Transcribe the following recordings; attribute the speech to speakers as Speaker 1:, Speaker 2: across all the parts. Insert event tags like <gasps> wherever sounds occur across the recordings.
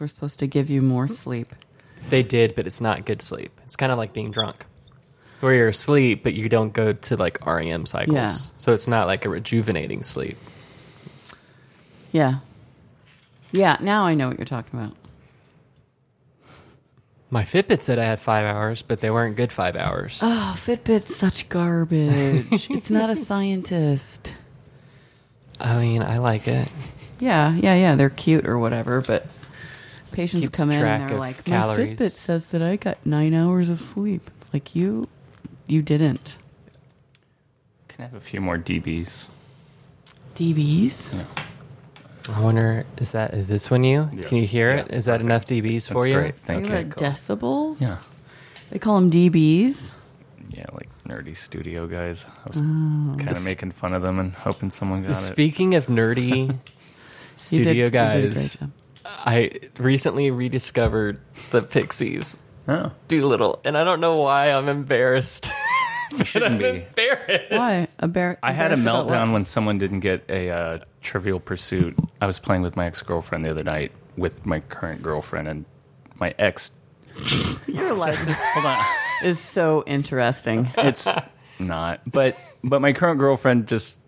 Speaker 1: We're supposed to give you more sleep.
Speaker 2: They did, but it's not good sleep. It's kind of like being drunk, where you're asleep, but you don't go to like REM cycles.
Speaker 1: Yeah.
Speaker 2: So it's not like a rejuvenating sleep.
Speaker 1: Yeah. Yeah, now I know what you're talking about.
Speaker 2: My Fitbit said I had five hours, but they weren't good five hours.
Speaker 1: Oh, Fitbit's such <laughs> garbage. it's not a scientist.
Speaker 2: I mean, I like it.
Speaker 1: Yeah, yeah, yeah. They're cute or whatever, but patients
Speaker 2: Keeps
Speaker 1: come in
Speaker 2: track
Speaker 1: and they're
Speaker 2: of
Speaker 1: like,
Speaker 2: calories."
Speaker 1: "My Fitbit says that I got nine hours of sleep." It's like you, you didn't.
Speaker 3: Can have a few more DBs.
Speaker 1: DBs.
Speaker 2: I wonder, is that is this one you?
Speaker 3: Yes.
Speaker 2: Can you hear it? Is
Speaker 3: Yeah,
Speaker 2: that enough DBs for
Speaker 3: That's
Speaker 2: you?
Speaker 3: great. Thank
Speaker 1: Talking
Speaker 3: you.
Speaker 1: about decibels.
Speaker 3: Yeah.
Speaker 1: They call them DBs.
Speaker 3: Yeah, like nerdy studio guys. I was kind of making fun of them and hoping someone got it.
Speaker 2: Speaking of
Speaker 3: <laughs>
Speaker 2: nerdy
Speaker 1: You did-
Speaker 2: studio
Speaker 1: you did a great
Speaker 2: guys,
Speaker 1: job.
Speaker 2: I recently rediscovered the Pixies
Speaker 3: Oh,
Speaker 2: Doolittle, and I don't know why I'm embarrassed. <laughs>
Speaker 3: it shouldn't
Speaker 2: I'm
Speaker 3: be.
Speaker 2: embarrassed.
Speaker 1: Why a bear?
Speaker 3: I had a
Speaker 1: embarrassed about what?
Speaker 3: meltdown when someone didn't get a uh, Trivial Pursuit. I was playing with my ex girlfriend the other night with my current girlfriend, and my ex.
Speaker 1: Your life is,
Speaker 3: <laughs> Hold on.
Speaker 1: is so interesting.
Speaker 3: it's not. But but my current girlfriend just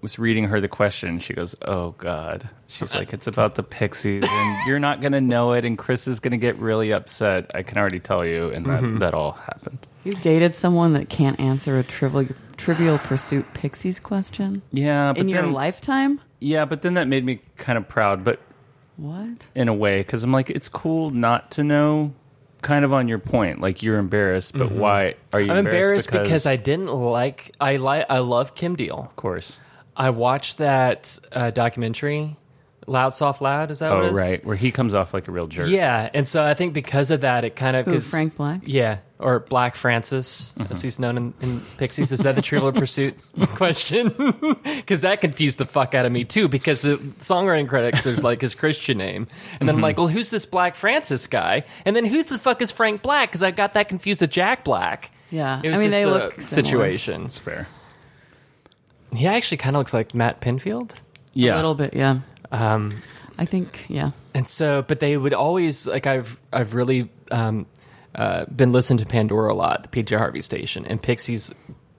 Speaker 3: was reading her the question. She goes, "Oh God." She's like, "It's about the Pixies, and <laughs> you're not gonna know it, and Chris is gonna get really upset. I can already tell you." And
Speaker 2: Mm-hmm.
Speaker 3: that that all happened.
Speaker 1: You've dated someone that can't answer a trivial Trivial Pursuit Pixies question
Speaker 3: Yeah, but
Speaker 1: in your
Speaker 3: then-
Speaker 1: lifetime.
Speaker 3: Yeah, but then that made me kind of proud, but
Speaker 1: What?
Speaker 3: in a way, because I'm like, it's cool not to know. Kind of on your point, like you're embarrassed, but why are you
Speaker 2: <laughs> Mm-hmm. I'm embarrassed because, I didn't like. I like. I love Kim Deal.
Speaker 3: of course.
Speaker 2: I watched that uh, documentary, Loud Soft Loud. Is that what
Speaker 3: Oh
Speaker 2: it is?
Speaker 3: right, where he comes off like a real jerk.
Speaker 2: Yeah, and so I think because of that, it kind of
Speaker 1: Who,
Speaker 2: because
Speaker 1: Frank Black?
Speaker 2: yeah, or Black Francis, as he's known in, in Pixies. Is that the Trivial Pursuit question? <laughs> Because that confused the fuck out of me too. Because the songwriting credits there's like his Christian name, and then I'm like, well, who's this Black Francis guy? And then who's the fuck is Frank Black? Because I got that confused with Jack Black.
Speaker 1: Yeah,
Speaker 2: It was
Speaker 1: I mean
Speaker 2: just
Speaker 1: they
Speaker 2: a
Speaker 1: look similar.
Speaker 2: situation.
Speaker 3: That's fair.
Speaker 2: He actually kind of looks like Matt Pinfield.
Speaker 3: Yeah,
Speaker 1: a little bit. Yeah,
Speaker 2: Um,
Speaker 1: I think yeah.
Speaker 2: And so, but they would always like I've I've really um, uh, been listening to Pandora a lot, the PJ Harvey station, and Pixies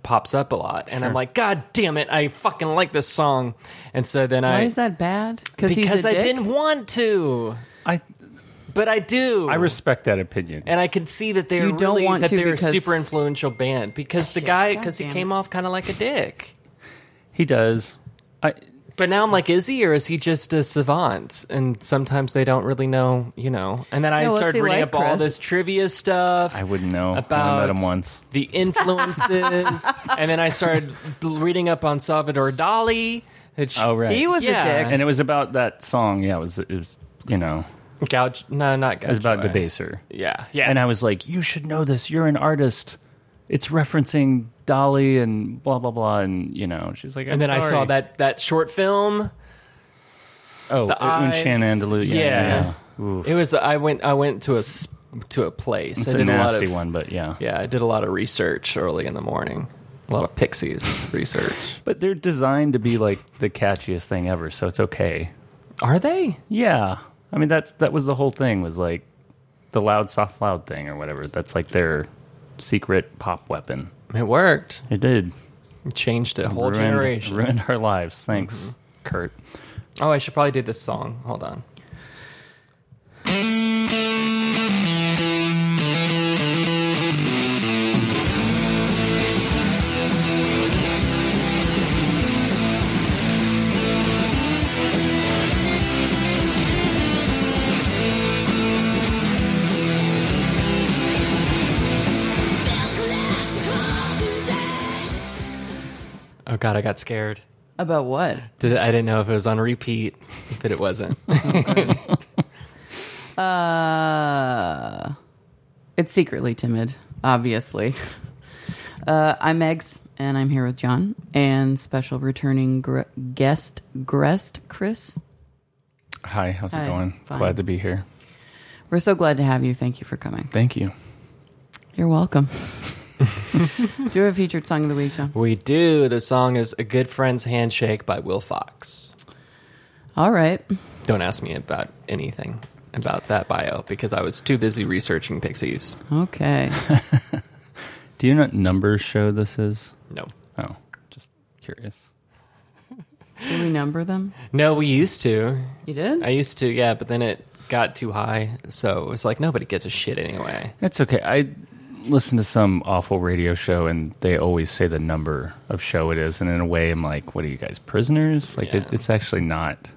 Speaker 2: pops up a lot, and I'm like, God damn it, I fucking like this song. And so then
Speaker 1: Why
Speaker 2: I
Speaker 1: is that bad?
Speaker 2: because
Speaker 1: he's a
Speaker 2: I
Speaker 1: dick?
Speaker 2: didn't want to,
Speaker 3: I
Speaker 2: but I do.
Speaker 3: I respect that opinion.
Speaker 2: and I can see that they're
Speaker 1: You don't
Speaker 2: really,
Speaker 1: want
Speaker 2: that
Speaker 1: to
Speaker 2: they're
Speaker 1: because-
Speaker 2: a super influential band because the guy
Speaker 1: God
Speaker 2: because he
Speaker 1: damn
Speaker 2: came
Speaker 1: it.
Speaker 2: off kind of like a dick.
Speaker 3: He does. I
Speaker 2: But now I'm like, is he or is he just a savant? And sometimes they don't really know, you know. And then I
Speaker 1: Yeah, what's
Speaker 2: started
Speaker 1: he
Speaker 2: reading
Speaker 1: like,
Speaker 2: up all
Speaker 1: Chris?
Speaker 2: this trivia stuff.
Speaker 3: I wouldn't know. I only
Speaker 2: about
Speaker 3: met him once.
Speaker 2: the influences,
Speaker 3: <laughs>
Speaker 2: and then I started reading up on Salvador Dali. Which
Speaker 3: Oh right.
Speaker 1: He was
Speaker 2: Yeah.
Speaker 1: a dick.
Speaker 3: and it was about that song. Yeah, it was. It was you know,
Speaker 2: Gouge, no, not Gouge.
Speaker 3: it was about
Speaker 2: Joy.
Speaker 3: Debaser.
Speaker 2: Yeah, yeah.
Speaker 3: Yeah, and I was like, you should know this. You're an artist. It's referencing Dolly and blah blah blah, and you know, she's like, I'm
Speaker 2: and then I
Speaker 3: sorry.
Speaker 2: saw that that short film.
Speaker 3: Oh,
Speaker 2: the
Speaker 3: and
Speaker 2: eyes.
Speaker 3: Shannon Andalu. Yeah,
Speaker 2: Yeah.
Speaker 3: yeah. yeah. Oof.
Speaker 2: It was I went I went to a s- to a place.
Speaker 3: it's
Speaker 2: I
Speaker 3: a
Speaker 2: did
Speaker 3: nasty
Speaker 2: a lot of,
Speaker 3: one, but yeah.
Speaker 2: Yeah, I did a lot of research early in the morning. A lot of Pixies <laughs> research.
Speaker 3: But they're designed to be like the catchiest thing ever, so it's okay.
Speaker 2: Are they?
Speaker 3: Yeah, I mean that's that was the whole thing was like the loud, soft, loud thing or whatever. That's like their secret pop weapon.
Speaker 2: It worked.
Speaker 3: It did.
Speaker 2: It changed a whole
Speaker 3: ruined,
Speaker 2: generation.
Speaker 3: ruined our lives. Thanks, Kurt.
Speaker 2: Oh, I should probably do this song. Hold on. Oh god, I got scared.
Speaker 1: About what?
Speaker 2: Did, I didn't know if it was on repeat, but it wasn't.
Speaker 1: Uh, it's secretly timid, obviously. <laughs> Uh, I'm Megs, and I'm here with John and special returning gr- guest Grest Chris.
Speaker 3: Hi, how's
Speaker 1: Hi,
Speaker 3: it going?
Speaker 1: fine.
Speaker 3: Glad to be here.
Speaker 1: We're so glad to have you. Thank you for coming.
Speaker 3: Thank you.
Speaker 1: You're welcome. <laughs> Do you have a featured song of the week, John?
Speaker 2: we do. The song is "A Good Friend's Handshake" by Will Fox.
Speaker 1: All right.
Speaker 2: Don't ask me about anything. about that bio because I was too busy researching Pixies. <laughs>
Speaker 1: Okay.
Speaker 3: Do you know what numbers show this is?
Speaker 2: No.
Speaker 3: Oh, just curious.
Speaker 1: Do we number them?
Speaker 2: No, we used to.
Speaker 1: You did?
Speaker 2: I used to, yeah, but then it got too high. So it was like nobody gets a shit anyway.
Speaker 3: It's okay. I listen to some awful radio show and they always say the number of show it is. And in a way, I'm like, what are you guys, prisoners? Like, it,
Speaker 2: Yeah.
Speaker 3: it's actually not. um,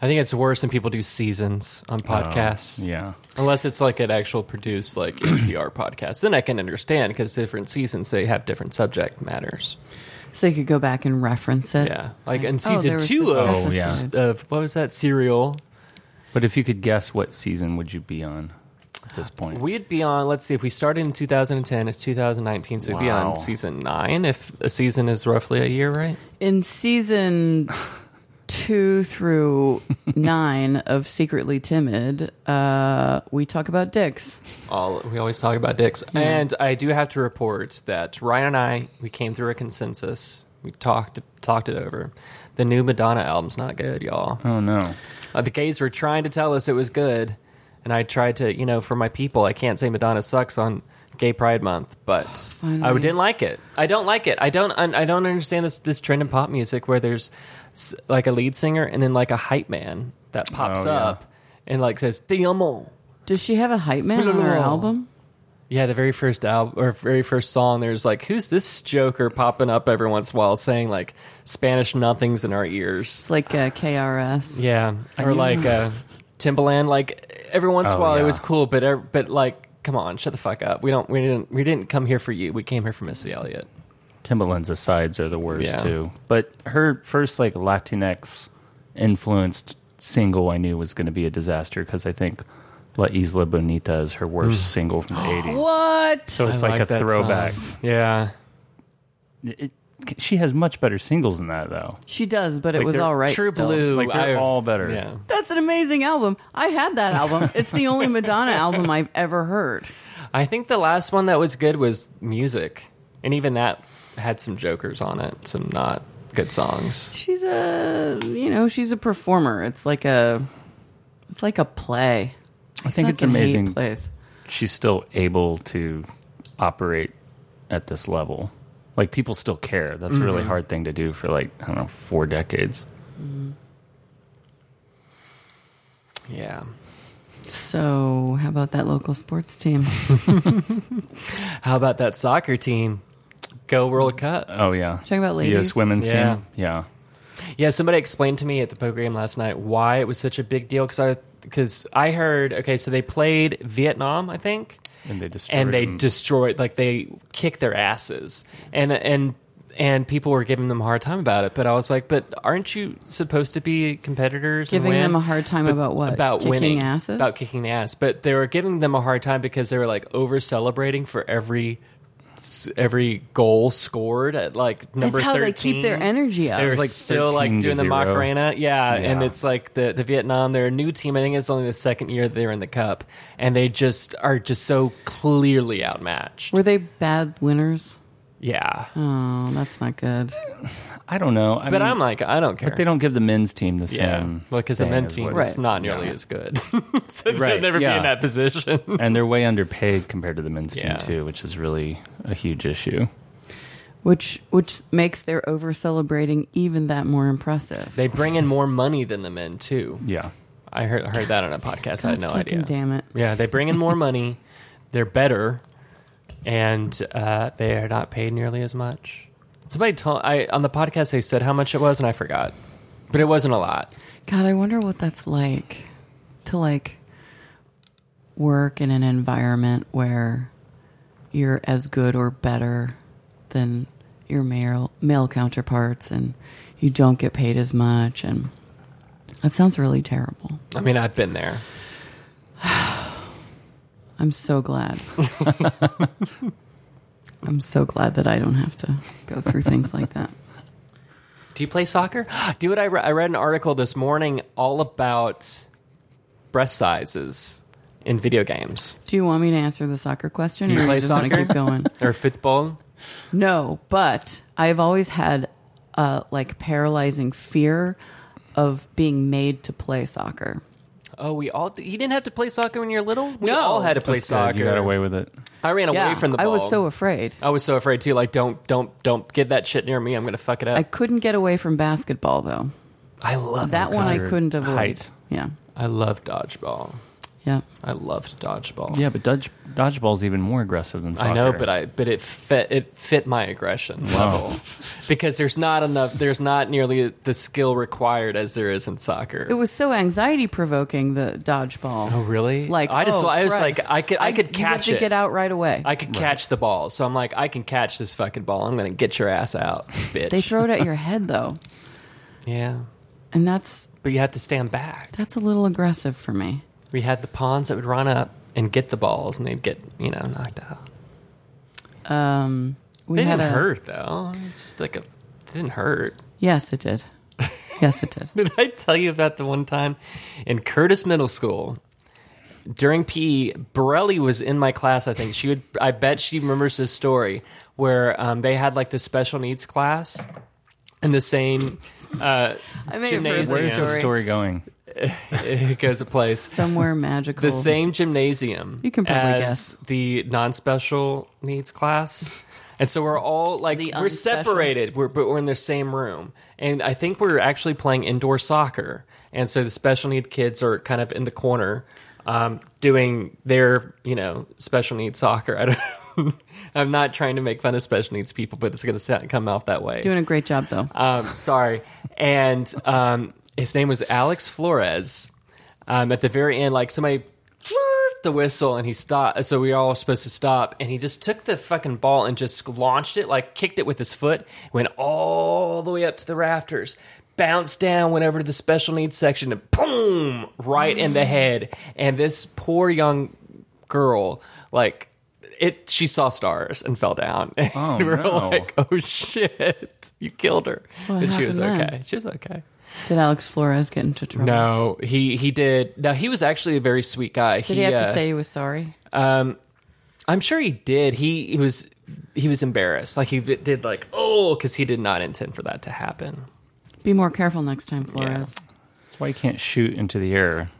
Speaker 2: I think it's worse when people do seasons on podcasts.
Speaker 3: Oh, Yeah.
Speaker 2: Unless it's like an actual produced
Speaker 3: <clears throat>
Speaker 2: like NPR podcast, then I can understand because different seasons they have different subject matters.
Speaker 1: So you could go back and reference it.
Speaker 2: Yeah, like in
Speaker 1: Oh, there
Speaker 2: season
Speaker 1: was
Speaker 2: two
Speaker 1: this
Speaker 2: of
Speaker 3: Oh, yeah.
Speaker 1: episode.
Speaker 2: of what was that serial?
Speaker 3: But if you could guess what season would you be on at this point?
Speaker 2: We'd be on. Let's see. If we started in 2010, it's 2019, so we'd be
Speaker 3: Wow.
Speaker 2: on season nine. If a season is roughly a year, right?
Speaker 1: In season two
Speaker 2: <laughs>
Speaker 1: through nine of Secretly Timid, uh, we talk about dicks.
Speaker 2: All we always talk about dicks, and I do have to report that Ryan and I we came through a consensus. We talked talked it over. The new Madonna album's not good, y'all.
Speaker 3: Oh, no.
Speaker 2: Uh, the gays were trying to tell us it was good, and I tried to, you know, for my people, I can't say Madonna sucks on Gay Pride Month, but I
Speaker 1: Finally.
Speaker 2: didn't like it. I don't like it. I don't. I don't understand this this trend in pop music where there's s- like a lead singer and then like a hype man that pops
Speaker 3: Oh, yeah.
Speaker 2: up and like says "Te amo."
Speaker 1: Does she have a hype man
Speaker 2: <laughs>
Speaker 1: on her album?
Speaker 2: Yeah, the very first album or very first song, there's like, who's this joker popping up every once in a while saying like Spanish nothings in our ears?
Speaker 1: It's like uh, KRS.
Speaker 2: Yeah, or like uh, Timbaland. Like every once in a
Speaker 3: Oh,
Speaker 2: while, it
Speaker 3: yeah.
Speaker 2: was cool, but ev- but like, come on, shut the fuck up. We don't. We didn't. We didn't come here for you. We came here for Missy Elliott.
Speaker 3: Timbaland's asides are the worst,
Speaker 2: Yeah.
Speaker 3: too. But her first, like, Latinx influenced single I knew was going to be a disaster because I think La Isla Bonita is her worst single from
Speaker 2: <gasps>
Speaker 3: the 80s.
Speaker 1: What?
Speaker 3: So it's
Speaker 2: Mm. I
Speaker 3: like, a
Speaker 2: that
Speaker 3: throwback.
Speaker 2: song. Yeah,
Speaker 3: It, she has much better singles than that, though.
Speaker 1: She does, but it
Speaker 3: Like
Speaker 1: was
Speaker 3: they're
Speaker 1: all right.
Speaker 2: True
Speaker 1: still.
Speaker 2: Blue.
Speaker 3: Like, they're
Speaker 2: I-
Speaker 3: all better.
Speaker 2: Yeah,
Speaker 1: That's an amazing album. I had that album. It's the
Speaker 2: <laughs>
Speaker 1: only Madonna album I've ever heard.
Speaker 2: I think the last one that was good was Music, and even that had some jokers on it. Some not good songs.
Speaker 1: She's a, you know, she's a performer. It's like a, it's like a play.
Speaker 3: I think it's
Speaker 1: Fucking hate
Speaker 3: amazing
Speaker 1: Plays.
Speaker 3: she's still able to operate at this level. Like people still care. That's a really
Speaker 2: Mm-hmm.
Speaker 3: hard thing to do for like I don't know four decades.
Speaker 2: Yeah.
Speaker 1: So, how about that local sports team? <laughs>
Speaker 2: How about that soccer team? Go World Cup.
Speaker 3: Oh yeah,
Speaker 1: Talking about
Speaker 3: the
Speaker 1: ladies?
Speaker 3: U.S. women's
Speaker 2: Yeah.
Speaker 3: team. Yeah,
Speaker 2: Yeah, somebody explained to me at the poker game last night why it was such a big deal because I because I heard okay, so they played Vietnam, I think,
Speaker 3: and they destroyed.
Speaker 2: and they
Speaker 3: them.
Speaker 2: destroyed like they kicked their asses, and and and people were giving them a hard time about it. But I was like, but aren't you supposed to be competitors? and
Speaker 1: Giving
Speaker 2: win?
Speaker 1: them a hard time about what?
Speaker 2: About
Speaker 1: Kicking
Speaker 2: winning
Speaker 1: asses?
Speaker 2: About kicking the ass, but they were giving them a hard time because they were like over celebrating for every. Every goal scored at like number
Speaker 1: That's how
Speaker 2: 13
Speaker 1: they keep their energy up.
Speaker 2: they're
Speaker 3: It's
Speaker 2: like
Speaker 3: like
Speaker 2: still
Speaker 3: 13
Speaker 2: like
Speaker 3: to
Speaker 2: doing the
Speaker 3: zero.
Speaker 2: Macarena, yeah, And
Speaker 3: Yeah.
Speaker 2: it's like the the Vietnam. They're a new team. I think it's only the second year they're in the cup, and they just are just so clearly outmatched.
Speaker 1: Were they bad winners?
Speaker 2: Yeah,
Speaker 3: Mm.
Speaker 1: Oh, that's not good.
Speaker 3: I don't know. I
Speaker 2: but
Speaker 3: mean,
Speaker 2: I'm like, I don't care.
Speaker 3: they don't give the men's team the
Speaker 2: yeah,
Speaker 3: same.
Speaker 2: well, because the
Speaker 3: thing
Speaker 2: men's
Speaker 3: as
Speaker 2: team
Speaker 3: what-
Speaker 1: Right.
Speaker 2: is not nearly as
Speaker 3: <laughs>
Speaker 2: good, so they'll
Speaker 3: Right,
Speaker 2: never be
Speaker 3: yeah.
Speaker 2: in that position.
Speaker 3: <laughs> and they're way underpaid compared to the men's
Speaker 2: Yeah.
Speaker 3: team too, which is really a huge issue.
Speaker 1: Which which makes their over celebrating even that more impressive.
Speaker 2: they bring in more money than the men too.
Speaker 3: Yeah,
Speaker 2: I heard I heard that on a podcast. I had no
Speaker 1: Fucking
Speaker 2: idea.
Speaker 1: Damn it.
Speaker 2: Yeah, they bring in more <laughs> money. They're better, and uh, they are not paid nearly as much. Somebody told I on the podcast they said how much it was, and I forgot, but it wasn't a lot.
Speaker 1: God, I wonder what that's like to like work in an environment where you're as good or better than your male male counterparts and you don't get paid as much and that sounds really terrible.
Speaker 2: I mean, I've been there.
Speaker 1: I'm so
Speaker 2: <laughs>
Speaker 1: glad. I'm so glad that I don't have to go through things like that.
Speaker 2: Do you play <gasps> soccer? Dude, I, re- I read an article this morning all about breast sizes in video games
Speaker 1: Do you want me to answer the soccer question? Do
Speaker 2: you
Speaker 1: or
Speaker 2: play
Speaker 1: you just wanna
Speaker 2: soccer?
Speaker 1: Keep going.
Speaker 2: or football.
Speaker 1: No, but I've always had uh, a like paralyzing fear of being made to play soccer.
Speaker 2: Oh, we all. You didn't have to play soccer when you were little. We all had to play
Speaker 3: That's good.
Speaker 2: soccer.
Speaker 3: You got away with it.
Speaker 2: I ran away
Speaker 1: Yeah,
Speaker 2: from the ball.
Speaker 1: I was so afraid.
Speaker 2: I was so afraid too. Like, don't, don't, don't get that shit near me. I'm gonna fuck it up.
Speaker 1: I couldn't get away from basketball though.
Speaker 2: I, love
Speaker 1: That one I
Speaker 3: your
Speaker 1: couldn't avoid.
Speaker 3: height.
Speaker 1: Yeah,
Speaker 2: I love dodgeball.
Speaker 1: yeah.
Speaker 2: I loved dodgeball.
Speaker 3: Yeah, but dodge, dodgeball's even more aggressive than soccer.
Speaker 2: I know, but I but it fit it fit my aggression level because there's not enough. There's not nearly the skill required as there is in soccer.
Speaker 1: It was so anxiety provoking the dodgeball.
Speaker 2: oh, really?
Speaker 1: Like
Speaker 2: I just
Speaker 1: oh,
Speaker 2: I was
Speaker 1: Christ.
Speaker 2: like I could I, could
Speaker 1: you have
Speaker 2: catch
Speaker 1: to
Speaker 2: it.
Speaker 1: Get out right away.
Speaker 2: I could catch the ball, so I'm like, I can catch this fucking ball. I'm gonna get your ass out, bitch.
Speaker 1: they throw it at your head though,
Speaker 2: yeah,
Speaker 1: and that's
Speaker 2: but you have to stand back.
Speaker 1: that's a little aggressive for me.
Speaker 2: We had the pawns that would run up and get the balls, and they'd get you know knocked out.
Speaker 1: Um, we
Speaker 2: They
Speaker 1: had
Speaker 2: didn't
Speaker 1: a
Speaker 2: hurt though. It's just like a it didn't hurt.
Speaker 1: yes, it did. Yes, it did.
Speaker 2: <laughs> Did I tell you about the one time in Curtis Middle School during PE? Borelli was in my class. I think she would. I bet she remembers this story where um, they had like this special needs class in the same. <laughs> Uh,
Speaker 1: I may
Speaker 2: have heard this
Speaker 3: Where's
Speaker 2: Gymnasium.
Speaker 3: the story going?
Speaker 2: it goes a place.
Speaker 1: somewhere magical.
Speaker 2: the same gymnasium
Speaker 1: You can probably
Speaker 2: as
Speaker 1: guess.
Speaker 2: the non-special needs class and so we're all like
Speaker 1: The
Speaker 2: we're
Speaker 1: unspecial.
Speaker 2: separated we're, but we're in the same room and i think we're actually playing indoor soccer and so the special need kids are kind of in the corner um, doing their you know special needs soccer <laughs> i don't i'm not trying to make fun of special needs people but it's going to come out that way
Speaker 1: Doing a great job though.
Speaker 2: um, sorry. And um, his name was Alex Flores. Um, at the very end, like somebody <laughs> the whistle and he stopped. So we were all supposed to stop. And he just took the fucking ball and just launched it, like kicked it with his foot, went all the way up to the rafters, bounced down, went over to the special needs section, and boom, right in the
Speaker 1: Mm-hmm.
Speaker 2: head. And this poor young girl, like, it, she saw stars and fell down. <laughs> And
Speaker 3: Oh,
Speaker 2: we were
Speaker 3: no.
Speaker 2: like, oh shit, you killed her.
Speaker 1: What
Speaker 2: and she was
Speaker 1: happened then?
Speaker 2: okay. She was okay.
Speaker 1: Did Alex Flores get into trouble?
Speaker 2: No, he he did. No, he was actually a very sweet guy. uh,
Speaker 1: Did he, have to say he was sorry?
Speaker 2: I'm sure he did. He, he was he was embarrassed. Like he did, did like oh, because he did not intend for that to happen.
Speaker 1: Be more careful next time, Flores.
Speaker 3: That's why you can't shoot into the air.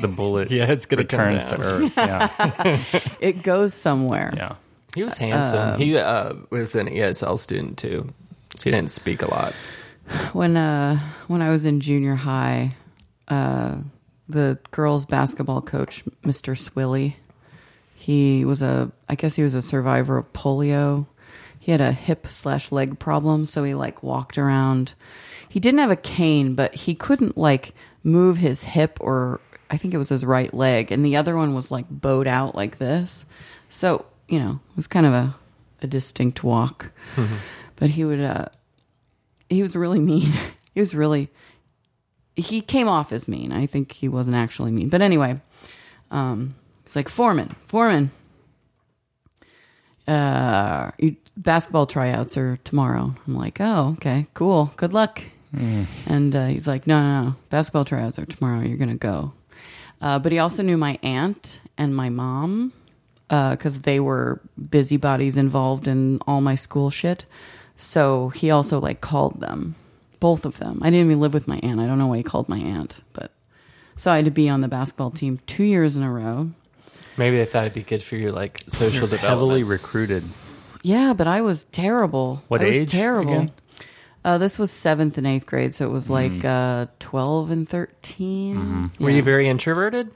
Speaker 3: The
Speaker 2: <laughs>
Speaker 3: bullet
Speaker 2: Yeah, it's gonna come
Speaker 3: returns
Speaker 2: down.
Speaker 3: to
Speaker 2: <laughs>
Speaker 3: earth. Yeah,
Speaker 1: It goes somewhere.
Speaker 3: yeah.
Speaker 2: He was handsome.
Speaker 1: um,
Speaker 2: he uh, was an ESL student too, so he didn't speak a lot.
Speaker 1: When uh when I was in junior high, uh the girls basketball coach, Mr. Swilly, he was a I guess he was a survivor of polio. He had a hip slash leg problem, so he like walked around. He didn't have a cane, but he couldn't like move his hip or I think it was his right leg, and the other one was like bowed out like this. So, you know, it was kind of a, a distinct walk. But he would uh he was really mean. <laughs> he was really he came off as mean. I think he wasn't actually mean. But anyway, um it's like Foreman, Foreman. Uh you, basketball tryouts are tomorrow. I'm like, "Oh, okay. Cool. Good luck." And uh, he's like, "No, no, no. Basketball tryouts are tomorrow. You're going to go." Uh, but he also knew my aunt and my mom because they were busybodies involved in all my school shit. So he also like called them, both of them. I didn't even live with my aunt. I don't know why he called my aunt, but so I had to be on the basketball team two years in a row.
Speaker 2: Maybe they thought it'd be good for your like social
Speaker 3: Heavily
Speaker 2: development.
Speaker 3: recruited.
Speaker 1: Yeah, but I was terrible.
Speaker 3: What
Speaker 1: I was
Speaker 3: age
Speaker 1: Terrible.
Speaker 3: again? Mm-hmm.
Speaker 1: Uh, this was seventh and eighth grade, so it was like uh, twelve and 13
Speaker 2: Were you very introverted?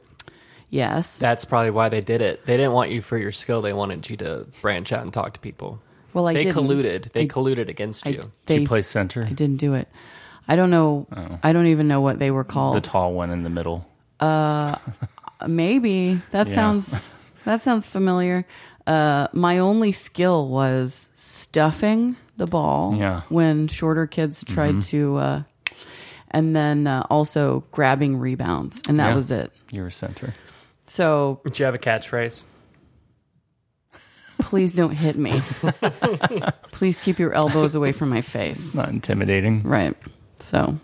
Speaker 1: Yes.
Speaker 2: That's probably why they did it. They didn't want you for your skill. They wanted you to branch out and talk to people.
Speaker 1: well, I
Speaker 2: they
Speaker 1: didn't.
Speaker 2: colluded. They colluded against
Speaker 1: I,
Speaker 2: you.
Speaker 3: She
Speaker 1: they,
Speaker 3: plays center.
Speaker 1: I didn't do it. I don't know. I don't even know what they were called.
Speaker 3: The tall one in the middle.
Speaker 1: Maybe that
Speaker 3: Yeah.
Speaker 1: sounds that sounds familiar. Uh, my only skill was stuffing the ball
Speaker 3: Yeah. Mm-hmm.
Speaker 1: when shorter kids tried to, uh, and then uh, also grabbing rebounds, and that
Speaker 3: Yeah.
Speaker 1: was it.
Speaker 3: You're a center.
Speaker 1: So
Speaker 2: Did you have a catchphrase?
Speaker 1: please don't hit
Speaker 3: <laughs>
Speaker 1: me. please keep your elbows away from my face.
Speaker 3: Not intimidating.
Speaker 1: Right. So,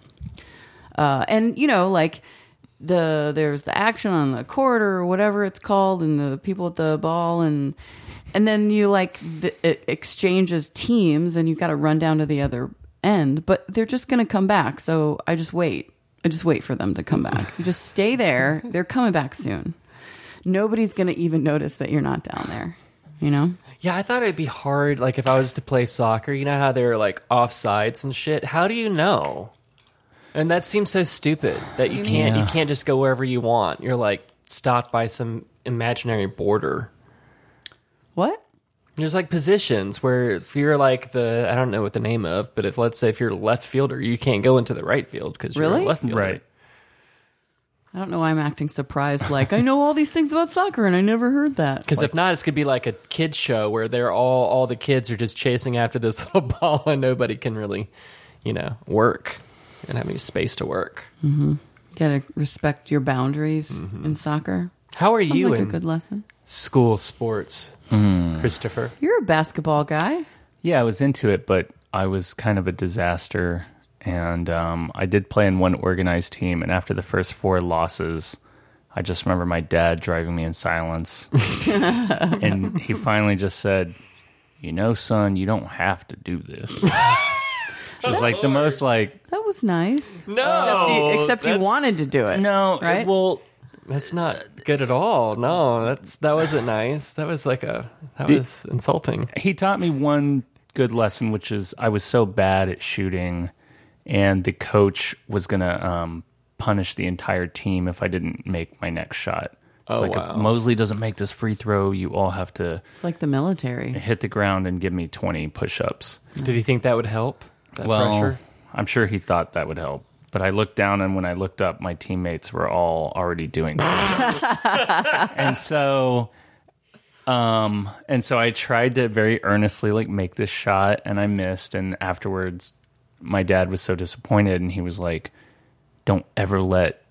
Speaker 1: uh, and you know, like the there's the action on the court or whatever it's called, and the people at the ball, and and then you like the, it exchanges teams, and you've got to run down to the other end, but they're just gonna come back. So I just wait I just wait for them to come back. You just stay there. They're coming back soon. Nobody's going to even notice that you're not down there. You know?
Speaker 2: Yeah, I thought it'd be hard. Like if I was to play soccer, you know how they're like offsides and shit. How do you know? And that seems so stupid that you can't you can't just go wherever you want. You're like stopped by some imaginary border.
Speaker 1: What?
Speaker 2: There's like positions where if you're like the I don't know what the name of, but if let's say if you're a left fielder, you can't go into the right field because you're
Speaker 1: Really?
Speaker 2: a left fielder.
Speaker 3: Right.
Speaker 1: I don't know why I'm acting surprised. Like, I know all these things about soccer and I never heard that.
Speaker 2: Because if not, it's gonna be like a kids show where they're all all the kids are just chasing after this <laughs> little ball and nobody can really, you know, work and have any space to work.
Speaker 1: Gotta respect your boundaries in soccer.
Speaker 2: How are
Speaker 1: Sounds
Speaker 2: you
Speaker 1: like a
Speaker 2: in
Speaker 1: good lesson.
Speaker 2: school sports, Hmm. Christopher?
Speaker 1: You're a basketball guy.
Speaker 3: Yeah, I was into it, but I was kind of a disaster. And um, I did play in one organized team. And after the first four losses, I just remember my dad driving me in silence. and he finally just said, You know, son, you don't have to do this. Just like the most like
Speaker 1: That was nice.
Speaker 2: No,
Speaker 1: You- Except you wanted to do it.
Speaker 3: no
Speaker 1: Right?
Speaker 3: well
Speaker 2: That's not good at all. No, that's that wasn't nice. That was like a that was insulting.
Speaker 3: he taught me one good lesson, which is I was so bad at shooting, and the coach was gonna um, punish the entire team if I didn't make my next shot. It's
Speaker 2: Oh,
Speaker 3: like
Speaker 2: wow.
Speaker 3: if Mosley doesn't make this free throw, you all have to
Speaker 1: It's like the military.
Speaker 3: hit the ground and give me twenty push-ups.
Speaker 2: Did he think that would help? That
Speaker 3: Well,
Speaker 2: pressure?
Speaker 3: I'm sure he thought that would help, but I looked down and when I looked up, my teammates were all already doing push-ups. and so. Um, and so I tried to very earnestly like make this shot and I missed. And afterwards, my dad was so disappointed and he was like, Don't ever let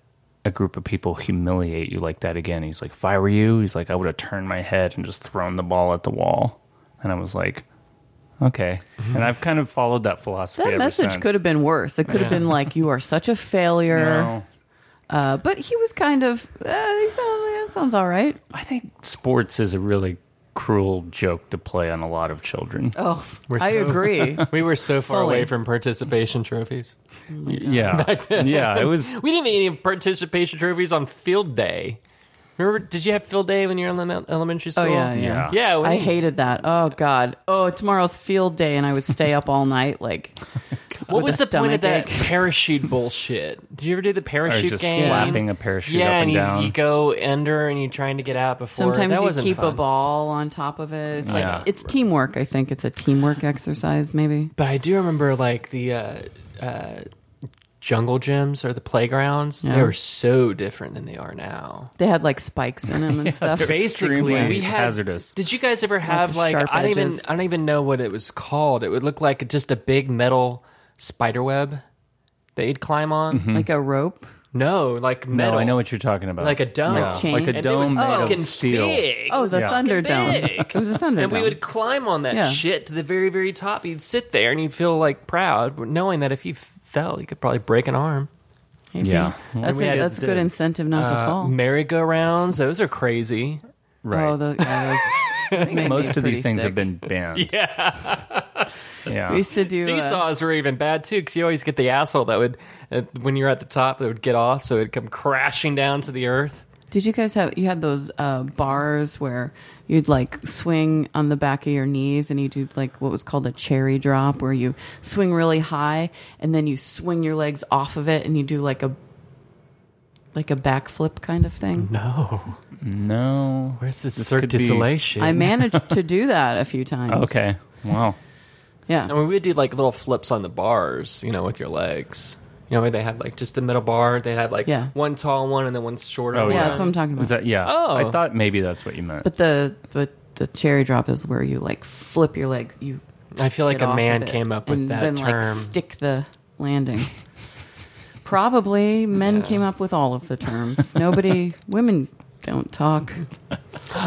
Speaker 3: a group of people humiliate you like that again. He's like, If I were you, he's like, I would have turned my head and just thrown the ball at the wall. And I was like, Okay. And I've kind of followed that philosophy.
Speaker 1: That
Speaker 3: ever
Speaker 1: message
Speaker 3: since.
Speaker 1: could have been worse. It could have been like, you are such a failure.
Speaker 3: No.
Speaker 1: Uh, but he was kind of, uh, he sounds, that sounds all right.
Speaker 3: I think sports is a really cruel joke to play on a lot of children.
Speaker 1: Oh,
Speaker 2: We're
Speaker 1: I
Speaker 2: so-
Speaker 1: agree. <laughs>
Speaker 2: We were so far
Speaker 1: Fully.
Speaker 2: away from participation trophies.
Speaker 3: yeah. Yeah, it was
Speaker 2: We didn't even have participation trophies on field day. Remember? Did you have field day when you were in elem- elementary school?
Speaker 1: Oh, yeah, yeah.
Speaker 3: Yeah.
Speaker 2: Yeah, we-
Speaker 1: I hated that. Oh, God. Oh, tomorrow's field day, and I would stay up all night. Like,
Speaker 2: What
Speaker 1: with
Speaker 2: was
Speaker 1: a
Speaker 2: the point of that
Speaker 1: stomachache. <laughs>
Speaker 2: parachute bullshit? Did you ever do the
Speaker 3: Or
Speaker 2: parachute
Speaker 3: just
Speaker 2: game?
Speaker 3: flapping a parachute
Speaker 2: yeah,
Speaker 3: up and,
Speaker 2: and, you,
Speaker 3: down.
Speaker 2: you go under and you're trying to get out before.
Speaker 1: Sometimes
Speaker 2: that
Speaker 1: you
Speaker 2: wasn't
Speaker 1: keep a
Speaker 2: fun.
Speaker 1: ball on top of it. It's like
Speaker 3: Yeah.
Speaker 1: it's teamwork. I think it's a teamwork exercise. Maybe
Speaker 2: But I do remember like the uh, uh, jungle gyms or the playgrounds. They
Speaker 1: Yeah.
Speaker 2: were so different than they are now.
Speaker 1: they had like spikes in them and stuff.
Speaker 3: they're-
Speaker 2: Basically,
Speaker 3: Extremely
Speaker 2: we had.
Speaker 3: hazardous.
Speaker 2: Did you guys ever have
Speaker 1: Like
Speaker 2: like,
Speaker 1: sharp
Speaker 2: I don't
Speaker 1: edges.
Speaker 2: even I don't even know what it was called. It would look like just a big metal spider web that you'd climb on.
Speaker 1: Like a rope.
Speaker 2: No, like <laughs> metal.
Speaker 3: Mm-hmm. No, I know what you're talking about.
Speaker 2: Like a dome.
Speaker 3: Yeah.
Speaker 1: Like chain.
Speaker 3: Like a
Speaker 2: and
Speaker 3: dome
Speaker 2: it was
Speaker 3: made
Speaker 2: fucking
Speaker 3: of steel.
Speaker 2: Big.
Speaker 1: Oh,
Speaker 2: It was
Speaker 1: the
Speaker 3: Yeah.
Speaker 1: Thunderdome.
Speaker 2: big.
Speaker 1: It was a Thunderdome.
Speaker 2: And we would climb on that
Speaker 1: Yeah.
Speaker 2: shit to the very, very top. You'd sit there and you'd feel like proud, knowing that if you f- fell, you could probably break an arm.
Speaker 1: Maybe.
Speaker 3: Yeah.
Speaker 1: that's
Speaker 2: We
Speaker 1: a,
Speaker 2: had-
Speaker 1: that's good
Speaker 2: did.
Speaker 1: incentive not to
Speaker 2: Uh,
Speaker 1: fall.
Speaker 2: merry-go-rounds, those are crazy.
Speaker 3: Right.
Speaker 1: Oh, the, yeah, those- those made me
Speaker 3: Most of
Speaker 1: pretty
Speaker 3: these things
Speaker 1: sick.
Speaker 3: have been banned. yeah.
Speaker 1: We used to do uh,
Speaker 2: Seesaws were even bad too, because you always get the asshole that would, uh, when you're at the top, that would get off, so it'd come crashing down to the earth.
Speaker 1: Did you guys have you had those uh, bars where you'd like swing on the back of your knees and you do like what was called a cherry drop where you swing really high and then you swing your legs off of it and you do like a like a backflip kind of thing?
Speaker 2: No,
Speaker 3: No.
Speaker 2: where's this,
Speaker 3: This
Speaker 2: Cirque
Speaker 3: could
Speaker 2: du
Speaker 3: be-
Speaker 2: Soleil shit?
Speaker 1: I managed to do that a few times.
Speaker 3: Okay. Wow.
Speaker 1: Yeah.
Speaker 2: I mean, we would do like little flips on the bars, you know, with your legs. You know, where they had like just the middle bar. They had like
Speaker 1: Yeah.
Speaker 2: one tall one and then one shorter.
Speaker 3: Oh,
Speaker 2: one.
Speaker 1: Yeah,
Speaker 3: yeah.
Speaker 1: that's what I'm talking about.
Speaker 3: Is that yeah?
Speaker 2: Oh.
Speaker 3: I thought maybe that's what you meant.
Speaker 1: but the but the cherry drop is where you like flip your leg you
Speaker 2: I feel like
Speaker 1: get off
Speaker 2: a
Speaker 1: of
Speaker 2: man
Speaker 1: it
Speaker 2: came up with
Speaker 1: and
Speaker 2: that
Speaker 1: then,
Speaker 2: term.
Speaker 1: Like, stick the landing. Probably men came up with all of the terms.
Speaker 2: <laughs>
Speaker 1: Nobody, women don't talk.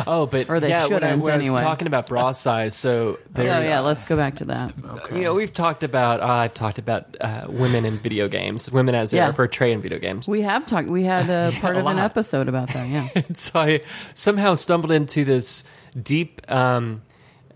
Speaker 2: oh, but
Speaker 1: or they
Speaker 2: yeah, when I
Speaker 1: shouldn't
Speaker 2: when I was
Speaker 1: anyway.
Speaker 2: talking about
Speaker 1: <laughs>
Speaker 2: bra size, so
Speaker 1: Oh
Speaker 2: there's
Speaker 1: yeah, let's go back to that.
Speaker 2: You know, we've talked about uh, I've talked about uh, women in video games, women as they
Speaker 1: Yeah.
Speaker 2: are portrayed in video games.
Speaker 1: We have talked. We had <laughs> a part
Speaker 2: a
Speaker 1: of an
Speaker 2: lot.
Speaker 1: episode about that. Yeah,
Speaker 2: And <laughs> so I somehow stumbled into this deep um,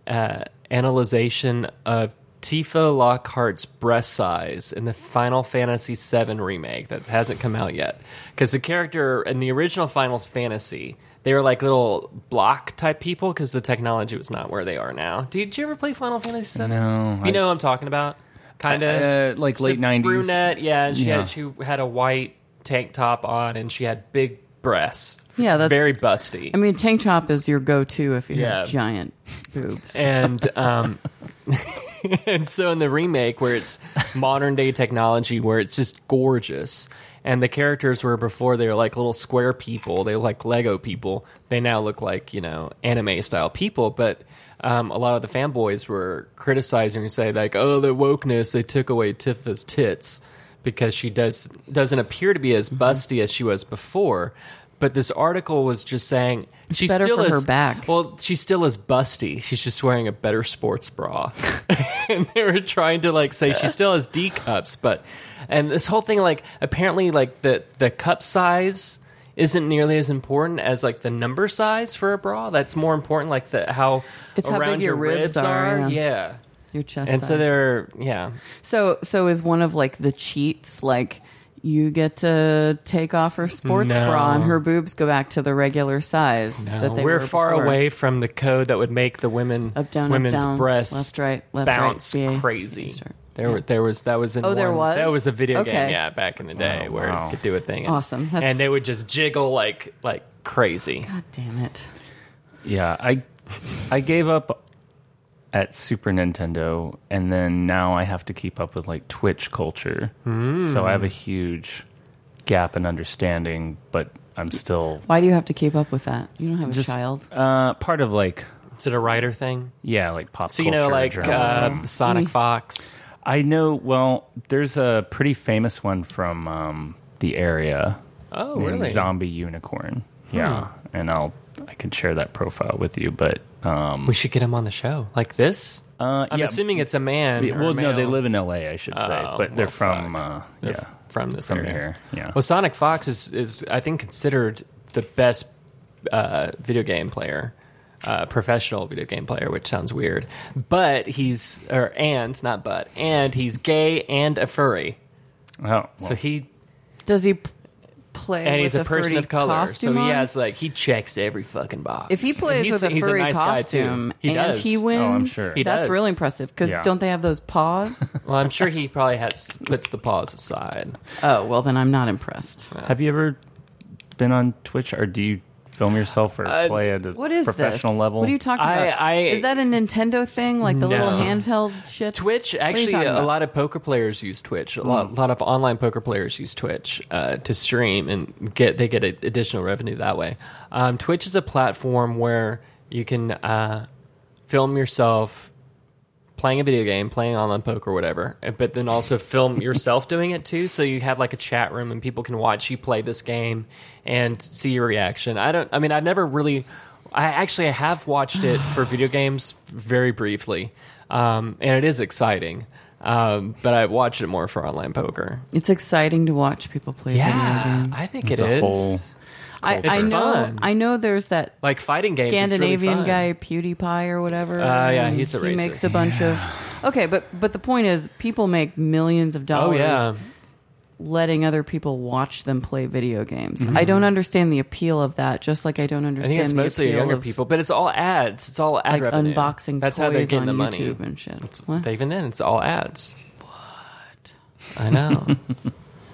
Speaker 2: uh, analyzation of Tifa Lockhart's breast size in the Final Fantasy VII remake that hasn't come out yet. Because the character in the original Final Fantasy, they were like little block type people because the technology was not where they are now. Did, you ever play Final Fantasy VII?
Speaker 3: No,
Speaker 2: You
Speaker 3: I-
Speaker 2: know what I'm talking about? Kind of.
Speaker 3: Uh, like late
Speaker 2: She's a
Speaker 3: 90s.
Speaker 2: Brunette, yeah. And she,
Speaker 3: Yeah.
Speaker 2: Had, she had a white tank top on and she had big breasts.
Speaker 1: Yeah, that's-
Speaker 2: Very busty.
Speaker 1: I mean, tank top is your go-to if you
Speaker 2: Yeah.
Speaker 1: have giant boobs.
Speaker 2: and um, <laughs> and so in the remake where it's modern day technology where it's just gorgeous and the characters were before they were like little square people they were like lego people they now look like you know anime style people but um, a lot of the fanboys were criticizing and say like oh the wokeness they took away tifa's tits because she does doesn't appear to be as
Speaker 1: Mm-hmm.
Speaker 2: busty as she was before but this article was just saying she
Speaker 1: better
Speaker 2: still
Speaker 1: for her
Speaker 2: is
Speaker 1: back.
Speaker 2: well, she still is busty. She's just wearing a better
Speaker 1: <laughs>
Speaker 2: sports bra. and they were trying to like say she still has D cups, but and this whole thing like apparently like the the cup size isn't nearly as important as like the number size for a bra. That's more important like the how
Speaker 1: It's how
Speaker 2: around
Speaker 1: big your ribs are,
Speaker 2: Yeah.
Speaker 1: yeah. Your chest.
Speaker 2: And so
Speaker 1: size.
Speaker 2: they're yeah.
Speaker 1: So so is one of like the cheats like you get to take off her sports
Speaker 2: No.
Speaker 1: bra and her boobs go back to the regular size that they
Speaker 2: Uh, we're
Speaker 1: were
Speaker 2: far
Speaker 1: before.
Speaker 2: away from the code that would make the women
Speaker 1: Up, down, up,
Speaker 2: women's
Speaker 1: down,
Speaker 2: breasts
Speaker 1: left, right, left, right,
Speaker 2: bounce
Speaker 1: BA.
Speaker 2: crazy.
Speaker 1: Left, right.
Speaker 2: There, were, there was that was in
Speaker 1: Oh, there
Speaker 2: one-
Speaker 1: was?
Speaker 2: that was a video game
Speaker 1: Okay.
Speaker 2: yeah back in the day
Speaker 3: Wow,
Speaker 2: where
Speaker 3: Oh, wow.
Speaker 2: it could do a thing
Speaker 1: Awesome. That's-
Speaker 2: and they would just jiggle like like crazy
Speaker 1: God damn it.
Speaker 3: Yeah, I I gave up at Super Nintendo, and then now I have to keep up with like Twitch culture. So I
Speaker 1: Hmm.
Speaker 3: have a huge gap in understanding, but I'm still
Speaker 1: Why do you have to keep up with that? You don't have a
Speaker 3: just
Speaker 1: child.
Speaker 3: Uh, part of like
Speaker 2: is it a writer thing
Speaker 3: yeah, like pop
Speaker 2: so you
Speaker 3: culture.
Speaker 2: know like
Speaker 3: journalism.
Speaker 2: uh,
Speaker 1: Mm.
Speaker 2: Sonic Fox
Speaker 3: I know. Well, there's a pretty famous one from um, the area.
Speaker 2: oh
Speaker 3: named
Speaker 2: really
Speaker 3: Zombie Unicorn. Yeah, and I'll I can share that profile with you, but um,
Speaker 2: we should get him on the show like this
Speaker 3: uh,
Speaker 2: I'm
Speaker 3: yeah,
Speaker 2: assuming it's a man or
Speaker 3: Yeah,
Speaker 2: a
Speaker 3: well, no,
Speaker 2: male
Speaker 3: they live in L.A. I should say,
Speaker 2: Oh,
Speaker 3: but they're
Speaker 2: well,
Speaker 3: from
Speaker 2: fuck.
Speaker 3: uh,
Speaker 2: They're
Speaker 3: yeah,
Speaker 2: f- from this
Speaker 3: from
Speaker 2: area.
Speaker 3: here. Yeah,
Speaker 2: Well, Sonic Fox is is I think considered the best uh, video game player, uh, professional video game player, which sounds weird. But he's or and not but and he's gay and a furry,
Speaker 3: oh, well,
Speaker 2: so he
Speaker 1: Does he p- play
Speaker 2: and
Speaker 1: with
Speaker 2: he's a person
Speaker 1: furry
Speaker 2: of color, so
Speaker 1: costume
Speaker 2: he
Speaker 1: on?
Speaker 2: has like he checks every fucking box.
Speaker 1: If he
Speaker 2: And
Speaker 1: plays
Speaker 2: he's-
Speaker 1: with a
Speaker 2: he's
Speaker 1: furry
Speaker 2: nice guy, too.
Speaker 1: costume
Speaker 2: he
Speaker 1: and
Speaker 2: does.
Speaker 1: he wins,
Speaker 3: Oh, I'm sure. He
Speaker 1: that's
Speaker 2: does.
Speaker 1: really impressive because
Speaker 3: Yeah.
Speaker 1: don't they have those
Speaker 2: <laughs>
Speaker 1: paws?
Speaker 2: Well, I'm sure he probably has puts the paws aside.
Speaker 1: oh well, then I'm not impressed.
Speaker 3: have you ever been on Twitch or do you film yourself or
Speaker 2: Uh,
Speaker 3: play at a
Speaker 1: What is
Speaker 3: professional
Speaker 1: this?
Speaker 3: level?
Speaker 1: What are you talking
Speaker 2: I-
Speaker 1: about?
Speaker 2: I-
Speaker 1: is that a Nintendo thing, like the little
Speaker 2: No.
Speaker 1: handheld shit?
Speaker 2: Twitch
Speaker 1: What are you
Speaker 2: actually,
Speaker 1: talking
Speaker 2: a
Speaker 1: about? Hmm.
Speaker 2: lot of poker players use Twitch. A lot, lot of online poker players use Twitch uh, to stream and get they get a, additional revenue that way. Um, Twitch is a platform where you can uh, film yourself playing a video game, playing online poker, whatever, but then
Speaker 1: <laughs>
Speaker 2: also film yourself doing it too. So you have like a chat room and people can watch you play this game and see your reaction. I don't, I mean, I've never really, I actually I have watched it
Speaker 1: <sighs>
Speaker 2: for video games very briefly, um, and it is exciting. Um, but I watch it more for online poker.
Speaker 1: It's exciting to watch people play video
Speaker 2: Yeah,
Speaker 1: games.
Speaker 2: I think
Speaker 3: It's
Speaker 2: it
Speaker 3: a
Speaker 2: is.
Speaker 3: whole-
Speaker 1: I,
Speaker 2: It's
Speaker 1: I know.
Speaker 2: fun.
Speaker 1: I know. There's that
Speaker 2: like fighting games. it's really
Speaker 1: Scandinavian
Speaker 2: fun.
Speaker 1: guy, PewDiePie or whatever.
Speaker 2: Uh, yeah,
Speaker 1: and
Speaker 2: he's a
Speaker 1: He makes a
Speaker 2: racist.
Speaker 1: bunch of. Okay, but but the point is, people make millions of
Speaker 2: Oh
Speaker 1: dollars
Speaker 2: yeah,
Speaker 1: letting other people watch them play video games. I don't understand the appeal of that. Just like I don't
Speaker 2: Mm-hmm. I
Speaker 1: understand
Speaker 2: think it's
Speaker 1: the
Speaker 2: mostly
Speaker 1: appeal
Speaker 2: younger
Speaker 1: of
Speaker 2: people, but it's all ads. It's all ad
Speaker 1: like
Speaker 2: revenue.
Speaker 1: unboxing
Speaker 2: That's
Speaker 1: toys
Speaker 2: how they're getting
Speaker 1: on
Speaker 2: the money.
Speaker 1: YouTube and shit. What?
Speaker 2: But even then, it's all ads. What? I
Speaker 3: <laughs>
Speaker 2: know.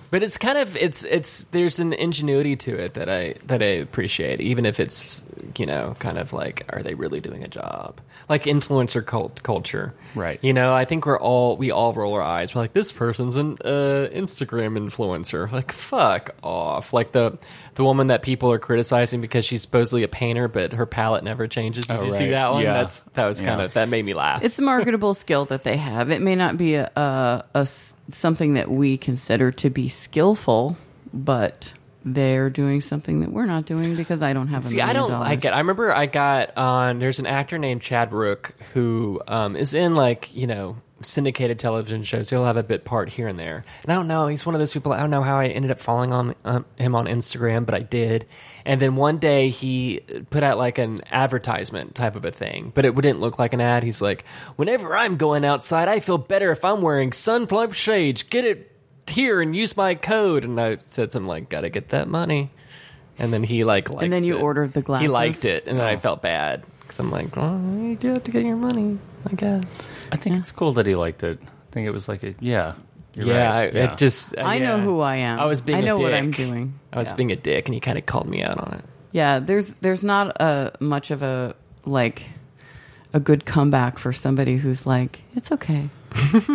Speaker 2: but it's kind of it's it's there's an ingenuity to it that I that I appreciate, even if it's you know kind of like are they really doing a job? Like influencer cult culture,
Speaker 3: Right.
Speaker 2: You know, I think we're all we all roll our eyes. We're like, this person's an uh, Instagram influencer. Like, fuck off. Like the the woman that people are criticizing because she's supposedly a painter, but her palette never changes. Did
Speaker 3: Oh,
Speaker 2: you see
Speaker 3: right.
Speaker 2: that one?
Speaker 3: Yeah.
Speaker 2: That's that was
Speaker 3: Yeah.
Speaker 2: kind of that made me laugh.
Speaker 1: it's a marketable skill that they have. It may not be a, a, a s- something that we consider to be skillful, but they're doing something that we're not doing because I don't have a
Speaker 2: See,
Speaker 1: million
Speaker 2: I don't
Speaker 1: dollars.
Speaker 2: like it. I remember I got on. There's an actor named Chad Rook who um, is in like you know syndicated television shows. He'll have a bit part here and there. And I don't know. He's one of those people. I don't know how I ended up following on um, him on Instagram, but I did. And then one day he put out like an advertisement type of a thing, but it wouldn't look like an ad. He's like, "Whenever I'm going outside, I feel better if I'm wearing sunflower shades. Get it here and use my code." And I said something like, "Gotta get that money." And then he like liked
Speaker 1: And then you
Speaker 2: it.
Speaker 1: ordered the
Speaker 2: He
Speaker 1: glasses. Oh.
Speaker 2: liked it, and then I felt bad because I'm like, well, you do have to get your money, I guess.
Speaker 3: I think it's cool that he liked it. I think it was like a yeah. You're
Speaker 2: yeah, I,
Speaker 3: right. yeah.
Speaker 2: it just
Speaker 1: I know
Speaker 2: yeah.
Speaker 1: who I am.
Speaker 2: I was being.
Speaker 1: I know
Speaker 2: a dick.
Speaker 1: what I'm doing.
Speaker 2: I was
Speaker 1: Yeah.
Speaker 2: being a dick, and he kind of called me out on it.
Speaker 1: Yeah, there's there's not a much of a like a good comeback for somebody who's like, it's okay. <laughs>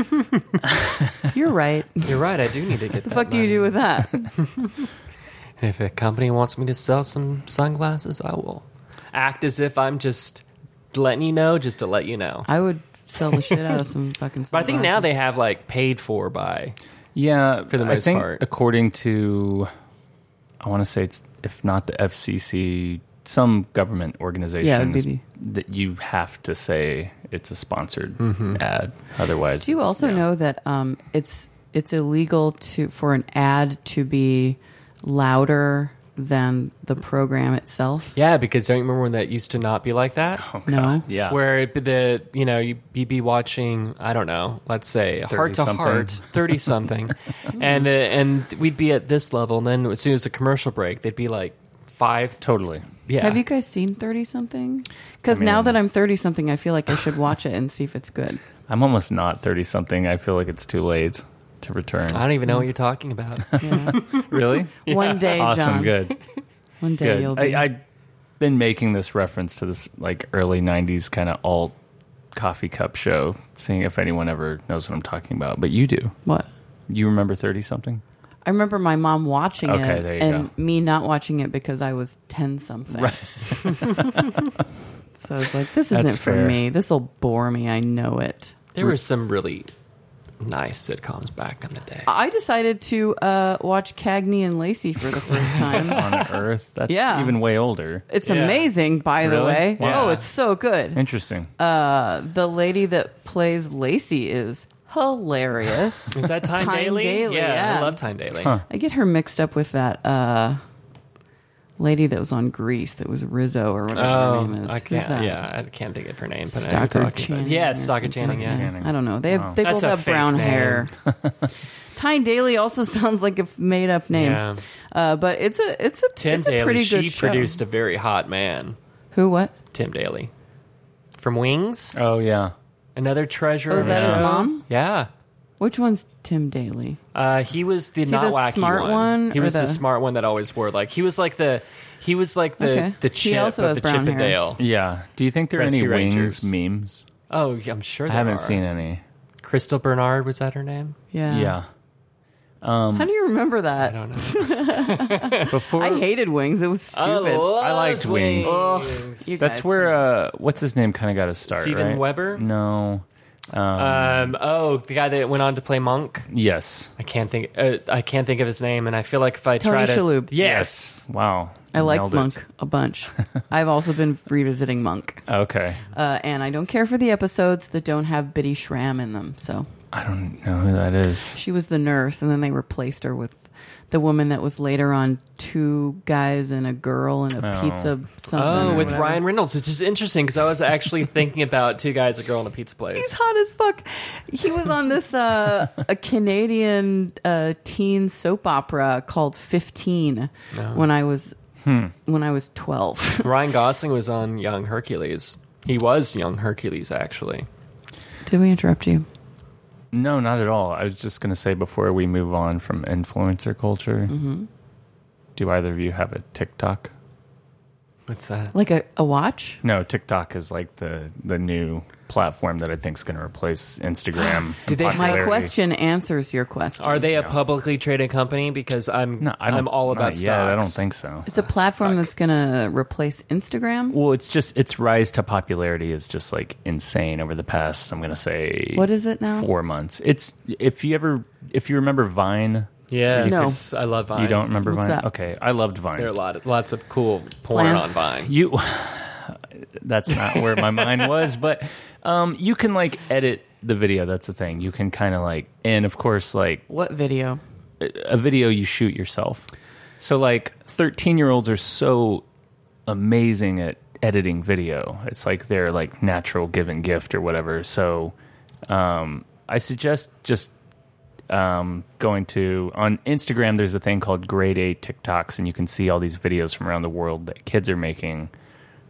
Speaker 1: You're right. What
Speaker 2: You're right. I do need to get.
Speaker 1: <laughs>
Speaker 2: the
Speaker 1: the fuck do you do with that?
Speaker 2: If a company wants me to sell some sunglasses, I will act as if I'm just letting you know, just to let you know.
Speaker 1: <laughs> I would sell the shit out of some fucking.
Speaker 2: But I think now
Speaker 1: sunglasses.
Speaker 2: they have like paid for by.
Speaker 3: yeah. For
Speaker 2: the
Speaker 3: I
Speaker 2: most
Speaker 3: think
Speaker 2: part.
Speaker 3: according to, I want to say it's if not the FCC, some government organizations
Speaker 1: the-
Speaker 3: that you have to say it's a sponsored ad. Otherwise,
Speaker 1: Do you
Speaker 3: it's-
Speaker 1: also
Speaker 3: yeah.
Speaker 1: know that um, it's it's illegal to for an ad to be louder than the program itself?
Speaker 2: Yeah, because don't you remember when that used to not be like that?
Speaker 1: No.
Speaker 3: Yeah.
Speaker 2: Where it, the you know you you'd be watching I don't know let's say heart to
Speaker 3: something.
Speaker 2: heart
Speaker 1: <laughs>
Speaker 2: thirty something, and uh, and we'd be at this level, and then as soon as the commercial break, they'd be like five.
Speaker 3: totally.
Speaker 2: Yeah,
Speaker 1: Have you guys seen Thirty Something? Because now that I'm thirty something, I feel like I should watch it and see if it's
Speaker 2: <laughs>
Speaker 1: good.
Speaker 3: I'm almost not thirty something. I feel like it's too late to return.
Speaker 2: I don't even know what you're
Speaker 1: <laughs>
Speaker 2: talking about.
Speaker 3: really?
Speaker 1: One day,
Speaker 3: awesome.
Speaker 1: John.
Speaker 3: Good.
Speaker 1: One day
Speaker 3: Good.
Speaker 1: you'll be.
Speaker 3: I, I've been making this reference to this like early '90s kind of alt coffee cup show, seeing if anyone ever knows what I'm talking about. But you do.
Speaker 1: what?
Speaker 3: You remember thirty something?
Speaker 1: I remember my mom watching
Speaker 3: Okay,
Speaker 1: it
Speaker 3: there you
Speaker 1: and me not watching it because I was 10 something. <laughs> so I was like, this isn't
Speaker 3: That's
Speaker 1: for
Speaker 3: fair.
Speaker 1: me. This will bore me. I know it.
Speaker 2: There were some really nice sitcoms back in the day.
Speaker 1: I decided to uh, watch Cagney and Lacey for the first
Speaker 3: <laughs>
Speaker 1: time.
Speaker 3: On
Speaker 1: <laughs>
Speaker 3: Earth? That's
Speaker 1: Yeah.
Speaker 3: even way older.
Speaker 1: It's
Speaker 2: Yeah.
Speaker 1: amazing, by the
Speaker 3: Really?
Speaker 1: way.
Speaker 3: Wow.
Speaker 1: Oh, it's so good.
Speaker 3: Interesting.
Speaker 1: Uh, The lady that plays Lacey is hilarious.
Speaker 2: Is that Time,
Speaker 1: Tyne
Speaker 2: Daily?
Speaker 1: Daly,
Speaker 2: yeah,
Speaker 1: yeah.
Speaker 2: I love Time Daily.
Speaker 1: I get her mixed up with that uh, lady that was on Grease that was Rizzo or whatever
Speaker 2: Oh,
Speaker 1: her name is.
Speaker 2: I
Speaker 1: Who's
Speaker 2: can't.
Speaker 1: that?
Speaker 2: Yeah, I can't think of her name. But I know who you're
Speaker 1: Stockard
Speaker 2: talking about.
Speaker 1: Channing.
Speaker 2: Yeah,
Speaker 1: or
Speaker 2: Stockard Channing.
Speaker 1: something.
Speaker 2: Yeah.
Speaker 3: Channing.
Speaker 1: I don't know. They have,
Speaker 3: Wow.
Speaker 1: they
Speaker 2: That's
Speaker 1: both
Speaker 2: a
Speaker 1: have
Speaker 2: fake
Speaker 1: brown
Speaker 2: name. <laughs>
Speaker 1: hair. <laughs> Tyne Daly also <laughs> sounds like a made up name.
Speaker 2: Yeah.
Speaker 1: Uh, but it's a it's a
Speaker 2: Tim
Speaker 1: it's a
Speaker 2: Daly.
Speaker 1: pretty
Speaker 2: She
Speaker 1: good show.
Speaker 2: produced a very hot man.
Speaker 1: Who what?
Speaker 2: Tim Daly from Wings.
Speaker 3: oh yeah.
Speaker 2: Another treasure.
Speaker 1: Oh,
Speaker 2: of
Speaker 1: is that
Speaker 2: a
Speaker 1: his
Speaker 2: show.
Speaker 1: mom?
Speaker 2: Yeah.
Speaker 1: Which one's Tim Daly?
Speaker 2: Uh, he was the
Speaker 1: he
Speaker 2: not
Speaker 1: the
Speaker 2: wacky
Speaker 1: smart one
Speaker 2: He
Speaker 1: or
Speaker 2: was the...
Speaker 1: the-
Speaker 2: smart one that always wore like he was like the he was like the
Speaker 1: Okay.
Speaker 2: the
Speaker 1: He
Speaker 2: chip
Speaker 1: also
Speaker 2: of
Speaker 1: has
Speaker 2: the
Speaker 1: brown
Speaker 2: Chip and
Speaker 1: hair.
Speaker 2: Dale.
Speaker 3: Yeah. Do you think there are any
Speaker 2: Rescue
Speaker 3: wings
Speaker 2: Rangers.
Speaker 3: memes?
Speaker 2: Oh, yeah, I'm sure.
Speaker 3: I
Speaker 2: there
Speaker 3: haven't
Speaker 2: are.
Speaker 3: seen any.
Speaker 2: Crystal Bernard was that her name?
Speaker 1: Yeah.
Speaker 3: Yeah.
Speaker 1: How do you remember that?
Speaker 2: I don't
Speaker 1: <laughs>
Speaker 2: know.
Speaker 3: Before
Speaker 1: I, hated Wings. It was stupid.
Speaker 2: Oh.
Speaker 3: I liked Wings.
Speaker 1: You
Speaker 3: that's
Speaker 1: guys-
Speaker 3: where uh, what's his name kind of got his start.
Speaker 2: Steven
Speaker 3: right?
Speaker 2: Weber?
Speaker 3: No.
Speaker 2: Um, oh, the guy that went on to play Monk.
Speaker 3: Yes.
Speaker 2: I can't think. Uh, I can't think of his name, and I feel like if I
Speaker 1: Tony
Speaker 2: try to,
Speaker 1: Shalhoub.
Speaker 2: yes,
Speaker 3: Wow.
Speaker 1: I
Speaker 3: Nailed
Speaker 1: liked
Speaker 3: it.
Speaker 1: Monk a
Speaker 2: <laughs>
Speaker 1: bunch. I've also been revisiting Monk,
Speaker 3: Okay.
Speaker 1: uh, and I don't care for the episodes that don't have Biddy Schram in them. So
Speaker 3: I don't know who that is.
Speaker 1: She was the nurse, and then they replaced her with the woman that was later on two guys and a girl and a
Speaker 3: Oh.
Speaker 1: pizza something.
Speaker 2: Oh,
Speaker 1: or
Speaker 2: with
Speaker 1: whatever.
Speaker 2: Ryan Reynolds, which is interesting because I was
Speaker 3: <laughs>
Speaker 2: actually thinking about two guys, a girl, and a pizza place.
Speaker 1: He's hot as fuck. He was on this
Speaker 2: <laughs>
Speaker 1: uh, a Canadian uh, teen soap opera called Fifteen
Speaker 2: Oh.
Speaker 1: when I was when I was twelve. <laughs>
Speaker 2: Ryan Gosling was on Young Hercules. He was Young Hercules, actually.
Speaker 1: Did we interrupt you?
Speaker 3: No, not at all. I was just going to say before we move on from influencer culture,
Speaker 1: Mm-hmm.
Speaker 3: do either of you have a TikTok?
Speaker 2: What's that?
Speaker 1: Like a, a watch?
Speaker 3: No, TikTok is like the the new platform that I think is going to
Speaker 1: <gasps>
Speaker 3: replace Instagram.
Speaker 2: Do
Speaker 3: in
Speaker 2: they have- My
Speaker 1: My
Speaker 3: popularity.
Speaker 1: question answers your question.
Speaker 2: Are they a publicly traded company? Because I'm
Speaker 3: No, I don't,
Speaker 2: I'm all about
Speaker 3: not yet. I don't
Speaker 2: stocks.
Speaker 3: think so.
Speaker 1: it's a platform that's going to replace Instagram.
Speaker 3: Well, it's just its rise to popularity is just like insane over the past. I'm going to say
Speaker 1: What is it now?
Speaker 3: Four months. It's if you ever if you remember Vine,
Speaker 2: Yes, I love Vine.
Speaker 3: you don't remember
Speaker 1: What's
Speaker 3: Vine.
Speaker 1: that?
Speaker 3: Okay, I loved Vine.
Speaker 2: There are a lot of, lots of cool porn
Speaker 1: Plants.
Speaker 2: on Vine.
Speaker 3: <laughs> you that's not where my mind was but um, you can like edit the video. That's the thing. You can kind of like, and of course, like
Speaker 1: What video?
Speaker 3: a video you shoot yourself. So like 13 year olds are so amazing at editing video. It's like their like natural given gift or whatever. So um, I suggest just um, going to on Instagram. There's a thing called Grade A TikToks, and you can see all these videos from around the world that kids are making,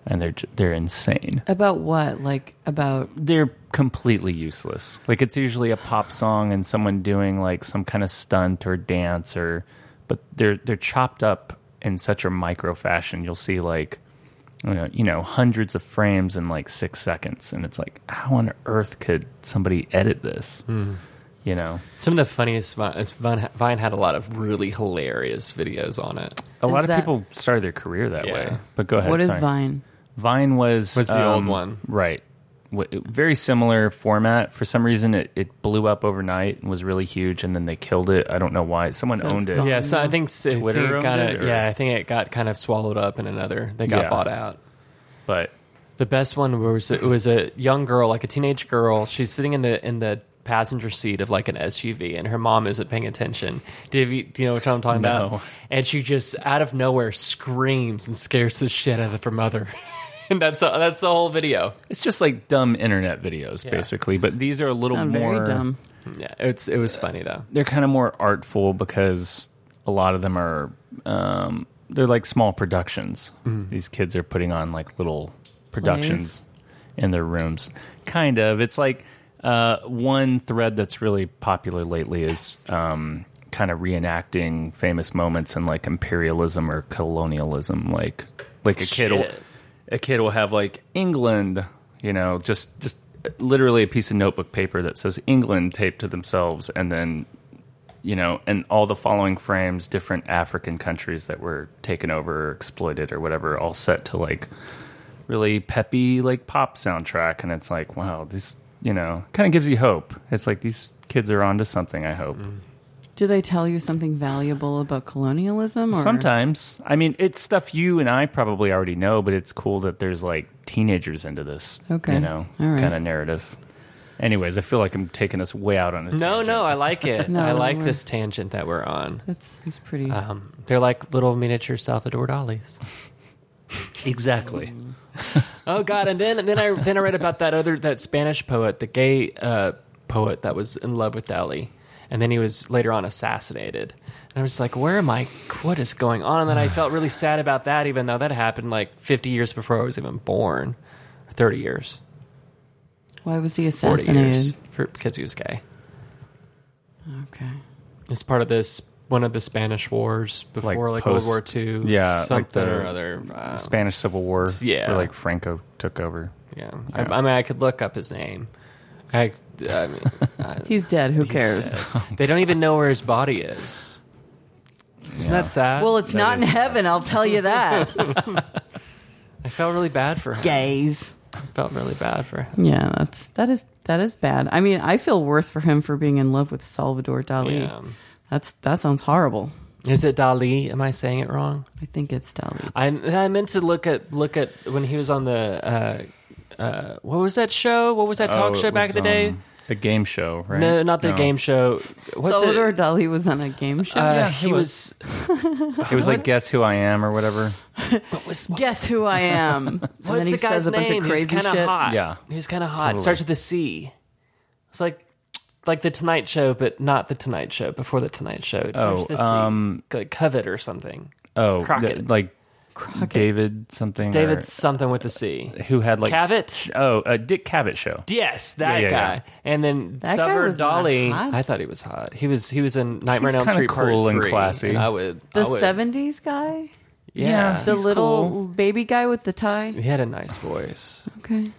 Speaker 3: and they're j- they're insane
Speaker 1: About what? Like about
Speaker 3: they're completely useless. Like it's usually a pop song and someone doing like some kind of stunt or dance or but they're they're chopped up in such a micro fashion. You'll see like you know, you know hundreds of frames in like 6 seconds and it's like how on earth could somebody edit this? You know.
Speaker 2: Some of the funniest Vi- is Vine, Vine had a lot of really hilarious videos on it.
Speaker 3: A lot
Speaker 1: Is
Speaker 3: of
Speaker 1: that-
Speaker 3: people started their career that
Speaker 2: Yeah.
Speaker 3: way. But go ahead.
Speaker 1: what is
Speaker 3: sorry.
Speaker 1: Vine?
Speaker 3: Vine was um,
Speaker 2: Was the old one.
Speaker 3: right? W- very similar format. For some reason, it, it blew up overnight and was really huge, and then they killed it. I don't know why. Someone
Speaker 1: So it's
Speaker 3: owned it.
Speaker 1: gone.
Speaker 2: Yeah, so I think, I think
Speaker 3: Um, Twitter
Speaker 2: it
Speaker 3: owned
Speaker 2: got
Speaker 3: it, or-
Speaker 2: yeah, I think it got kind of swallowed up in another. They got
Speaker 3: Yeah.
Speaker 2: bought out.
Speaker 3: But
Speaker 2: The best one was it was a young girl, like a teenage girl. She's sitting in the in the passenger seat of like an SUV, and her mom isn't paying attention. Do you, do you know what I'm talking
Speaker 3: No.
Speaker 2: about? And she just out of nowhere screams and scares the shit out of her mother. <laughs> and that's that's the whole video.
Speaker 3: it's just like dumb internet videos, basically. But these are a little
Speaker 1: I'm
Speaker 3: more.
Speaker 1: very dumb.
Speaker 2: Yeah, it's it was funny though.
Speaker 3: They're kind of more artful because a lot of them are. Um, they're like small productions.
Speaker 2: Mm.
Speaker 3: These kids are putting on like little productions in their rooms. Kind of. It's like uh, one thread that's really popular lately is um, kind of reenacting famous moments in like imperialism or colonialism. Like, like a kid, will,
Speaker 2: Shit.
Speaker 3: a kid will have like England. You know, just just literally a piece of notebook paper that says England taped to themselves, and then you know, and all the following frames, different African countries that were taken over or exploited or whatever, all set to like really peppy like pop soundtrack and it's like wow this you know kind of gives you hope it's like these kids are onto something i hope
Speaker 2: Mm-hmm.
Speaker 1: Do they tell you something valuable about colonialism? Or?
Speaker 3: sometimes i mean it's stuff you and i probably already know but it's cool that there's like teenagers into this
Speaker 1: Okay.
Speaker 3: you know
Speaker 1: All right.
Speaker 3: kind of narrative anyways i feel like i'm taking us way out on a
Speaker 2: No,
Speaker 3: tangent.
Speaker 2: no, I like it.
Speaker 1: No,
Speaker 2: I like
Speaker 1: we're-
Speaker 2: this tangent that we're on.
Speaker 1: That's, that's pretty.
Speaker 2: Um, they're like little miniature Salvador Dali's.
Speaker 3: exactly
Speaker 2: Oh God! And then and then I then I read about that other that Spanish poet, the gay uh, poet that was in love with Dali, and then he was later on assassinated. And I was like, where am I? What is going on? And then I felt really sad about that, even though that happened like 50 years before I was even born, 30 years,
Speaker 1: Why was he
Speaker 2: 40 years,
Speaker 1: assassinated?
Speaker 2: for, because he was gay.
Speaker 1: Okay.
Speaker 2: It's part of this one of the Spanish wars before like,
Speaker 3: Like
Speaker 2: World War
Speaker 3: post-
Speaker 2: II,
Speaker 3: yeah, like
Speaker 2: something
Speaker 3: the
Speaker 2: or other. uh,
Speaker 3: spanish civil war
Speaker 2: Yeah.
Speaker 3: where like franco took over
Speaker 2: yeah, I, I mean, I could look up his name. I, I mean,
Speaker 1: He's dead. Who cares?
Speaker 3: Oh,
Speaker 2: They don't even know where his body is. Isn't that sad?
Speaker 1: Well, it's
Speaker 3: That
Speaker 2: <laughs>
Speaker 1: not in
Speaker 3: is-
Speaker 1: heaven. I'll tell you that,
Speaker 2: I felt really bad for him.
Speaker 1: gays.
Speaker 2: I felt really bad for him.
Speaker 1: Yeah, that's that is that is bad. I mean, I feel worse for him for being in love with Salvador Dali.
Speaker 2: Yeah.
Speaker 1: That's that sounds horrible.
Speaker 2: Is it Dali? Am I saying it wrong?
Speaker 1: I think it's Dali.
Speaker 2: I I meant to look at look at when he was on the uh, uh, what was that show? What was that talk
Speaker 3: Oh,
Speaker 2: show
Speaker 3: it
Speaker 2: back
Speaker 3: was,
Speaker 2: in the day?
Speaker 3: um, a game show right
Speaker 2: No, not the
Speaker 3: No.
Speaker 2: game show. What's
Speaker 1: Salvador
Speaker 2: it?
Speaker 1: Dali was on a game show.
Speaker 2: Uh,
Speaker 3: Yeah,
Speaker 2: he
Speaker 3: he
Speaker 2: was.
Speaker 3: It
Speaker 1: <laughs>
Speaker 3: was like Guess Who I Am or whatever.
Speaker 2: What was?
Speaker 1: Guess who I am? and
Speaker 2: <laughs> What's
Speaker 1: then he
Speaker 2: the guy's
Speaker 1: says a bunch
Speaker 2: name?
Speaker 1: of crazy
Speaker 2: He's kind
Speaker 1: shit.
Speaker 2: of hot.
Speaker 3: Yeah.
Speaker 2: he's kind of hot. Starts with a C. It's like like the Tonight Show, but not the Tonight Show. Before the Tonight Show, it starts
Speaker 3: Oh,
Speaker 2: with a C.
Speaker 3: um,
Speaker 2: like Covet or something.
Speaker 3: Oh,
Speaker 2: Crockett.
Speaker 3: the- like David something.
Speaker 2: David
Speaker 3: or-
Speaker 2: something with a C.
Speaker 3: who had <laughs> like
Speaker 2: Cavett.
Speaker 3: Oh, a Dick Cavett show.
Speaker 2: Yes, that
Speaker 3: Yeah, yeah,
Speaker 2: guy.
Speaker 3: yeah.
Speaker 2: And then
Speaker 1: That guy
Speaker 2: Salvador
Speaker 1: was not
Speaker 2: Dali.
Speaker 1: hot.
Speaker 2: I thought he was hot. He was he was in Nightmare on Elm
Speaker 3: kinda
Speaker 2: Street Part
Speaker 3: cool and
Speaker 2: Three.
Speaker 3: classy.
Speaker 2: I would
Speaker 1: The
Speaker 2: I would,
Speaker 1: seventies guy,
Speaker 2: Yeah,
Speaker 1: the
Speaker 3: He's
Speaker 1: little
Speaker 3: cool.
Speaker 1: baby guy with the
Speaker 2: <laughs>
Speaker 1: tie.
Speaker 2: he had a nice voice.
Speaker 1: Okay,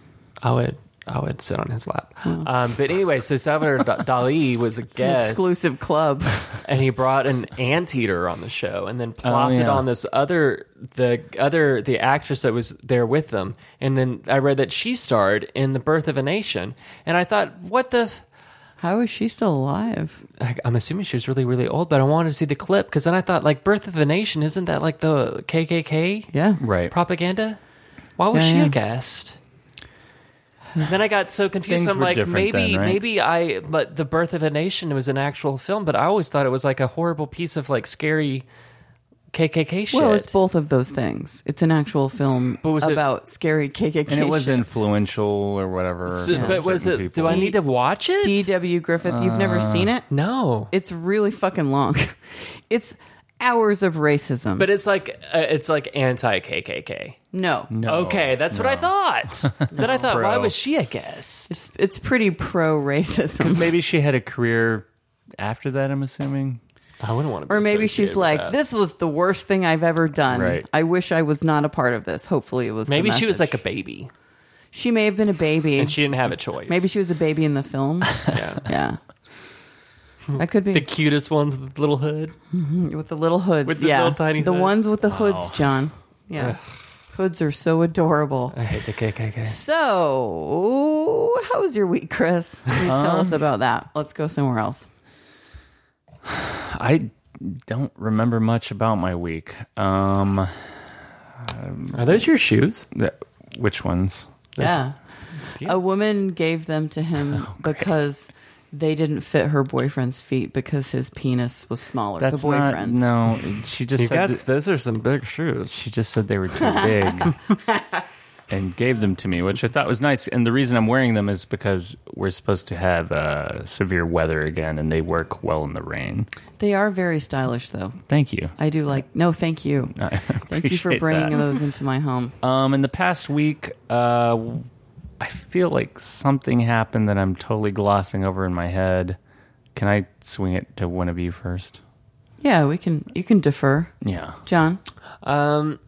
Speaker 2: I would I would sit on his lap.
Speaker 1: Hmm.
Speaker 2: Um, but anyway,
Speaker 1: <laughs>
Speaker 2: so Salvador Da- Dali was a guest,
Speaker 1: exclusive club.
Speaker 2: and he brought an anteater on the show, and then plopped it
Speaker 3: yeah.
Speaker 2: on this other the other the actress that was there with them, and then I read that she starred in The Birth of a Nation, and I thought, what the. f-
Speaker 1: <laughs> How is she still alive?
Speaker 2: I, I'm assuming she was really, really old, but I wanted to see the clip because then I thought, like, Birth of a Nation, isn't that like the KKK
Speaker 1: Yeah,
Speaker 3: Right.
Speaker 2: propaganda? Why was
Speaker 1: Yeah,
Speaker 2: she
Speaker 1: yeah.
Speaker 2: a guest? Then I got so confused.
Speaker 3: Things
Speaker 2: I'm
Speaker 3: were
Speaker 2: like,
Speaker 3: different
Speaker 2: maybe,
Speaker 3: then, right?
Speaker 2: maybe I. But the Birth of a Nation was an actual film, but I always thought it was like a horrible piece of like scary KKK shit.
Speaker 1: Well, it's both of those things. It's an actual film
Speaker 2: But was it-
Speaker 1: about scary KKK.
Speaker 3: and it was
Speaker 1: shit.
Speaker 3: influential or whatever.
Speaker 2: So-
Speaker 3: for
Speaker 2: but was it?
Speaker 3: certain
Speaker 2: Do
Speaker 3: people.
Speaker 2: I need to watch it?
Speaker 1: D.W. Griffith. You've never
Speaker 2: uh,
Speaker 1: seen it?
Speaker 2: no.
Speaker 1: It's really fucking long. <laughs> It's hours of racism.
Speaker 2: But it's like uh, it's like anti KKK.
Speaker 1: no, no,
Speaker 2: Okay, that's what I
Speaker 3: <laughs>
Speaker 2: thought. then I thought, why
Speaker 3: Bro.
Speaker 2: was she a guest?
Speaker 1: it's it's pretty pro
Speaker 2: <laughs>
Speaker 1: racism.
Speaker 3: Maybe she had a career after that. I'm assuming.
Speaker 2: I wouldn't want to. Be
Speaker 1: Or maybe
Speaker 2: associated
Speaker 1: she's
Speaker 2: with
Speaker 1: like,
Speaker 2: that.
Speaker 1: "This was the worst thing I've ever done.
Speaker 3: Right.
Speaker 1: I wish I was not a part of this." Hopefully, it was. the
Speaker 2: Maybe she was
Speaker 1: message.
Speaker 2: like a baby
Speaker 1: She may have been a baby.
Speaker 2: and she didn't have a choice.
Speaker 1: maybe she was a baby in the film.
Speaker 2: Yeah.
Speaker 1: yeah, that could be
Speaker 2: the cutest ones, with the little hood.
Speaker 1: with the little hoods.
Speaker 2: With the
Speaker 1: yeah,
Speaker 2: little tiny
Speaker 1: the
Speaker 2: hood.
Speaker 1: ones with the hoods, John. Yeah, hoods are so adorable.
Speaker 2: I hate the KKK.
Speaker 1: So, how was your week, Chris? Please tell us about that. Let's go somewhere else.
Speaker 3: I don't remember much about my week. Um,
Speaker 2: Are those your shoes?
Speaker 3: th- which ones?
Speaker 1: Yeah. A woman gave them to him because they didn't fit her boyfriend's feet because his penis was smaller.
Speaker 3: That's
Speaker 1: the boyfriend.
Speaker 3: Not, no, she just
Speaker 2: You
Speaker 3: said
Speaker 2: got,
Speaker 3: that-
Speaker 2: those are some big shoes.
Speaker 3: She just said they were too <laughs> big and gave them to me, which I thought was nice. And the reason I'm wearing them is because we're supposed to have uh, severe weather again, and they work well in the rain.
Speaker 1: They are very stylish, though.
Speaker 3: Thank you. <laughs>
Speaker 1: I do like. No, thank you.
Speaker 3: I
Speaker 1: Thank you for
Speaker 3: appreciate
Speaker 1: bringing
Speaker 3: that.
Speaker 1: those into my home.
Speaker 3: Um, in the past week, uh, I feel like something happened that I'm totally glossing over in my head. Can I swing it to one of you first?
Speaker 1: Yeah, we can. You can defer,
Speaker 3: Yeah.
Speaker 1: John.
Speaker 2: Um,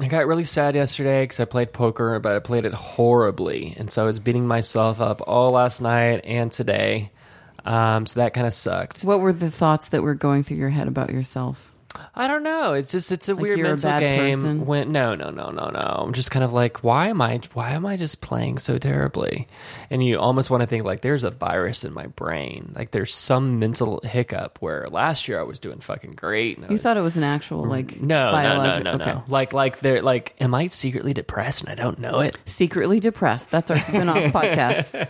Speaker 2: I got really sad yesterday because I played poker, but I played it horribly, and so I was beating myself up all last night and today. Um, so that kind of sucked.
Speaker 1: What were the thoughts that were going through your head about yourself?
Speaker 2: I don't know. It's just it's a weird
Speaker 1: you're a
Speaker 2: mental
Speaker 1: bad
Speaker 2: game.
Speaker 1: person?
Speaker 2: When no, no, no, no, no. I'm just kind of like, why am I? Why am I just playing so terribly? And you almost want to think like, there's a virus in my brain. Like there's some mental hiccup where last year I was doing fucking great. And I
Speaker 1: You
Speaker 2: was,
Speaker 1: thought it was an actual like
Speaker 2: no, no, no,
Speaker 1: biologic-
Speaker 2: no,
Speaker 1: okay.
Speaker 2: no. Like like they're like, am I secretly depressed and I don't know it?
Speaker 1: Secretly depressed. That's our
Speaker 2: <laughs>
Speaker 1: spin-off podcast.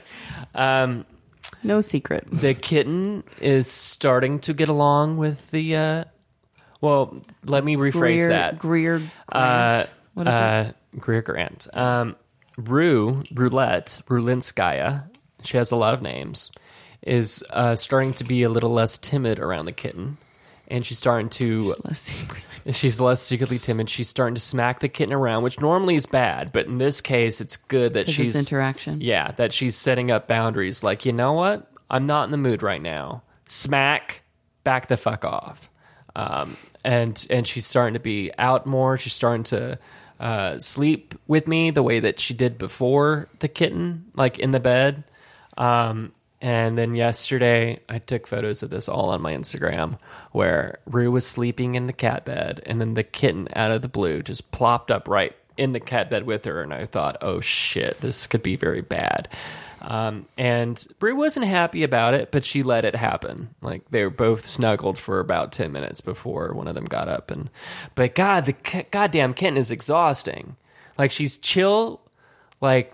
Speaker 1: Um, no secret.
Speaker 2: The kitten is starting to get along with the. uh Well, let me rephrase
Speaker 1: Greer,
Speaker 2: that.
Speaker 1: Greer.
Speaker 2: uh,
Speaker 1: Grant. what is that?
Speaker 2: uh, Greer Grant. Um, Rue, Roulette, Rulinskaya, she has a lot of names, is uh, starting to be a little less timid around the kitten. And she's starting to,
Speaker 1: Let's see.
Speaker 2: she's less secretly timid. She's starting to smack the kitten around, which normally is bad, but in this case, it's good that
Speaker 1: 'Cause
Speaker 2: she's
Speaker 1: it's interaction.
Speaker 2: Yeah, that she's setting up boundaries. Like, you know what? I'm not in the mood right now. Smack, back the fuck off. Um, and and she's starting to be out more. She's starting to uh, sleep with me the way that she did before the kitten, like in the bed. Um, and then yesterday, I took photos of this all on my Instagram where Rue was sleeping in the cat bed, and then the kitten out of the blue just plopped up right in the cat bed with her. And I thought, oh shit, this could be very bad. Um, and Rue wasn't happy about it, but she let it happen. Like they were both snuggled for about 10 minutes before one of them got up. And, but God, the ki- goddamn kitten is exhausting. Like she's chill, like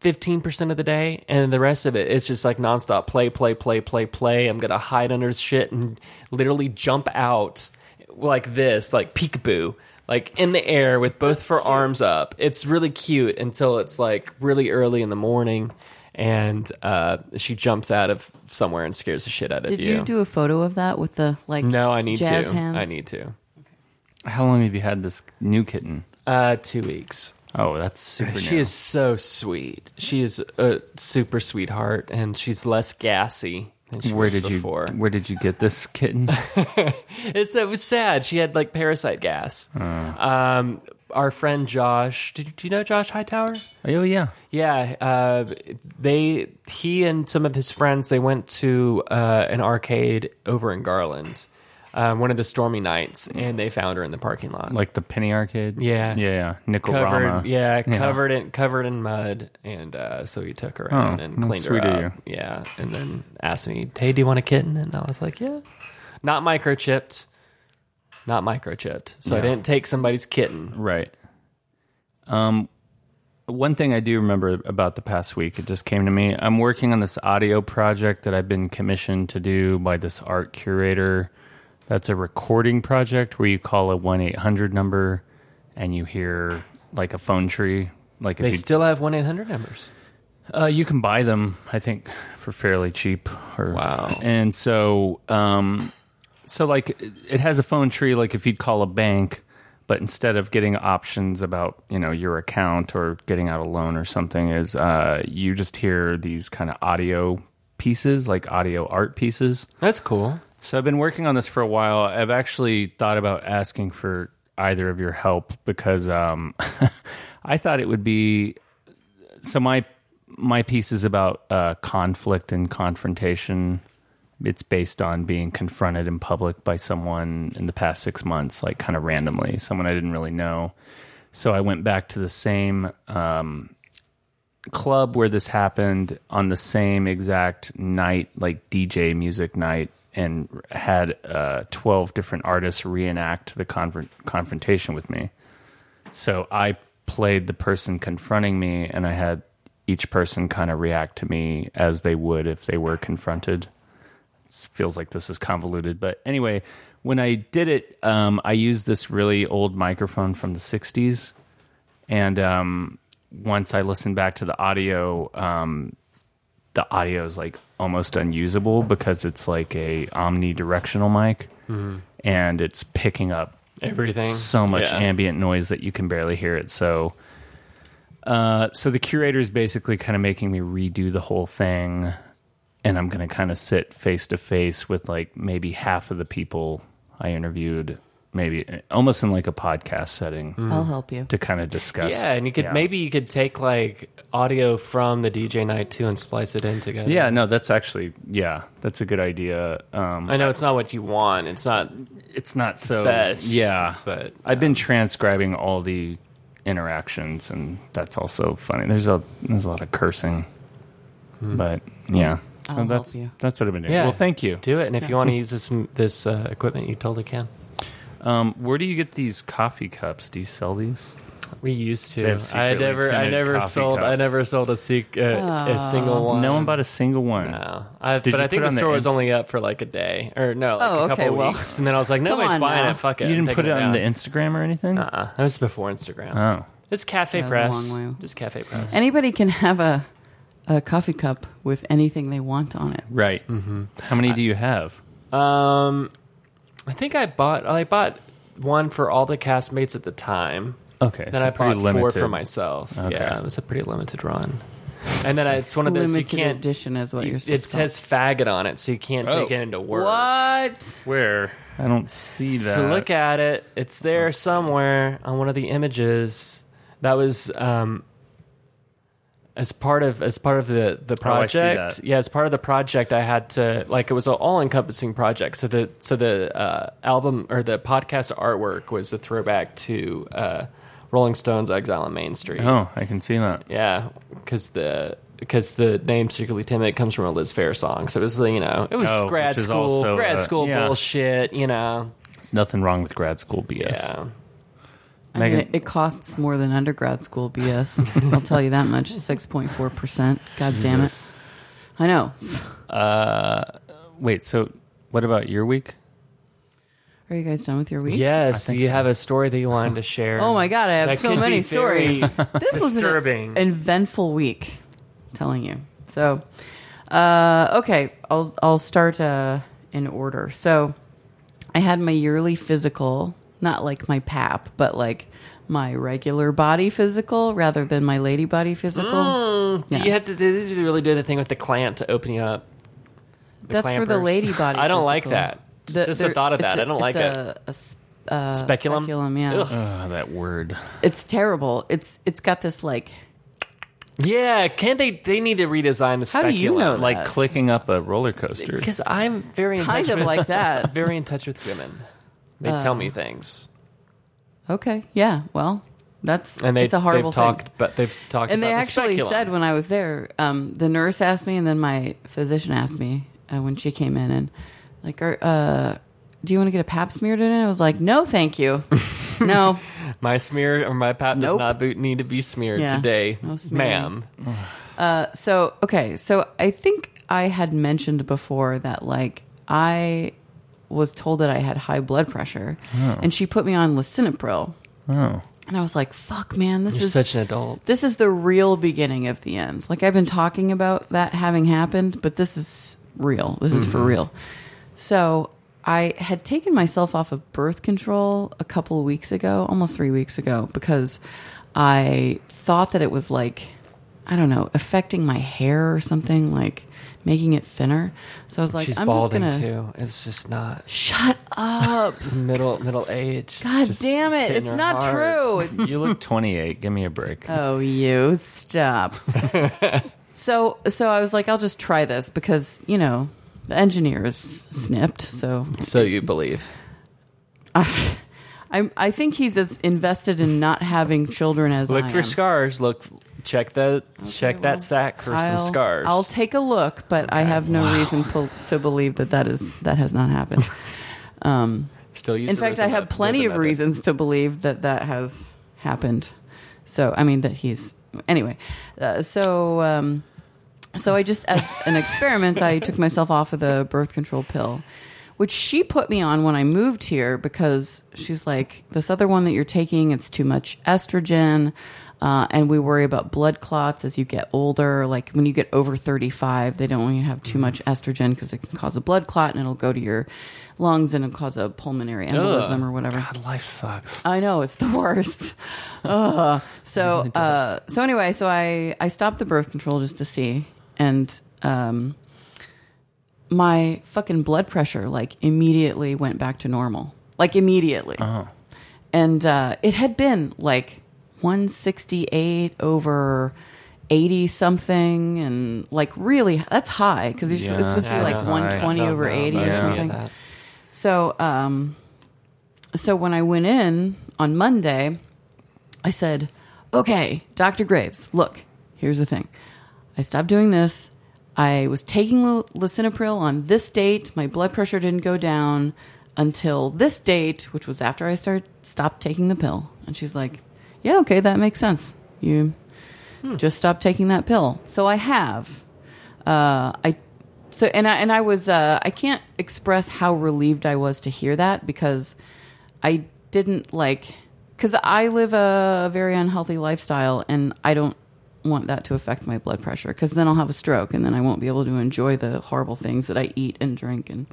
Speaker 2: 15% of the day and the rest of it it's just like nonstop play play play play play i'm gonna hide under shit and literally jump out like this like peekaboo like in the air with both her arms up it's really cute until it's like really early in the morning and uh, she jumps out of somewhere and scares the shit out of
Speaker 1: Did you do a photo of that with the like?
Speaker 2: no i need
Speaker 1: jazz
Speaker 2: to
Speaker 1: Hands?
Speaker 2: i need to
Speaker 3: How long have you had this new kitten?
Speaker 2: uh, two weeks
Speaker 3: Oh, that's super.
Speaker 2: She
Speaker 3: new.
Speaker 2: is so sweet. She is a super sweetheart, and she's less gassy than she
Speaker 3: Where
Speaker 2: was
Speaker 3: did you?
Speaker 2: before.
Speaker 3: Where did you get this kitten?
Speaker 2: It's, it was sad. She had like parasite gas.
Speaker 3: Ah.
Speaker 2: Um, our friend Josh, did, do you know Josh Hightower?
Speaker 3: <laughs> oh yeah.
Speaker 2: Yeah, uh, they he and some of his friends they went to uh, an arcade over in Garland, uh, one of the stormy nights, and they found her in the parking lot.
Speaker 3: like the penny arcade.
Speaker 2: Yeah.
Speaker 3: yeah, yeah.
Speaker 2: covered,
Speaker 3: Nickelrama.
Speaker 2: yeah, covered in covered in mud, and uh, so he took her in and
Speaker 3: that's
Speaker 2: cleaned her
Speaker 3: Oh, sweet of
Speaker 2: up. Yeah, and then asked me, "Hey, do you want a kitten?" And I was like, "Yeah." Not microchipped, not microchipped. So I didn't take somebody's kitten.
Speaker 3: right. Um, one thing I do remember about the past week, it just came to me. I'm working on this audio project that I've been commissioned to do by this art curator. That's a recording project where you call a 1 800 number and you hear like a phone tree. Like if
Speaker 2: They
Speaker 3: you,
Speaker 2: still have one eight hundred numbers.
Speaker 3: uh, you can buy them, I think, for fairly cheap. Or,
Speaker 2: Wow.
Speaker 3: And so, um, so like it- it has a phone tree, like if you'd call a bank, but instead of getting options about you know your account or getting out a loan or something, is uh, you just hear these kind of audio pieces, like audio art pieces.
Speaker 2: That's cool.
Speaker 3: So I've been working on this for a while. I've actually thought about asking for either of your help because um, <laughs> I thought it would be so my my piece is about uh, conflict and confrontation. It's based on being confronted in public by someone in the past six months, like kind of randomly, someone I didn't really know. So I went back to the same club where this happened on the same exact night, like DJ music night, and had uh, 12 different artists reenact the confront- confrontation with me. So I played the person confronting me, and I had each person kind of react to me as they would if they were confronted s- feels like this is convoluted. But anyway, when I did it, um, I used this really old microphone from the 60s. And um, once I listened back to the audio, um, the audio is like almost unusable because it's like a omnidirectional mic and it's picking up
Speaker 2: Everything.
Speaker 3: so much
Speaker 2: Yeah.
Speaker 3: ambient noise that you can barely hear it. So, uh, so the curator is basically kind of making me redo the whole thing, and I'm going to kind of sit face to face with like maybe half of the people I interviewed, maybe almost in like a podcast setting
Speaker 1: I'll help you.
Speaker 3: to kind of discuss.
Speaker 2: Mm. Yeah, and you could maybe you could take like audio from the DJ night too and splice it in together.
Speaker 3: Yeah, no, that's actually yeah, that's a good idea. Um,
Speaker 2: I know it's not what you want. It's not
Speaker 3: it's not so
Speaker 2: best.
Speaker 3: Uh, Yeah,
Speaker 2: but
Speaker 3: I've been transcribing all the interactions, and that's also funny. There's a there's a lot of cursing, but yeah. So
Speaker 1: I'll help
Speaker 3: that's
Speaker 1: you.
Speaker 3: that's what I've been doing.
Speaker 2: Yeah.
Speaker 3: Well, thank you.
Speaker 2: do it. And if you want to use this this uh, equipment, you totally can.
Speaker 3: Um, where do you get these coffee cups? Do you sell these?
Speaker 2: We used
Speaker 3: They
Speaker 2: to.
Speaker 3: have
Speaker 2: I
Speaker 3: secretly
Speaker 2: never. I
Speaker 3: tinted
Speaker 2: never
Speaker 3: coffee
Speaker 2: sold. I
Speaker 3: cups.
Speaker 2: never sold a, sec- uh,
Speaker 1: Oh.
Speaker 2: a single one.
Speaker 3: No one bought a single one.
Speaker 2: No. I,
Speaker 3: Did
Speaker 2: but
Speaker 3: you
Speaker 2: I think
Speaker 3: put it
Speaker 2: the
Speaker 3: on the
Speaker 2: store was
Speaker 3: Inst-
Speaker 2: only up for like a day or no, like
Speaker 1: Oh,
Speaker 2: a couple
Speaker 1: okay, well,
Speaker 2: weeks. And then I was like,
Speaker 1: come
Speaker 2: nobody's
Speaker 1: on
Speaker 2: buying
Speaker 1: now.
Speaker 2: it. Fuck it.
Speaker 3: you
Speaker 2: I'm
Speaker 3: didn't
Speaker 2: taking
Speaker 3: put it on
Speaker 2: down.
Speaker 3: the Instagram or anything.
Speaker 2: Uh-uh. That was before Instagram.
Speaker 3: Oh,
Speaker 2: It's Cafe
Speaker 1: That was a
Speaker 2: Press.
Speaker 1: long way.
Speaker 2: Just Cafe Press.
Speaker 1: Anybody can have a a coffee cup with anything they want on it.
Speaker 3: right.
Speaker 2: Mm-hmm.
Speaker 3: How many do you have?
Speaker 2: Um, I think I bought. I bought one for all the castmates at the time.
Speaker 3: Okay,
Speaker 2: Then
Speaker 3: so
Speaker 2: I
Speaker 3: pretty
Speaker 2: bought four
Speaker 3: limited.
Speaker 2: for myself.
Speaker 3: Okay.
Speaker 2: Yeah, it was a pretty limited run. And then I, it's one of those you
Speaker 1: Limited
Speaker 2: can't.
Speaker 1: edition is what
Speaker 2: you-
Speaker 1: you're
Speaker 2: it
Speaker 1: supposed to
Speaker 2: says faggot on it, so you can't
Speaker 3: Oh.
Speaker 2: take it into work.
Speaker 1: What?
Speaker 3: Where I don't see that. Oh.
Speaker 2: So look at it. It's there somewhere on one of the images. That was um, as part of as part of the the
Speaker 3: Oh, I see
Speaker 2: project.
Speaker 3: that.
Speaker 2: Yeah, as part of the project, I had to like it was an all encompassing project. So the so the uh, album or the podcast artwork was a throwback to uh, Rolling Stones' "Exile on Main Street."
Speaker 3: Oh, I can see that.
Speaker 2: Yeah, because the because the name Secretly Timid comes from a Liz Fair song, so it was you know it was
Speaker 3: Oh,
Speaker 2: grad
Speaker 3: which is
Speaker 2: school
Speaker 3: also,
Speaker 2: grad
Speaker 3: uh,
Speaker 2: school
Speaker 3: yeah.
Speaker 2: bullshit, you know.
Speaker 3: There's nothing wrong with grad school BS.
Speaker 2: Yeah,
Speaker 1: I mean,
Speaker 3: Megan-
Speaker 1: it, it costs more than undergrad school BS. I'll tell you that much. Six point four percent. God damn it!
Speaker 3: Jesus.
Speaker 1: I know.
Speaker 3: Wait, so what about your week?
Speaker 1: Are you guys done with your week?
Speaker 2: yes, you have a story that you wanted to share.
Speaker 1: Oh my god, I have
Speaker 2: That
Speaker 1: so
Speaker 2: could
Speaker 1: many
Speaker 2: be very-
Speaker 1: stories. This was an
Speaker 2: disturbing.
Speaker 1: eventful week, I'm telling you. So, uh, okay, I'll I'll start uh, in order. So, I had my yearly physical, not like my pap, but like my regular body physical rather than my lady body physical.
Speaker 2: Mm. Do
Speaker 1: Yeah.
Speaker 2: you have to did you really do the thing with the clamp to open you up? The
Speaker 1: That's for the
Speaker 2: clampers?
Speaker 1: lady body.
Speaker 2: I don't like
Speaker 1: physical.
Speaker 2: that. Just,
Speaker 1: The-
Speaker 2: just the
Speaker 1: there-
Speaker 2: thought of
Speaker 1: it's
Speaker 2: that. I
Speaker 1: a-
Speaker 2: I don't like
Speaker 1: it's
Speaker 2: it.
Speaker 1: a- a s- uh,
Speaker 2: Speculum?
Speaker 1: Speculum, yeah.
Speaker 2: Ugh.
Speaker 3: Oh, that word.
Speaker 1: It's terrible. It's it's got this like
Speaker 2: Yeah, can't they? They need to redesign the
Speaker 1: How do
Speaker 2: speculum.
Speaker 1: you know
Speaker 3: Like
Speaker 1: that?
Speaker 3: clicking up a roller coaster.
Speaker 2: Because I'm very in
Speaker 1: kind
Speaker 2: touch
Speaker 1: of
Speaker 2: with, <laughs>
Speaker 1: like that. Uh,
Speaker 2: very in touch with women. They tell me things,
Speaker 1: Okay. Yeah. Well, that's
Speaker 2: and they
Speaker 1: it's a horrible
Speaker 2: they've
Speaker 1: thing.
Speaker 2: talked, but they've talked.
Speaker 1: and
Speaker 2: about
Speaker 1: they
Speaker 2: the
Speaker 1: actually
Speaker 2: speculum.
Speaker 1: said when I was there, um, the nurse asked me, and then my physician asked me uh, when she came in, and
Speaker 2: <laughs>
Speaker 1: like, are, uh, do you want to get a Pap smear today? And I was like, no, thank you. no,
Speaker 2: My smear or my pap does
Speaker 1: Nope.
Speaker 2: not boot need to be smeared
Speaker 1: Yeah.
Speaker 2: today,
Speaker 1: No smearing.
Speaker 2: ma'am.
Speaker 1: So, okay. So I think I had mentioned before that, like, I was told that I had high blood pressure,
Speaker 2: Oh.
Speaker 1: and she put me on lisinopril.
Speaker 3: Oh.
Speaker 1: And I was like, fuck, man, this
Speaker 2: You're
Speaker 1: is
Speaker 2: such an adult.
Speaker 1: this is the real beginning of the end. Like I've been talking about that having happened, but this is real. This is
Speaker 2: Mm-hmm.
Speaker 1: for real. So I had taken myself off of birth control a couple of weeks ago, almost three weeks ago, because I thought that it was like, I don't know, affecting my hair or something, like making it thinner. So I was like,
Speaker 2: She's
Speaker 1: I'm just
Speaker 2: balding
Speaker 1: gonna
Speaker 2: too. It's just not
Speaker 1: shut up.
Speaker 2: middle middle age. It's
Speaker 1: God
Speaker 2: just
Speaker 1: damn it!
Speaker 2: hitting
Speaker 1: It's
Speaker 2: her
Speaker 1: not
Speaker 2: hard.
Speaker 1: true.
Speaker 2: <laughs>
Speaker 1: It's
Speaker 3: You look 28. Give me a break.
Speaker 1: Oh, you
Speaker 2: <laughs>
Speaker 1: stop. so, so I was like, I'll just try this because you know the engineer is snipped. So,
Speaker 2: So you believe?
Speaker 1: I, <laughs> I, I think he's as invested in not having children as I
Speaker 2: Look for
Speaker 1: am.
Speaker 2: scars. Look, check that check
Speaker 1: well,
Speaker 2: that sack for
Speaker 1: I'll,
Speaker 2: some scars.
Speaker 1: I'll take a look, but I have no reason po- to believe that that is that has not
Speaker 2: <laughs>
Speaker 1: happened. Um,
Speaker 2: Still use.
Speaker 1: in
Speaker 2: the
Speaker 1: fact, I
Speaker 2: resin-
Speaker 1: have plenty
Speaker 2: resin
Speaker 1: of
Speaker 2: method.
Speaker 1: reasons to believe that that has happened. So, I mean, that he's anyway. Uh, so, um, so I just as an experiment, I took myself off of the birth control pill, which she put me on when I moved here because she's like, this other one that you're taking, it's too much estrogen. Uh, and we worry about blood clots as you get older. Like when you get over 35, they don't want you to have too much estrogen because it can cause a blood clot and it'll go to your lungs and it'll cause a pulmonary embolism or whatever.
Speaker 3: God, life sucks.
Speaker 1: I know it's the worst. Ugh. So uh, so anyway, so I I stopped the birth control just to see, and um, my fucking blood pressure like immediately went back to normal, like immediately, and uh, it had been like 168 over. 80 something and like really that's high because it's
Speaker 3: Yeah,
Speaker 1: it's supposed to be
Speaker 2: Yeah,
Speaker 1: like
Speaker 2: that's high.
Speaker 1: 120
Speaker 2: No,
Speaker 1: over
Speaker 2: no,
Speaker 1: 80
Speaker 2: no,
Speaker 1: or
Speaker 2: yeah.
Speaker 1: something
Speaker 2: Yeah, that-
Speaker 1: so, um, so when I went in on Monday, I said, "Okay, Doctor Graves, look, here's the thing. I stopped doing this. I was taking li- lisinopril on this date. My blood pressure didn't go down until this date, which was after I started stopped taking the pill." And she's like, "Yeah, okay, that makes sense. You just stopped taking that pill." So I have. Uh, I so and I and I was uh, I can't express how relieved I was to hear that because I didn't like because I live a very unhealthy lifestyle and I don't want that to affect my blood pressure because then I'll have a stroke and then I won't be able to enjoy the horrible things that I eat and drink and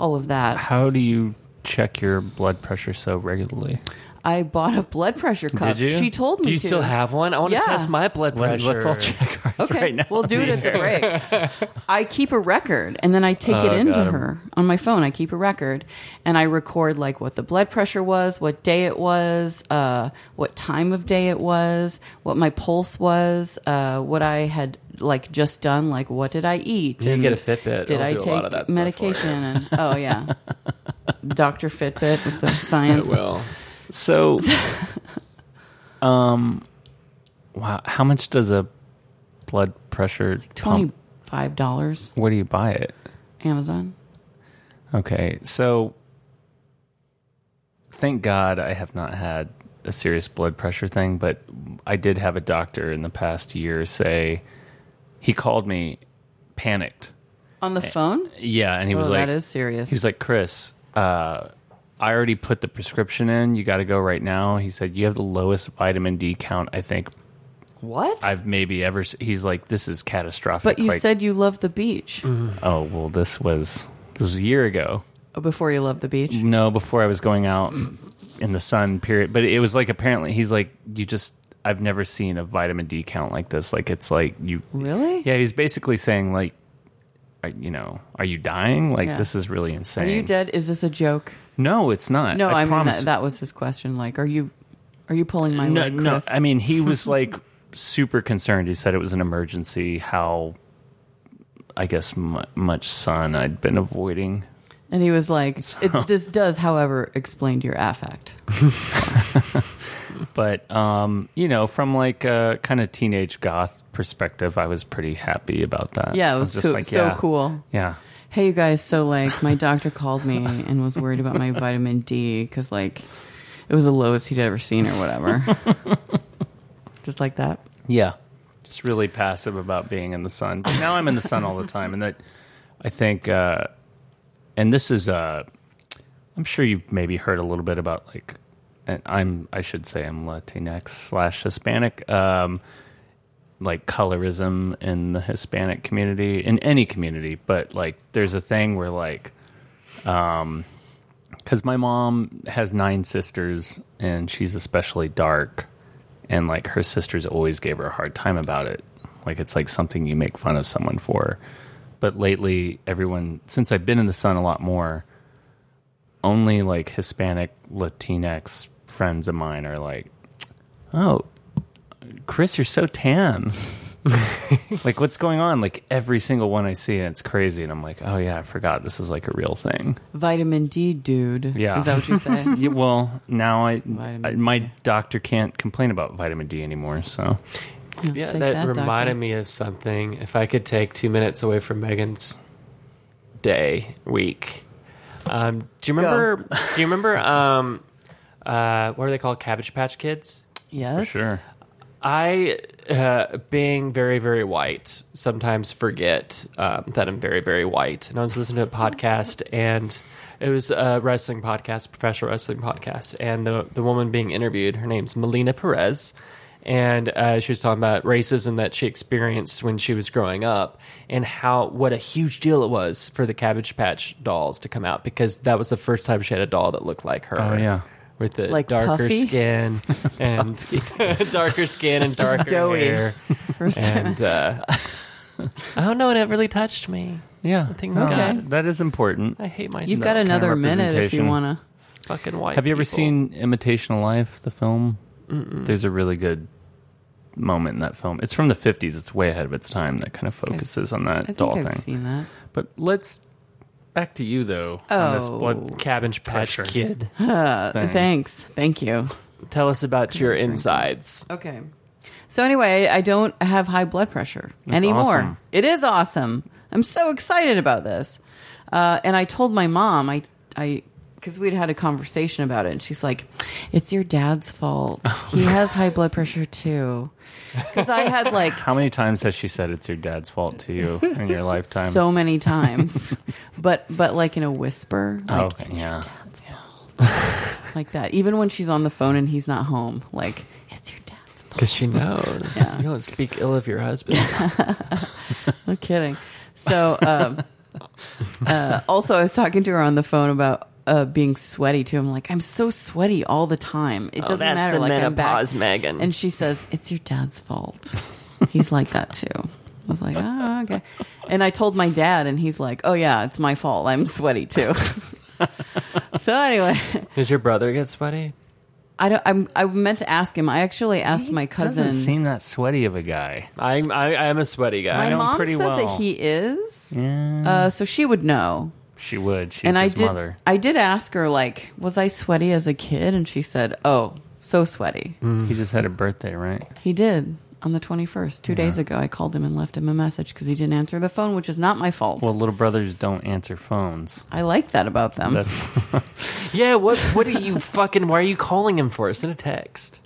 Speaker 1: all of that.
Speaker 3: How do you check your blood pressure so regularly?
Speaker 1: I bought a blood pressure cuff.
Speaker 3: Did you?
Speaker 1: She told me.
Speaker 2: Do you
Speaker 1: to.
Speaker 2: still have one? I want
Speaker 1: Yeah.
Speaker 2: to test my blood
Speaker 3: Let,
Speaker 2: pressure.
Speaker 3: us all check ours
Speaker 1: Okay,
Speaker 3: right now.
Speaker 1: we'll do it at the break. I keep a record and then I take
Speaker 3: Oh,
Speaker 1: it into
Speaker 3: got 'em.
Speaker 1: her on my phone. I keep a record and I record like what the blood pressure was, what day it was, uh, what time of day it was, what my pulse was, uh, what I had like just done, like what did I eat?
Speaker 2: You
Speaker 1: and
Speaker 2: get a Fitbit.
Speaker 1: Did
Speaker 2: It'll
Speaker 1: I
Speaker 2: do a
Speaker 1: take
Speaker 2: lot of that stuff for
Speaker 1: medication? and, oh yeah, Doctor Fitbit with the
Speaker 2: <laughs>
Speaker 1: science. <laughs>
Speaker 2: Well,
Speaker 3: So, um, wow, how much does a blood pressure
Speaker 1: Twenty
Speaker 3: pump?
Speaker 1: five dollars,
Speaker 3: Where do you buy it?
Speaker 1: Amazon.
Speaker 3: Okay, so thank God I have not had a serious blood pressure thing, but I did have a doctor in the past year say he called me panicked.
Speaker 1: On the phone?
Speaker 3: Yeah, and he
Speaker 1: Oh,
Speaker 3: was like,
Speaker 1: that is serious.
Speaker 3: He was like, Chris, uh, I already put the prescription in. You got to go right now. He said, You have the lowest vitamin D count I think
Speaker 1: what?
Speaker 3: I've maybe ever. s He's like, This is catastrophic.
Speaker 1: but you
Speaker 3: like,
Speaker 1: said you love the beach.
Speaker 3: Oh, well, this was this was a year ago.
Speaker 1: Oh, before you love the beach.
Speaker 3: No, before I was going out in the sun, period. But it was like, apparently, he's like, You just, I've never seen a vitamin D count like this. Like, it's like, you.
Speaker 1: Really?
Speaker 3: Yeah, he's basically saying, like, are- you know, are you dying? Like,
Speaker 1: Yeah.
Speaker 3: this is really
Speaker 1: Are
Speaker 3: insane.
Speaker 1: you dead? Is this a joke?
Speaker 3: No, it's not.
Speaker 1: No, I, mean
Speaker 3: promise.
Speaker 1: that, that was his question. Like, are you are you pulling my
Speaker 3: no,
Speaker 1: leg,
Speaker 3: no.
Speaker 1: Chris?
Speaker 3: I
Speaker 1: <laughs>
Speaker 3: mean, he was like super concerned. He said it was an emergency. How, I guess, mu much sun I'd been avoiding.
Speaker 1: and he was like,
Speaker 3: <laughs>
Speaker 1: it, "This does, however, explain your affect."
Speaker 3: But um, you know, from like a kind of teenage goth perspective, I was pretty happy about that.
Speaker 1: Yeah,
Speaker 3: I
Speaker 1: it was,
Speaker 3: just
Speaker 1: so,
Speaker 3: like,
Speaker 1: so
Speaker 3: yeah,
Speaker 1: cool.
Speaker 3: Yeah,
Speaker 1: Hey, you guys. So, like, my doctor called me and was worried about my vitamin D because, like, It was the lowest he'd ever seen or
Speaker 3: <laughs>
Speaker 1: whatever. Just like that.
Speaker 2: Yeah.
Speaker 3: just really passive about being in the sun. But now I'm in the sun all the time, and that I think, uh, and this is, uh, I'm sure you've maybe heard a little bit about like, and I'm I should say I'm Latinx slash Hispanic, um, like colorism in the Hispanic community in any community, but like there's a thing where like because my mom has nine sisters and she's especially dark and like her sisters always gave her a hard time about it like it's like something you make fun of someone for but lately everyone since i've been in the sun a lot more only like hispanic latinx friends of mine are like oh chris you're so tan like what's going on like every single one i see and it's crazy and i'm like oh yeah i forgot this is like a real thing
Speaker 1: Vitamin D, dude.
Speaker 3: Yeah.
Speaker 1: Is that what you say?
Speaker 3: <laughs> yeah, well, now I,
Speaker 1: Vitamin
Speaker 3: I-
Speaker 1: D.
Speaker 3: my doctor can't complain about vitamin D anymore. So
Speaker 2: Yeah,
Speaker 1: Take
Speaker 2: that,
Speaker 1: that, doctor.
Speaker 2: reminded me of something. If I could take two minutes away from Megan's day week, um, do you remember? Do you remember? Um, uh, what are they called? Cabbage Patch Kids.
Speaker 1: yes.
Speaker 3: sure,
Speaker 2: I, uh, being very, very white, sometimes forget um, that I'm very, very white. And I was listening to a podcast, and it was a wrestling podcast, professional wrestling podcast. And the, the woman being interviewed, her name's Melina Perez. And uh, she was talking about racism that she experienced when she was growing up and how what a huge deal it was for the Cabbage Patch dolls to come out because that was the first time she had a doll that looked like her.
Speaker 3: Oh, yeah.
Speaker 2: With the
Speaker 1: Like
Speaker 2: darker
Speaker 1: puffy? <laughs>
Speaker 2: skin and <laughs> darker skin and darker
Speaker 1: doughy. <laughs>
Speaker 2: hair.
Speaker 1: First time.
Speaker 2: And uh, I don't know, and it really touched me.
Speaker 3: yeah,
Speaker 2: Thank
Speaker 3: No,
Speaker 1: God.
Speaker 3: that is important.
Speaker 2: I hate myself.
Speaker 1: You've got
Speaker 3: kind of
Speaker 1: another minute if you
Speaker 3: representation.
Speaker 1: want to.
Speaker 2: fucking white.
Speaker 3: Have you ever
Speaker 2: people.
Speaker 3: seen Imitation of Life, the film? There's a really good moment in that film. It's from the 50s. It's way ahead of its time. That kind of focuses on
Speaker 1: I
Speaker 3: that
Speaker 1: think
Speaker 3: doll
Speaker 1: I've
Speaker 3: thing.
Speaker 1: seen that.
Speaker 3: But let's back to you though. on this
Speaker 1: Oh.
Speaker 3: blood-
Speaker 2: Cabbage Patch
Speaker 3: Pressure.
Speaker 2: Kid?
Speaker 1: Uh,
Speaker 3: Thing.
Speaker 1: thanks. Thank you.
Speaker 2: Tell us about your insides.
Speaker 1: Okay. So anyway, I don't have high blood pressure anymore.
Speaker 3: awesome.
Speaker 1: It is awesome. I'm so excited about this. Uh, and I told my mom, I, I, because we'd had a conversation about it, and she's like, "It's your dad's fault. He has high blood pressure too." Because I had like
Speaker 3: How many times has she said it's your dad's fault
Speaker 1: <laughs>
Speaker 3: to you in your lifetime?
Speaker 1: so many times, but but like in a whisper,
Speaker 3: Oh,
Speaker 1: like,
Speaker 3: okay, yeah.
Speaker 1: like that. Even when she's on the phone and he's not home, like it's your dad's fault.
Speaker 2: Because she knows. You don't speak ill of
Speaker 1: <laughs>
Speaker 2: your husband.
Speaker 1: No kidding. So, um, <laughs> uh, also, I was talking to her on the phone about uh, being sweaty too. I'm like, I'm so sweaty all the time. It doesn't
Speaker 2: Oh, that's
Speaker 1: matter.
Speaker 2: the
Speaker 1: like
Speaker 2: menopause,
Speaker 1: I'm back.
Speaker 2: Megan.
Speaker 1: And she says, "It's your dad's fault." he's like that too. I was like, oh, okay. And I told my dad, and he's like, "Oh yeah, it's my fault. I'm sweaty too." <laughs> so anyway,
Speaker 2: Did your brother get sweaty?
Speaker 1: I don't. I'm, I meant to ask him. I actually asked my cousin.
Speaker 3: Doesn't seem that sweaty of a guy.
Speaker 2: I'm, I, I'm a sweaty guy.
Speaker 1: my
Speaker 3: know
Speaker 1: mom
Speaker 3: pretty
Speaker 1: said
Speaker 3: well.
Speaker 1: that he is, uh, so she would know.
Speaker 3: She would. She's
Speaker 1: and I
Speaker 3: his
Speaker 1: did.
Speaker 3: mother.
Speaker 1: I did ask her like, was I sweaty as a kid? And she said, oh, so sweaty.
Speaker 3: He just had a birthday, right?
Speaker 1: He did on the twenty first, two days ago. I called him and left him a message because he didn't answer the phone, which is not my fault.
Speaker 3: Well, little brothers don't answer phones.
Speaker 1: I like that about them.
Speaker 3: That's
Speaker 2: Yeah, what what are you fucking why are you calling him for? Send a text.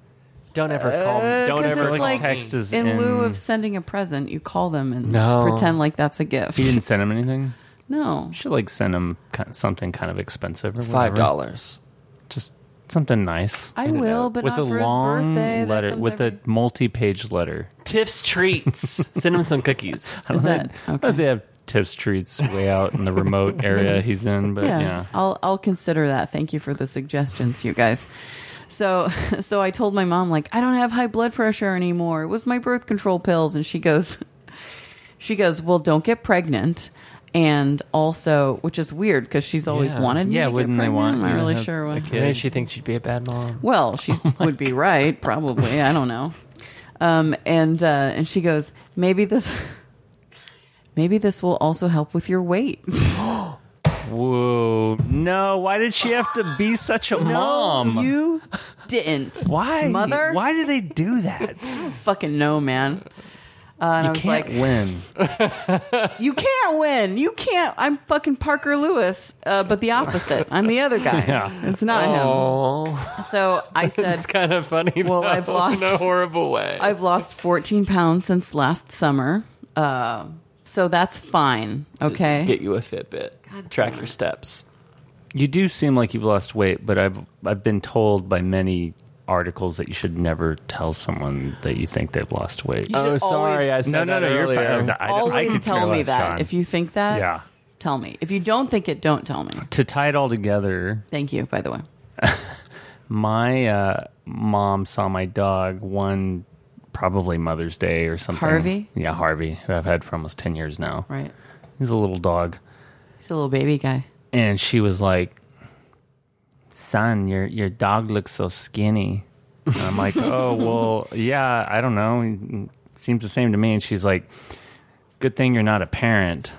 Speaker 2: Don't ever call me. Don't
Speaker 1: Uh, 'cause
Speaker 2: ever
Speaker 1: it's
Speaker 2: call
Speaker 1: like-
Speaker 2: me.
Speaker 3: text is
Speaker 1: in,
Speaker 3: in,
Speaker 1: lieu of sending a present, you call them and
Speaker 2: No.
Speaker 1: pretend like that's a gift.
Speaker 3: He didn't send him anything.
Speaker 1: <laughs> No,
Speaker 3: You should like send him ki- something kind of expensive or
Speaker 2: five
Speaker 3: whatever.
Speaker 2: dollars.
Speaker 3: Just something nice.
Speaker 1: I
Speaker 2: Handed
Speaker 1: will,
Speaker 2: out.
Speaker 1: but
Speaker 3: with
Speaker 1: not
Speaker 3: a
Speaker 1: for
Speaker 3: long
Speaker 1: his birthday.
Speaker 3: letter, with a multi-page letter.
Speaker 2: Tiff's treats. <laughs> Send him some cookies.
Speaker 1: a is that
Speaker 3: I don't know if
Speaker 1: okay?
Speaker 3: they have tips treats way out in
Speaker 1: <laughs>
Speaker 3: the remote area he's in, but
Speaker 1: yeah,
Speaker 3: yeah.
Speaker 1: I'll I'll consider that. Thank you for the suggestions, you guys. So <laughs> so I told my mom like I don't have high blood pressure anymore. It was my birth control pills and she goes <laughs> she goes, "Well, don't get pregnant." And also, which is weird because she's always
Speaker 2: Yeah.
Speaker 1: wanted me
Speaker 3: Yeah,
Speaker 1: to get
Speaker 3: wouldn't they
Speaker 1: pregnant.
Speaker 3: want
Speaker 1: I'm
Speaker 3: you
Speaker 1: not
Speaker 3: to
Speaker 1: really
Speaker 3: have
Speaker 1: sure
Speaker 3: a
Speaker 1: why.
Speaker 3: kid? Oh
Speaker 2: Maybe she thinks she'd be a bad mom.
Speaker 1: <laughs> Well,
Speaker 3: <laughs>
Speaker 1: she would be right, probably. I don't know. Um, and uh, and she goes, maybe this, <laughs> maybe this will also help with your weight.
Speaker 3: Whoa! No, why did she have to be such a mom?
Speaker 1: No, you didn't.
Speaker 3: why,
Speaker 1: mother?
Speaker 3: Why do they do that?
Speaker 1: fucking know, man. Uh, and I
Speaker 3: You
Speaker 1: was
Speaker 3: can't
Speaker 1: like,
Speaker 3: win.
Speaker 1: you can't win. You can't. I'm fucking Parker Lewis, uh, but the opposite. I'm the other guy.
Speaker 3: <laughs> Yeah.
Speaker 1: It's not
Speaker 2: Oh,
Speaker 1: him. So
Speaker 3: <laughs>
Speaker 1: I said,
Speaker 2: it's kind of funny.
Speaker 1: Well,
Speaker 2: though,
Speaker 1: I've lost-
Speaker 2: in a horrible way.
Speaker 1: I've lost 14 pounds since last summer. Uh, so that's fine. Okay.
Speaker 2: Get you a Fitbit. Track your steps.
Speaker 3: You do seem like you've lost weight, but I've I've been told by many articles that you should never tell someone that you think they've lost weight.
Speaker 1: You should
Speaker 2: Oh,
Speaker 1: always-
Speaker 2: sorry, I said
Speaker 3: No, no,
Speaker 2: that
Speaker 3: no, you're
Speaker 2: earlier.
Speaker 3: fine. I- I
Speaker 1: Always
Speaker 3: could care
Speaker 1: tell me
Speaker 3: less,
Speaker 1: that.
Speaker 3: John.
Speaker 1: If you think that,
Speaker 3: Yeah.
Speaker 1: tell me. If you don't think it, don't tell me.
Speaker 3: To tie it all together,
Speaker 1: Thank you, by the way.
Speaker 3: my uh, mom saw my dog one probably Mother's Day or something.
Speaker 1: Harvey?
Speaker 3: Yeah, Harvey, who I've had for almost 10 years now.
Speaker 1: Right.
Speaker 3: He's a little dog.
Speaker 1: He's a little baby guy.
Speaker 3: and she was like, "Son, your your dog looks so skinny." And I'm like,
Speaker 1: <laughs>
Speaker 3: "Oh well, yeah, I don't know. Seems the same to me." And she's like, "Good thing you're not
Speaker 1: <laughs>
Speaker 3: a parent."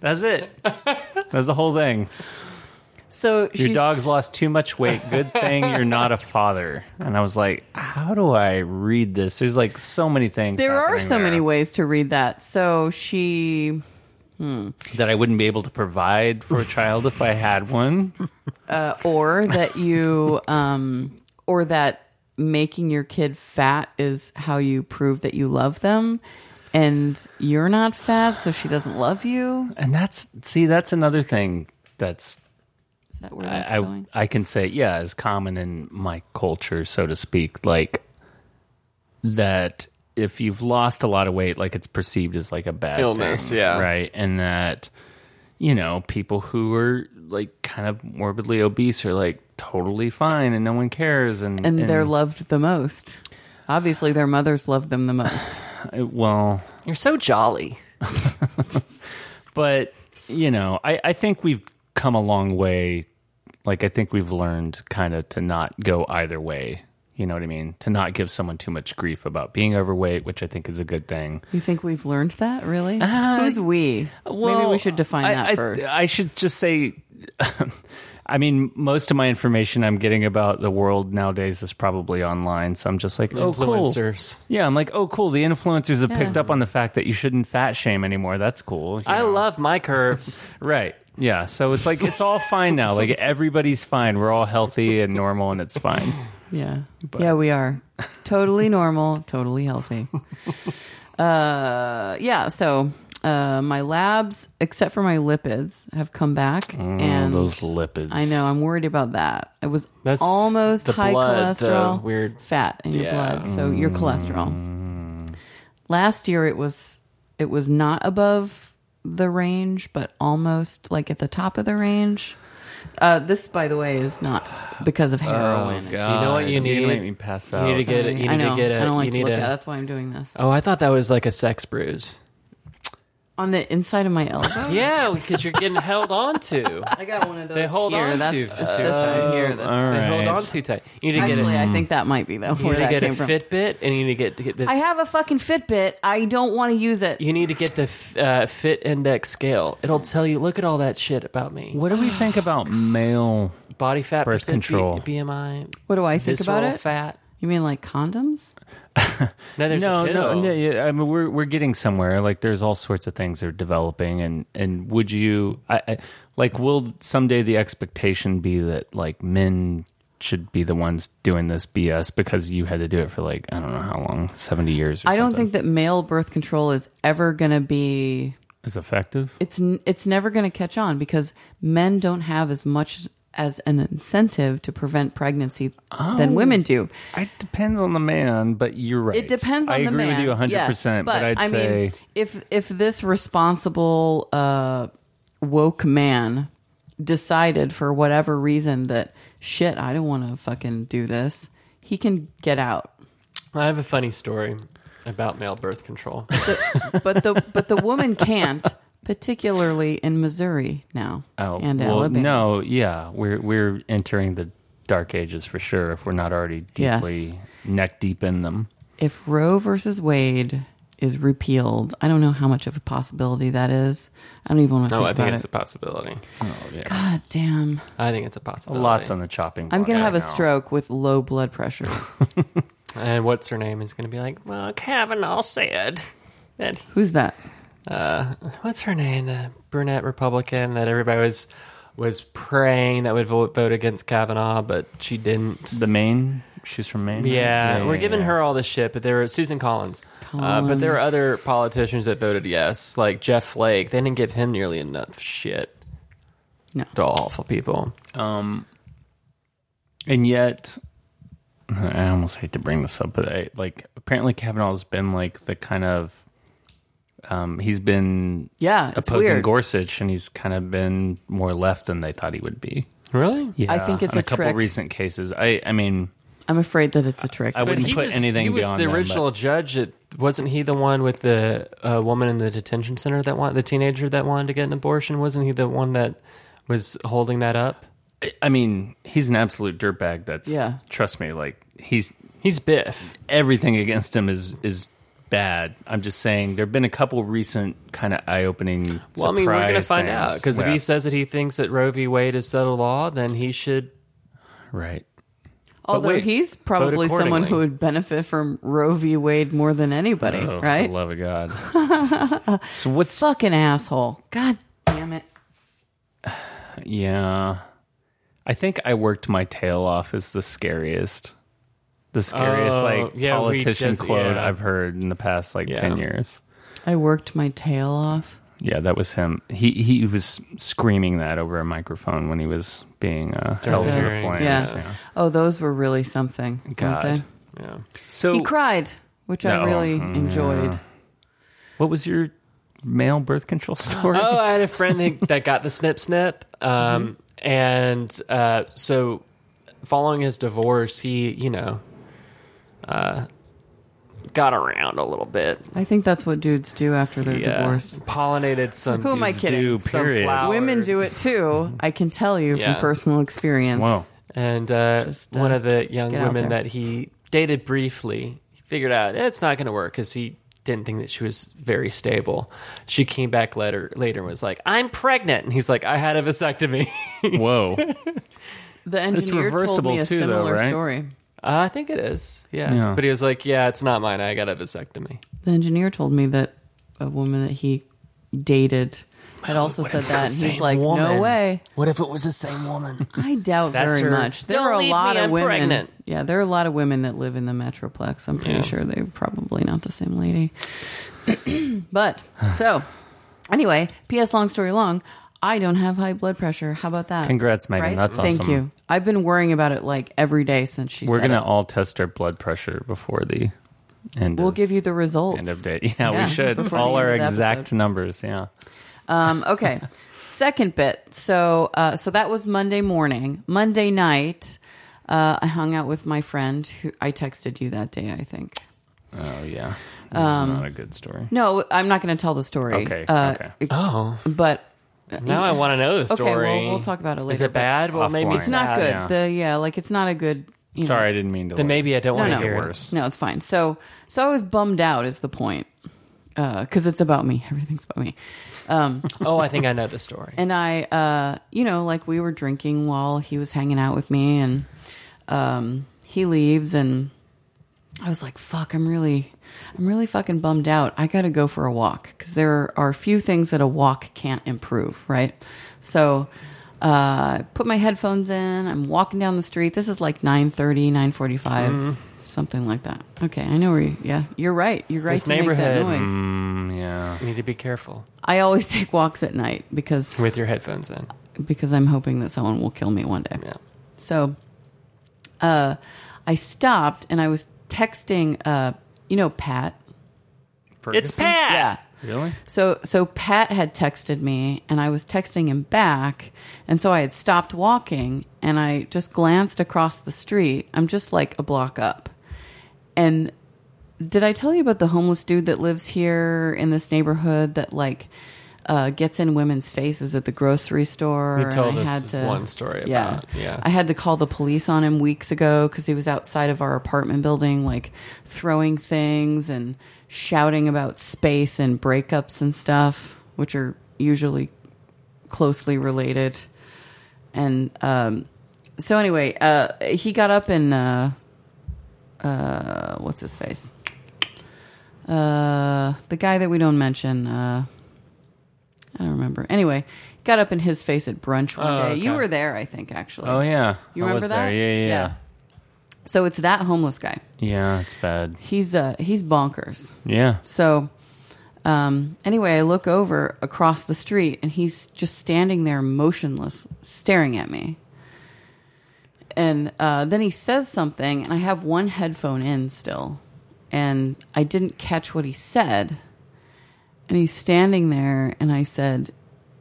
Speaker 3: That's it. That's the whole thing.
Speaker 1: So
Speaker 3: Your
Speaker 1: she's,
Speaker 3: dog's lost too much weight. Good thing you're not a father. And I was like, "How do I read this?" There's like so many things.
Speaker 1: There are
Speaker 3: happening
Speaker 1: so
Speaker 3: there
Speaker 1: many ways to read that. So she
Speaker 3: that I wouldn't be able to provide for a child if I had one.
Speaker 1: or that you um or that making your kid fat is how you prove that you love them and you're not fat so she doesn't love you
Speaker 3: And that's see, that's another thing that's
Speaker 1: is that where that's
Speaker 3: I, I
Speaker 1: going
Speaker 3: I can say yeah is common in my culture, so to speak. Like that if you've lost a lot of weight, like it's perceived as like a bad
Speaker 2: Illness,
Speaker 3: thing,
Speaker 2: yeah.
Speaker 3: right, and that you know people who are like kind of morbidly obese are like totally fine and no one cares and
Speaker 1: and they're loved the most obviously their mothers love them the most
Speaker 3: uh, well
Speaker 2: You're so jolly.
Speaker 3: but you know I, I think we've come a long way like i think we've learned kind of to not go either way you know what i mean to not give someone too much grief about being overweight which i think is a good thing
Speaker 1: you think we've learned that really who's we maybe we should define
Speaker 3: Uh, I-
Speaker 1: that
Speaker 3: I,
Speaker 1: first
Speaker 3: I should just say, <laughs> I mean, most of my information I'm getting about the world nowadays is probably online. So I'm just like, oh, cool.
Speaker 2: Influencers.
Speaker 3: Yeah, I'm like, oh, cool. The influencers have picked
Speaker 1: Yeah.
Speaker 3: up on the fact that you shouldn't fat shame anymore. That's cool. you
Speaker 2: I
Speaker 3: know?
Speaker 2: love my curves.
Speaker 3: Right. Yeah. So it's like it's all fine now.
Speaker 2: <laughs>
Speaker 3: Like everybody's fine. We're all healthy and normal, and it's fine.
Speaker 1: yeah yeah we
Speaker 2: <laughs>
Speaker 1: are totally normal totally healthy uh yeah so uh, my labs, except for my lipids, have come back,
Speaker 2: Oh,
Speaker 1: and
Speaker 3: those lipids.
Speaker 1: I know. I'm worried about that. It was
Speaker 2: That's
Speaker 1: almost
Speaker 2: the
Speaker 1: high
Speaker 2: blood, the
Speaker 1: cholesterol,
Speaker 2: weird-
Speaker 1: fat in your
Speaker 2: Yeah. Mm.
Speaker 1: blood. So your cholesterol. Last year it was it was not above the range, but almost like at the top of the range. Uh, this, by the way, is not because
Speaker 2: Oh,
Speaker 1: of heroin. It's-
Speaker 2: You know what you
Speaker 3: You
Speaker 2: need?
Speaker 3: make me pass
Speaker 2: You
Speaker 3: out.
Speaker 2: need to get it.
Speaker 1: Sorry.
Speaker 2: You
Speaker 1: I
Speaker 2: need
Speaker 1: know.
Speaker 2: to get it.
Speaker 1: I don't like
Speaker 2: you
Speaker 1: to
Speaker 2: need
Speaker 1: look
Speaker 2: a-
Speaker 1: at. it. That's why I'm doing this
Speaker 2: <laughs> Oh, I thought that was like a sex bruise.
Speaker 1: on the inside of my
Speaker 2: <laughs>
Speaker 1: elbow.
Speaker 2: Yeah, because you're getting held on <laughs> to.
Speaker 1: I got one of those.
Speaker 2: They hold
Speaker 1: here.
Speaker 2: on to.
Speaker 1: That's,
Speaker 2: That's
Speaker 1: this
Speaker 2: right.
Speaker 1: right here. That,
Speaker 3: All right.
Speaker 2: They hold on too tight. You need to get
Speaker 1: actually,
Speaker 2: a,
Speaker 1: I think that might be though.
Speaker 2: you
Speaker 1: Where
Speaker 2: need to
Speaker 1: that
Speaker 2: get a
Speaker 1: came from.
Speaker 2: Fitbit, and you need to get, to get this.
Speaker 1: I have a fucking Fitbit. I don't want to use it.
Speaker 2: you need to get the f- uh, Fit Index scale. It'll tell you. Look at all that shit about me.
Speaker 3: What
Speaker 2: <sighs>
Speaker 3: do we think about male?
Speaker 2: Body fat,
Speaker 3: Birth
Speaker 2: percent, B-
Speaker 3: control.
Speaker 2: BMI.
Speaker 1: What do I think
Speaker 2: visceral
Speaker 1: about it?
Speaker 2: Fat.
Speaker 1: You mean like condoms?
Speaker 2: No, there's
Speaker 3: No,
Speaker 2: a
Speaker 3: no,
Speaker 2: pill.
Speaker 3: no. Yeah, I mean, we're we're getting somewhere. Like, there's all sorts of things that are developing, and and would you? I, I like, will someday the expectation be that like men should be the ones doing this BS because you had to do it for like I don't know how long, seventy years. or
Speaker 1: I don't
Speaker 3: something.
Speaker 1: think that male birth control is ever going to be
Speaker 3: it's effective.
Speaker 1: it's n- it's never going to catch on because men don't have as much as an incentive to prevent pregnancy
Speaker 2: Oh.
Speaker 1: than women do.
Speaker 3: It depends on the man, but you're right.
Speaker 1: It depends on
Speaker 3: I
Speaker 1: the
Speaker 3: agree
Speaker 1: man.
Speaker 3: with you 100%,
Speaker 1: Yes,
Speaker 3: but, I'd
Speaker 1: I
Speaker 3: say
Speaker 1: mean, if if this responsible uh, woke man decided for whatever reason that shit, I don't want to fucking do this, he can get out.
Speaker 2: I have a funny story about male birth control.
Speaker 1: The- <laughs> but the but the woman can't, particularly in Missouri now
Speaker 3: oh,
Speaker 1: and
Speaker 3: well,
Speaker 1: Alabama.
Speaker 3: no, yeah, we're we're entering the dark ages for sure if we're not already
Speaker 1: Yes.
Speaker 3: deeply neck deep in them.
Speaker 1: If Roe versus Wade is repealed, I don't know how much of a possibility that is. I don't even want to
Speaker 2: No,
Speaker 1: think
Speaker 2: I
Speaker 1: about
Speaker 2: think it's
Speaker 1: it.
Speaker 2: a possibility.
Speaker 1: God damn.
Speaker 2: I think it's a possibility.
Speaker 3: Lots on the chopping block.
Speaker 1: I'm going to have
Speaker 3: right
Speaker 1: a
Speaker 3: now. <laughs>
Speaker 1: stroke with low blood pressure.
Speaker 2: I and what's her name is going to be like, well, Kavanaugh said that.
Speaker 1: Who's that?
Speaker 2: Uh, what's her name? The brunette Republican that everybody was was praying that would vote vote against Kavanaugh, but she didn't.
Speaker 3: The Maine. She's from Maine. right?
Speaker 2: Yeah, we're
Speaker 3: yeah,
Speaker 2: giving
Speaker 3: yeah.
Speaker 2: her all this shit, but there were Susan Collins, Uh, but there were other politicians that voted yes, like Jeff Flake. They didn't give him nearly enough shit.
Speaker 1: No.
Speaker 2: They're awful people.
Speaker 3: Um, and yet, I almost hate to bring this up, but I, like apparently Kavanaugh's been like the kind of um, he's been
Speaker 1: Yeah, it's
Speaker 3: opposing
Speaker 1: weird.
Speaker 3: Gorsuch, and he's kind of been more left than they thought he would be.
Speaker 2: Really?
Speaker 3: Yeah,
Speaker 1: I think it's
Speaker 3: in
Speaker 1: a
Speaker 3: a couple
Speaker 1: trick.
Speaker 3: recent cases. I, I mean,
Speaker 1: I'm afraid that it's a trick.
Speaker 3: I wouldn't put anything
Speaker 2: He was
Speaker 3: beyond
Speaker 2: the
Speaker 3: them, but-
Speaker 2: original judge. It wasn't he the one with the uh, woman in the detention center that wanted the teenager that wanted to get an abortion? Wasn't he the one that was holding that up?
Speaker 3: I, I mean, he's an absolute dirtbag. That's
Speaker 1: Yeah.
Speaker 3: Trust me, like he's
Speaker 2: He's Biff.
Speaker 3: everything against him is is bad. I'm just saying there've been a couple recent kind of eye-opening
Speaker 2: Well, I mean, we're
Speaker 3: going to
Speaker 2: find out because if he says that he thinks that Roe v. Wade is settled law, then he should.
Speaker 3: right.
Speaker 1: Although
Speaker 3: wait,
Speaker 1: he's probably someone
Speaker 2: accordingly.
Speaker 1: who would benefit from Roe v. Wade more than anybody,
Speaker 3: Oh, for
Speaker 1: right?
Speaker 3: the love of God. so what's
Speaker 1: Fucking asshole. God damn it.
Speaker 3: yeah? I think I worked my tail off is the scariest, the scariest
Speaker 2: Oh,
Speaker 3: like
Speaker 2: yeah, we
Speaker 3: politician
Speaker 2: just-
Speaker 3: quote
Speaker 2: yeah.
Speaker 3: I've heard in the past like
Speaker 2: Yeah.
Speaker 3: ten years.
Speaker 1: I worked my tail off.
Speaker 3: Yeah, that was him. He he was screaming that over a microphone when he was being uh, held to the
Speaker 2: During-
Speaker 3: flames.
Speaker 1: Yeah.
Speaker 3: yeah.
Speaker 1: Oh, those were really something. weren't
Speaker 3: God.
Speaker 1: they?
Speaker 2: Yeah.
Speaker 3: So
Speaker 1: He cried, which I
Speaker 3: No.
Speaker 1: really
Speaker 3: Mm,
Speaker 1: enjoyed.
Speaker 3: yeah. What was your male birth control <laughs> story?
Speaker 2: Oh, I had a friend that, that got the snip snip, um,
Speaker 1: Mm-hmm.
Speaker 2: and uh, so following his divorce, he you know uh, got around a little bit.
Speaker 1: I think that's what dudes do after their
Speaker 2: Yeah.
Speaker 1: divorce.
Speaker 2: Pollinated some.
Speaker 1: Who am I
Speaker 2: dude's
Speaker 1: kidding?
Speaker 3: do,
Speaker 2: Some
Speaker 3: period.
Speaker 2: flowers.
Speaker 1: Women do it too. I can tell you
Speaker 2: Yeah.
Speaker 1: from personal experience.
Speaker 3: Whoa.
Speaker 2: And uh,
Speaker 1: Just, uh,
Speaker 2: one of the young
Speaker 1: get out
Speaker 2: women
Speaker 1: there.
Speaker 2: that he dated briefly he figured out eh, it's not going to work because he didn't think that she was very stable. She came back later, later and was like, "I'm pregnant," and he's like, "I had a vasectomy." <laughs>
Speaker 1: <laughs>
Speaker 3: Whoa.
Speaker 1: The engineer told
Speaker 3: reversible
Speaker 1: me a
Speaker 3: too, though,
Speaker 1: similar
Speaker 3: right?
Speaker 1: story.
Speaker 2: Uh, I think it is. Yeah.
Speaker 3: Yeah.
Speaker 2: But he was like, yeah, it's not mine. I got a vasectomy.
Speaker 1: The engineer told me that a woman that he dated had also said that, and he's like, "No way."
Speaker 2: What if it was the same <laughs> woman?
Speaker 1: I doubt
Speaker 2: That's
Speaker 1: very
Speaker 2: her,
Speaker 1: much. There
Speaker 2: "Don't
Speaker 1: are a
Speaker 2: leave
Speaker 1: lot
Speaker 2: me,
Speaker 1: of
Speaker 2: I'm
Speaker 1: women.
Speaker 2: pregnant.
Speaker 1: Yeah, there are a lot of women that live in the metroplex. I'm pretty
Speaker 2: Yeah.
Speaker 1: sure they're probably not the same lady. <clears throat> but so, anyway, P.S. Long story long. I don't have high blood pressure. How about that?
Speaker 3: Congrats, Megan. That's
Speaker 1: Thank
Speaker 3: awesome.
Speaker 1: you. I've been worrying about it like every day since she.
Speaker 3: We're
Speaker 1: said
Speaker 3: going to
Speaker 1: it.
Speaker 3: all test our blood pressure before the end,
Speaker 1: We'll
Speaker 3: of,
Speaker 1: give you the results.
Speaker 3: end of day. <laughs> Yeah,
Speaker 1: Yeah,
Speaker 3: we should.
Speaker 1: before
Speaker 3: All
Speaker 1: the end
Speaker 3: our
Speaker 1: of the
Speaker 3: exact
Speaker 1: episode.
Speaker 3: numbers. Yeah.
Speaker 1: Um, okay. Second bit. So, uh, so that was Monday morning. Monday night, uh, I hung out with my friend who I texted you that day, I think.
Speaker 3: Oh, yeah. This
Speaker 1: Um,
Speaker 3: is not a good story.
Speaker 1: No, I'm not going to tell the story. Uh,
Speaker 3: Okay, okay.
Speaker 2: Oh.
Speaker 1: But
Speaker 2: Now I want to know the
Speaker 1: okay,
Speaker 2: story.
Speaker 1: we'll, we'll talk about it later.
Speaker 2: Is
Speaker 1: but
Speaker 2: it bad? Well, maybe
Speaker 3: Offline.
Speaker 2: it's
Speaker 1: It's not
Speaker 2: bad.
Speaker 1: good.
Speaker 3: yeah.
Speaker 1: The yeah, like it's not a good. you know,
Speaker 3: Sorry, I didn't mean to.
Speaker 2: Then
Speaker 3: like-
Speaker 2: maybe I don't want to
Speaker 1: no.
Speaker 2: hear
Speaker 3: Worse.
Speaker 2: it.
Speaker 1: No, it's fine. So, so I was bummed out. Is the point? Because it's about me. Everything's about me. Um,
Speaker 2: Oh, I think I know
Speaker 1: <laughs>
Speaker 2: the story.
Speaker 1: and I, uh, you know, like we were drinking while he was hanging out with me, and um, he leaves, and I was like, "Fuck, I'm really, I'm really fucking bummed out. I got to go for a walk because there are few things that a walk can't improve, right?" So, uh, I put my headphones in. I'm walking down the street. This is like 9:30, 9:45,
Speaker 2: Mm-hmm.
Speaker 1: something like that. Okay, I know where. You, yeah, you're right. You're right.
Speaker 2: This
Speaker 1: to make that
Speaker 2: neighborhood. Mm-hmm.
Speaker 1: noise.
Speaker 3: Mm, yeah.
Speaker 2: You need to be careful
Speaker 1: I always <laughs> take walks at night because
Speaker 2: with your headphones in.
Speaker 1: because I'm hoping that someone will kill me one day.
Speaker 2: Yeah.
Speaker 1: So uh, I stopped and I was texting, uh, you know, Pat.
Speaker 2: It's
Speaker 3: Ferguson?
Speaker 2: Pat.
Speaker 1: Yeah.
Speaker 3: Really?
Speaker 1: So so Pat had texted me and I was texting him back and so I had stopped walking and I just glanced across the street. I'm just like a block up. And did I tell you about the homeless dude that lives here in this neighborhood that like uh, gets in women's faces at the grocery store?
Speaker 2: You
Speaker 1: and
Speaker 2: told
Speaker 1: I
Speaker 2: us
Speaker 1: had to,
Speaker 2: one story about- yeah.
Speaker 1: I had to call the police on him weeks ago because he was outside of our apartment building, like throwing things and shouting about space and breakups and stuff, which are usually closely related. And um, so, anyway, uh, he got up and uh, uh, what's his face? Uh, the guy that we don't mention. Uh, I don't remember. Anyway, got up in his face at brunch one
Speaker 2: Oh,
Speaker 1: day. You
Speaker 2: okay.
Speaker 1: were there, I think, actually.
Speaker 3: Oh yeah,
Speaker 1: You
Speaker 3: I
Speaker 1: remember
Speaker 3: was
Speaker 1: that?
Speaker 3: there. Yeah, yeah,
Speaker 1: So it's that homeless guy.
Speaker 3: yeah. Yeah, it's bad.
Speaker 1: He's uh he's bonkers.
Speaker 3: Yeah.
Speaker 1: So um anyway, I look over across the street and he's just standing there motionless, staring at me. And uh then he says something and I have one headphone in still and I didn't catch what he said. And he's standing there and I said,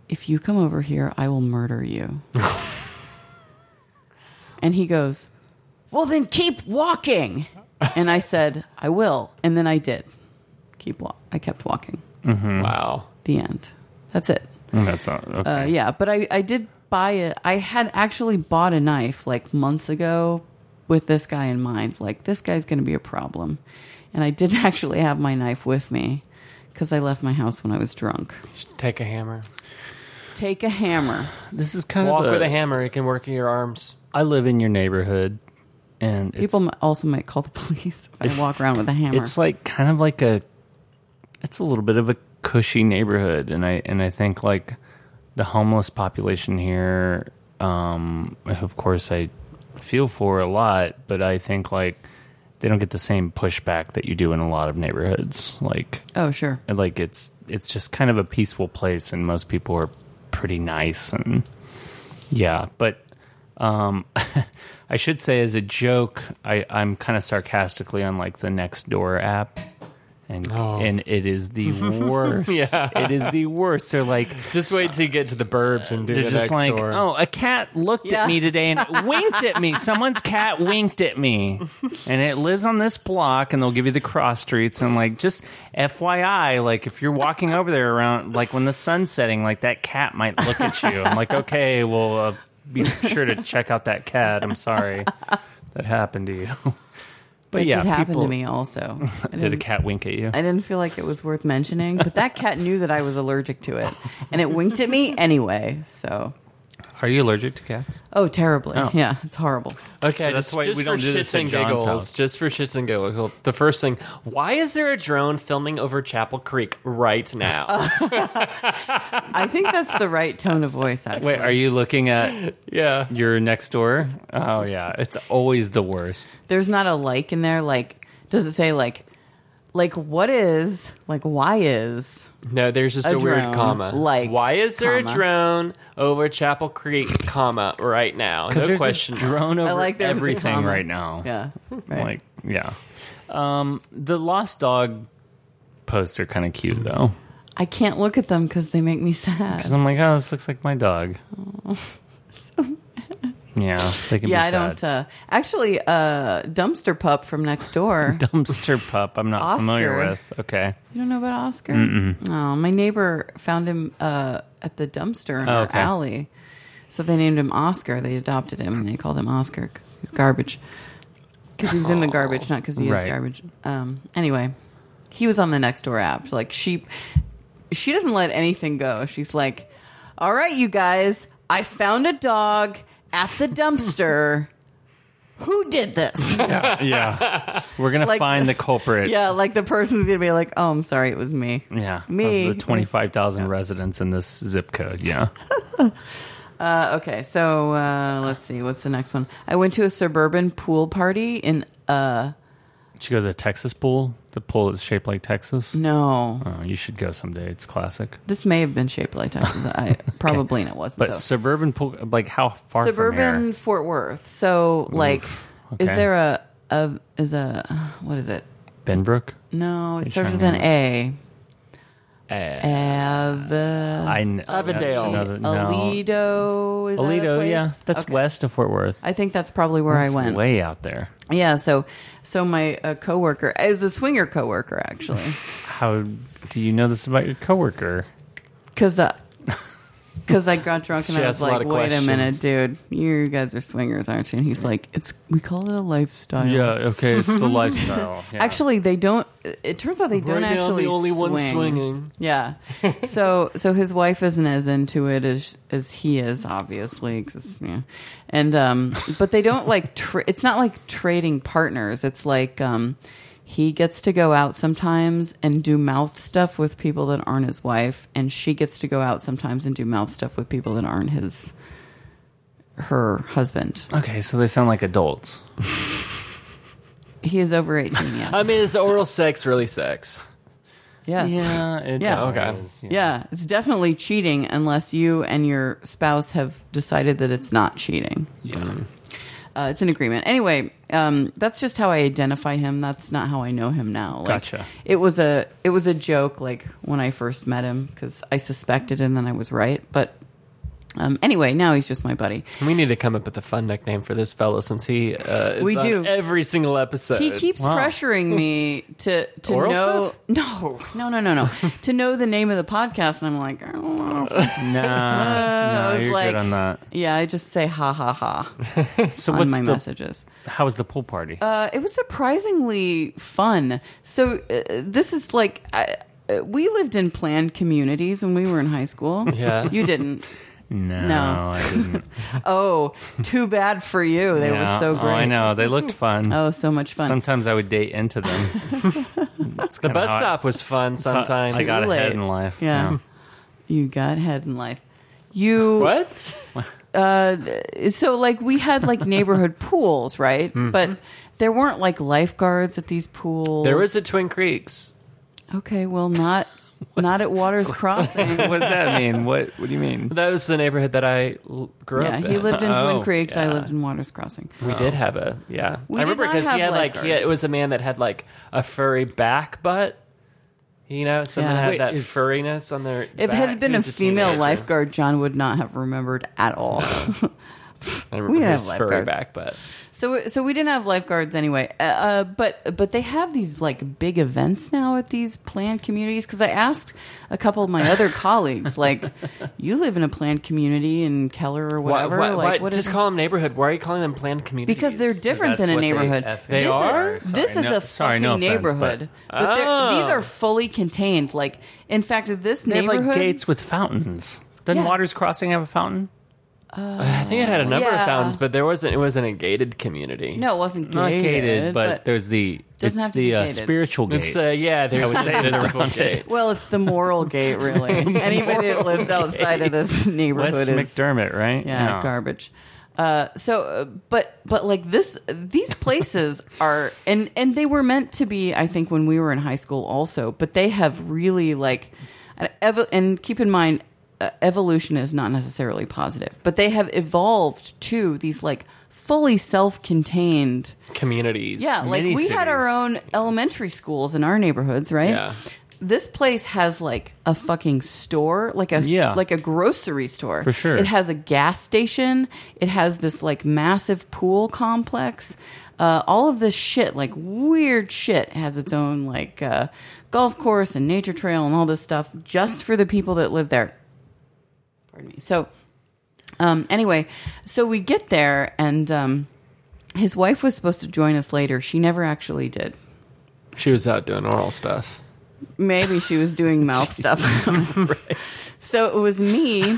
Speaker 1: "If you come over here, I will murder you." and he goes, well, then keep walking. and I said, I will. And then I did. Keep walk. I kept walking.
Speaker 3: Mm.
Speaker 2: Wow.
Speaker 1: The end. That's it.
Speaker 3: That's not okay.
Speaker 1: Uh, yeah, but I, I did buy it. I had actually bought a knife like months ago with this guy in mind. Like, this guy's going to be a problem. And I did <laughs> actually have my knife with me because I left my house when I was drunk.
Speaker 2: Take a hammer.
Speaker 1: Take a hammer.
Speaker 3: This is kind
Speaker 2: Walk
Speaker 3: of
Speaker 2: with a hammer. It can work in your arms.
Speaker 3: I live in your neighborhood, and it's,
Speaker 1: People mi- also might call the police if I
Speaker 3: It's-
Speaker 1: walk around with a hammer.
Speaker 3: it's like kind of like a. It's a little bit of a cushy neighborhood, and I and I think like the homeless population here. Um, of course, I feel for a lot, but I think like they don't get the same pushback that you do in a lot of neighborhoods. Like
Speaker 1: oh, sure.
Speaker 3: And, like it's it's just kind of a peaceful place and most people are pretty nice and yeah but um <laughs> i should say as a joke i i'm kind of sarcastically on like the next door app and
Speaker 2: Oh.
Speaker 3: and it
Speaker 2: <laughs>
Speaker 3: is the worst
Speaker 2: Yeah.
Speaker 3: it is the worst they're like
Speaker 2: Just wait till you get to the burbs and do
Speaker 3: they're
Speaker 2: the
Speaker 3: just
Speaker 2: next
Speaker 3: like
Speaker 2: door.
Speaker 3: oh a cat looked
Speaker 1: Yeah.
Speaker 3: at me
Speaker 1: <laughs>
Speaker 3: today and winked at me someone's cat winked at me and it lives on this block and they'll give you the cross streets and like just fyi like if you're walking over there around like when the sun's setting like that cat might look at you i'm like okay well uh, be sure to check out that cat i'm sorry that happened to you <laughs> but
Speaker 1: It
Speaker 3: yeah
Speaker 1: did happen
Speaker 3: people
Speaker 1: to me
Speaker 3: <laughs>
Speaker 1: also. I
Speaker 3: did a cat wink at you
Speaker 1: I didn't feel like it was worth mentioning, but that cat knew that I was allergic to it, and it winked at me anyway. So,
Speaker 3: are you allergic to cats
Speaker 1: oh, terribly.
Speaker 3: Oh.
Speaker 1: Yeah, it's horrible.
Speaker 2: Okay,
Speaker 3: That's
Speaker 2: just,
Speaker 3: why
Speaker 2: just
Speaker 3: we
Speaker 2: for
Speaker 3: don't do
Speaker 2: shits
Speaker 3: this at
Speaker 2: and
Speaker 3: John's
Speaker 2: giggles.
Speaker 3: house.
Speaker 2: Just for shits and giggles. Well, the first thing, why is there a drone filming over Chapel Creek
Speaker 1: <laughs>
Speaker 2: right now?
Speaker 1: Uh, I think that's the right tone of voice. Actually,
Speaker 3: wait are you looking at
Speaker 2: yeah.
Speaker 3: your next door oh yeah it's always the worst
Speaker 1: there's not a like in there. Like, does it say like, like what is like why is?
Speaker 2: No, there's just
Speaker 1: A
Speaker 2: a,
Speaker 1: drone,
Speaker 2: weird comma.
Speaker 1: like,
Speaker 2: why is there
Speaker 1: comma.
Speaker 2: a drone over Chapel Creek, comma, right
Speaker 3: <laughs>
Speaker 2: now?
Speaker 3: Because
Speaker 2: No
Speaker 3: there's
Speaker 2: question.
Speaker 3: a drone over
Speaker 1: I like there's a
Speaker 3: everything
Speaker 1: comma.
Speaker 3: right now.
Speaker 1: Yeah, right.
Speaker 3: Like, yeah. Um, the lost dog posts are kind of cute though,
Speaker 1: I can't look at them because they make me sad.
Speaker 3: because I'm like, oh, this looks like
Speaker 1: <laughs>
Speaker 3: my dog. yeah, they can
Speaker 1: Yeah, I
Speaker 3: be sad.
Speaker 1: don't. Uh, actually, uh, dumpster pup from next door.
Speaker 3: Dumpster pup, I'm not
Speaker 1: Oscar.
Speaker 3: familiar with. Okay,
Speaker 1: You don't know about Oscar? Oh, my neighbor found him uh, at the dumpster in
Speaker 3: Oh,
Speaker 1: our
Speaker 3: okay.
Speaker 1: alley. So they named him Oscar. They adopted him and they called him Oscar because he's garbage. Because he was in the garbage, not because he
Speaker 3: Oh, Right.
Speaker 1: is garbage. Um, anyway, he was on the next door app. Like she, she doesn't let anything go. She's like, "All right, you guys, I found a dog at the
Speaker 3: <laughs>
Speaker 1: dumpster. Who did this?"
Speaker 3: yeah, we're gonna
Speaker 1: Like-
Speaker 3: find the
Speaker 1: <laughs>
Speaker 3: culprit.
Speaker 1: yeah, like the person's gonna be like, "Oh, I'm sorry, it was me."
Speaker 3: Yeah, of
Speaker 1: Me.
Speaker 3: the twenty five thousand residents in this zip code. Yeah,
Speaker 1: Okay, so uh, let's see. What's the next one? I went to a suburban pool party in. Uh,
Speaker 3: should go to the Texas pool. The pool is shaped like Texas.
Speaker 1: no,
Speaker 3: Oh, you should go someday. It's classic.
Speaker 1: this may have been shaped like Texas.
Speaker 3: <laughs>
Speaker 1: I probably it wasn't.
Speaker 3: But
Speaker 1: though.
Speaker 3: suburban pool, like how far from
Speaker 1: suburban
Speaker 3: here?
Speaker 1: Fort Worth. So, like, is
Speaker 3: okay.
Speaker 1: there a a is a what is it?
Speaker 3: Benbrook.
Speaker 1: No, it
Speaker 3: It's
Speaker 1: starts with an A.
Speaker 3: hanging Uh,
Speaker 1: Av.
Speaker 3: I kn-
Speaker 2: Avondale.
Speaker 3: No, th- no.
Speaker 1: Alito. Is that a
Speaker 3: Alito,
Speaker 1: place?
Speaker 3: yeah, that's
Speaker 1: Okay.
Speaker 3: west of Fort Worth.
Speaker 1: I think that's probably where
Speaker 3: That's
Speaker 1: I went.
Speaker 3: way out there.
Speaker 1: Yeah, so so my uh, coworker is a swinger coworker actually.
Speaker 3: How do you know this about your coworker?
Speaker 2: <laughs>
Speaker 1: Because uh, because I got drunk and
Speaker 2: She
Speaker 1: I was
Speaker 2: asked a lot
Speaker 1: like,
Speaker 2: of
Speaker 1: "Wait a minute,
Speaker 2: questions.
Speaker 1: dude, you guys are swingers, aren't you?" And he's like, "It's we call it a lifestyle."
Speaker 3: okay, it's the lifestyle. Yeah.
Speaker 1: Actually, they don't. It turns out they don't
Speaker 2: Right now, I'm
Speaker 1: actually
Speaker 2: the only
Speaker 1: swing.
Speaker 2: one swinging. <laughs>
Speaker 1: Yeah. so so his wife isn't as into it as as he is, obviously. 'cause, yeah. And um, but they don't like. Tra- it's not like trading partners. It's like um, he gets to go out sometimes and do mouth stuff with people that aren't his wife, and she gets to go out sometimes and do mouth stuff with people that aren't his her husband.
Speaker 2: Uh,
Speaker 3: okay, so they sound like adults.
Speaker 1: He is over eighteen.
Speaker 2: <laughs>
Speaker 1: Yeah.
Speaker 2: <laughs> I mean, is oral sex really sex?
Speaker 1: yes.
Speaker 3: it
Speaker 1: Yeah.
Speaker 2: Okay.
Speaker 3: is,
Speaker 1: Yeah, it's definitely cheating unless you and your spouse have decided that it's not cheating. <laughs>
Speaker 3: yeah.
Speaker 1: Uh, it's an agreement. Anyway, um, that's just how I identify him. That's not how I know him now. Like,
Speaker 3: Gotcha.
Speaker 1: It was a it was a joke like when I first met him because I suspected and then I was right. But um, anyway, now he's just my buddy.
Speaker 2: We need to come up with a fun nickname for this fellow since he uh, is
Speaker 1: We
Speaker 2: on
Speaker 1: do.
Speaker 2: every single episode.
Speaker 1: He keeps
Speaker 3: Wow.
Speaker 1: pressuring me to to
Speaker 2: Oral
Speaker 1: know
Speaker 2: stuff?
Speaker 1: no no no
Speaker 3: <laughs>
Speaker 1: no no to know the name of the podcast, and I'm like, I don't know.
Speaker 3: Nah,
Speaker 1: I
Speaker 3: nah
Speaker 1: was
Speaker 3: you're
Speaker 1: like-
Speaker 3: good on that.
Speaker 1: yeah, I just say ha ha ha
Speaker 3: So
Speaker 1: on
Speaker 3: what's
Speaker 1: my
Speaker 3: the
Speaker 1: messages.
Speaker 3: how was the pool party?
Speaker 1: Uh, it was surprisingly fun. So uh, this is like I, uh, we lived in planned communities when we were in high
Speaker 3: <laughs>
Speaker 1: school.
Speaker 2: Yes.
Speaker 1: you didn't.
Speaker 3: no,
Speaker 1: no.
Speaker 3: I didn't.
Speaker 1: Oh, too bad for you. <laughs> They were
Speaker 3: Yeah.
Speaker 1: so
Speaker 3: Oh,
Speaker 1: great.
Speaker 3: I know they looked fun.
Speaker 1: Oh, so much fun.
Speaker 3: Sometimes I would date into them.
Speaker 2: the bus stop was fun sometimes.
Speaker 3: I got
Speaker 1: Too late.
Speaker 3: ahead in life.
Speaker 1: Yeah. <laughs> You got head in life. You
Speaker 2: What?
Speaker 1: so like we had like neighborhood <laughs> pools, right?
Speaker 3: Mm-hmm.
Speaker 1: But there weren't like lifeguards at these pools.
Speaker 2: There was a Twin Creeks.
Speaker 1: okay, well
Speaker 3: <laughs>
Speaker 1: not not at Waters Crossing.
Speaker 3: What does that mean? What What do you mean?
Speaker 2: That was the neighborhood that I l- grew
Speaker 1: yeah,
Speaker 2: up in.
Speaker 1: he lived in Twin
Speaker 3: <laughs> Oh,
Speaker 1: Creeks. I lived in Waters Crossing.
Speaker 2: We did have a yeah.
Speaker 1: We
Speaker 2: I
Speaker 1: did
Speaker 2: remember
Speaker 1: not
Speaker 2: because
Speaker 1: have
Speaker 2: he had like he had,
Speaker 1: lifeguards.
Speaker 2: it was a man that had like a furry back butt. You know, someone
Speaker 1: Yeah.
Speaker 2: had
Speaker 1: Wait,
Speaker 2: that
Speaker 3: is-
Speaker 2: furriness on their.
Speaker 1: If it had been a female lifeguard, John would not have remembered at all.
Speaker 3: <laughs>
Speaker 2: I
Speaker 1: we
Speaker 2: remember
Speaker 1: didn't
Speaker 2: his
Speaker 1: have
Speaker 2: furry
Speaker 1: lifeguards.
Speaker 2: back butt.
Speaker 1: so, so we didn't have lifeguards anyway. Uh, uh, but, but they have these like big events now at these planned communities. Because I asked a couple of my
Speaker 3: <laughs>
Speaker 1: other colleagues, like, you live in a planned community in Keller or
Speaker 2: Why,
Speaker 1: whatever.
Speaker 2: why,
Speaker 1: like,
Speaker 2: why,
Speaker 1: what
Speaker 2: just
Speaker 1: is-
Speaker 2: call them neighborhood. Why are you calling them planned communities?
Speaker 1: because they're different than a
Speaker 3: what they
Speaker 1: neighborhood.
Speaker 3: effing
Speaker 2: They
Speaker 1: This is-
Speaker 2: are?
Speaker 1: This
Speaker 3: Sorry,
Speaker 1: is
Speaker 3: no-
Speaker 1: a
Speaker 3: sorry,
Speaker 1: fucking
Speaker 3: no offense,
Speaker 1: neighborhood, but, they're-
Speaker 2: Oh.
Speaker 1: these are fully contained. Like, in fact, this
Speaker 3: They have
Speaker 1: neighborhood
Speaker 3: like gates with fountains. Doesn't
Speaker 1: Yeah.
Speaker 3: Waters Crossing have a fountain?
Speaker 2: I think it had a number
Speaker 1: Yeah.
Speaker 2: of fountains, but there wasn't. It wasn't a gated community.
Speaker 1: No, it wasn't gated,
Speaker 3: Not gated, but,
Speaker 1: but
Speaker 3: there's the
Speaker 1: Doesn't
Speaker 3: it's
Speaker 1: have to
Speaker 3: the
Speaker 1: be
Speaker 3: uh,
Speaker 1: gated.
Speaker 3: spiritual gate.
Speaker 2: It's uh, yeah. There's
Speaker 3: would say
Speaker 2: a
Speaker 3: it is a
Speaker 2: physical
Speaker 3: round
Speaker 2: gate.
Speaker 1: Well, it's the
Speaker 3: <laughs>
Speaker 1: moral gate, really. Anybody that lives outside of this
Speaker 3: West
Speaker 1: neighborhood is
Speaker 3: McDermott, right?
Speaker 1: yeah, garbage. Uh, so, uh, but but like this, these places <laughs> are, and and they were meant to be, I think, when we were in high school, also. But they have really like, an ev- and keep in mind, uh, evolution is not necessarily positive, but they have evolved to these like fully self-contained.
Speaker 2: communities.
Speaker 1: Yeah, like we had our
Speaker 3: mini-cities.
Speaker 1: own elementary schools in our neighborhoods, right?
Speaker 2: Yeah.
Speaker 1: This place has like a fucking store, like a
Speaker 3: Yeah.
Speaker 1: like a grocery store.
Speaker 3: For sure.
Speaker 1: It has a gas station. It has this like massive pool complex. Uh, all of this shit, like weird shit, has its own like uh, golf course and nature trail and all this stuff just for the people that live there. Pardon me. So, um, anyway, so we get there and. Um, his wife was supposed to join us later. She never actually did.
Speaker 2: She was out doing oral stuff.
Speaker 1: Maybe she was doing mouth
Speaker 2: <laughs>
Speaker 1: stuff. so it was me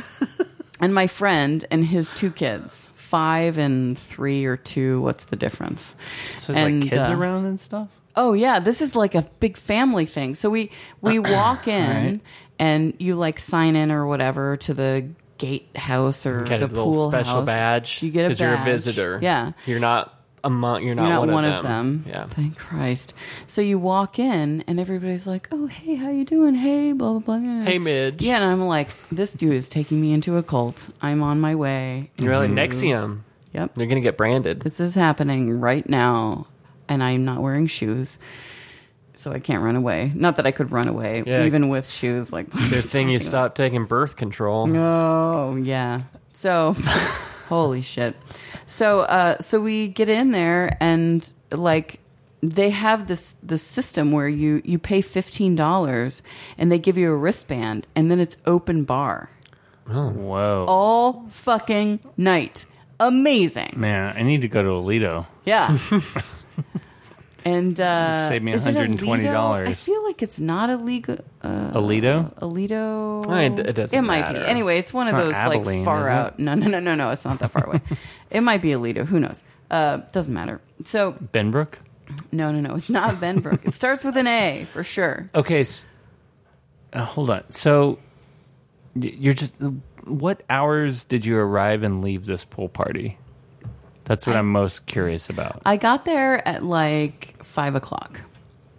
Speaker 1: and my friend and his two kids, five and three or two. What's the difference?
Speaker 3: So there's
Speaker 1: And,
Speaker 3: like kids
Speaker 1: uh,
Speaker 3: around and stuff.
Speaker 1: Oh yeah, this is like a big family thing. So we
Speaker 2: <clears throat>
Speaker 1: we walk in
Speaker 3: right.
Speaker 1: and you like sign in or whatever to the gatehouse or
Speaker 2: Get
Speaker 1: the
Speaker 2: a little
Speaker 1: pool
Speaker 2: special
Speaker 1: house.
Speaker 2: badge.
Speaker 1: You get a badge.
Speaker 2: because you're a visitor.
Speaker 1: Yeah,
Speaker 2: you're not among. You're not,
Speaker 1: You're not
Speaker 2: one,
Speaker 1: one,
Speaker 2: of,
Speaker 1: of
Speaker 2: them.
Speaker 1: them.
Speaker 2: Yeah.
Speaker 1: Thank Christ. So you walk in and everybody's like, "Oh, hey, how you doing? Hey, blah blah blah."
Speaker 2: Hey, Midge.
Speaker 1: Yeah, and I'm like, "This dude is taking me into a cult. I'm on my way."
Speaker 2: You're like Nexium.
Speaker 1: Yep.
Speaker 2: You're gonna get branded.
Speaker 1: This is happening right now and I'm not wearing shoes. So I can't run away. Not that I could run away
Speaker 2: Yeah.
Speaker 1: even with shoes like <laughs>
Speaker 2: Good thing you stopped taking birth control.
Speaker 1: Oh yeah. So <laughs> holy shit. So uh so we get in there and like they have this this system where you you pay fifteen dollars and they give you a wristband and then it's open bar.
Speaker 3: Whoa.
Speaker 1: Oh. all fucking night. Amazing.
Speaker 3: Man, I need to go to Alito.
Speaker 1: Yeah. and uh,
Speaker 3: Saved me
Speaker 1: is it
Speaker 3: $120.
Speaker 1: Alito? I feel like it's not illegal. Uh,
Speaker 3: Alito?
Speaker 1: Alito.
Speaker 2: I mean, it doesn't
Speaker 1: It might be.
Speaker 2: matter.
Speaker 1: Anyway, it's one
Speaker 3: It's
Speaker 1: of
Speaker 3: not
Speaker 1: those
Speaker 3: Abilene,
Speaker 1: like
Speaker 3: is
Speaker 1: far
Speaker 3: it?
Speaker 1: out. No, no, no, no, no. It's not that far away. it might be Alito. Who knows? Uh, doesn't matter. So
Speaker 3: Benbrook?
Speaker 1: no, no, no. It's not Benbrook. it starts with an A for sure.
Speaker 3: Okay. s uh, hold on. So y- you're just. What hours did you arrive and leave this pool party? That's what I, am most curious about.
Speaker 1: I got there at like five o'clock.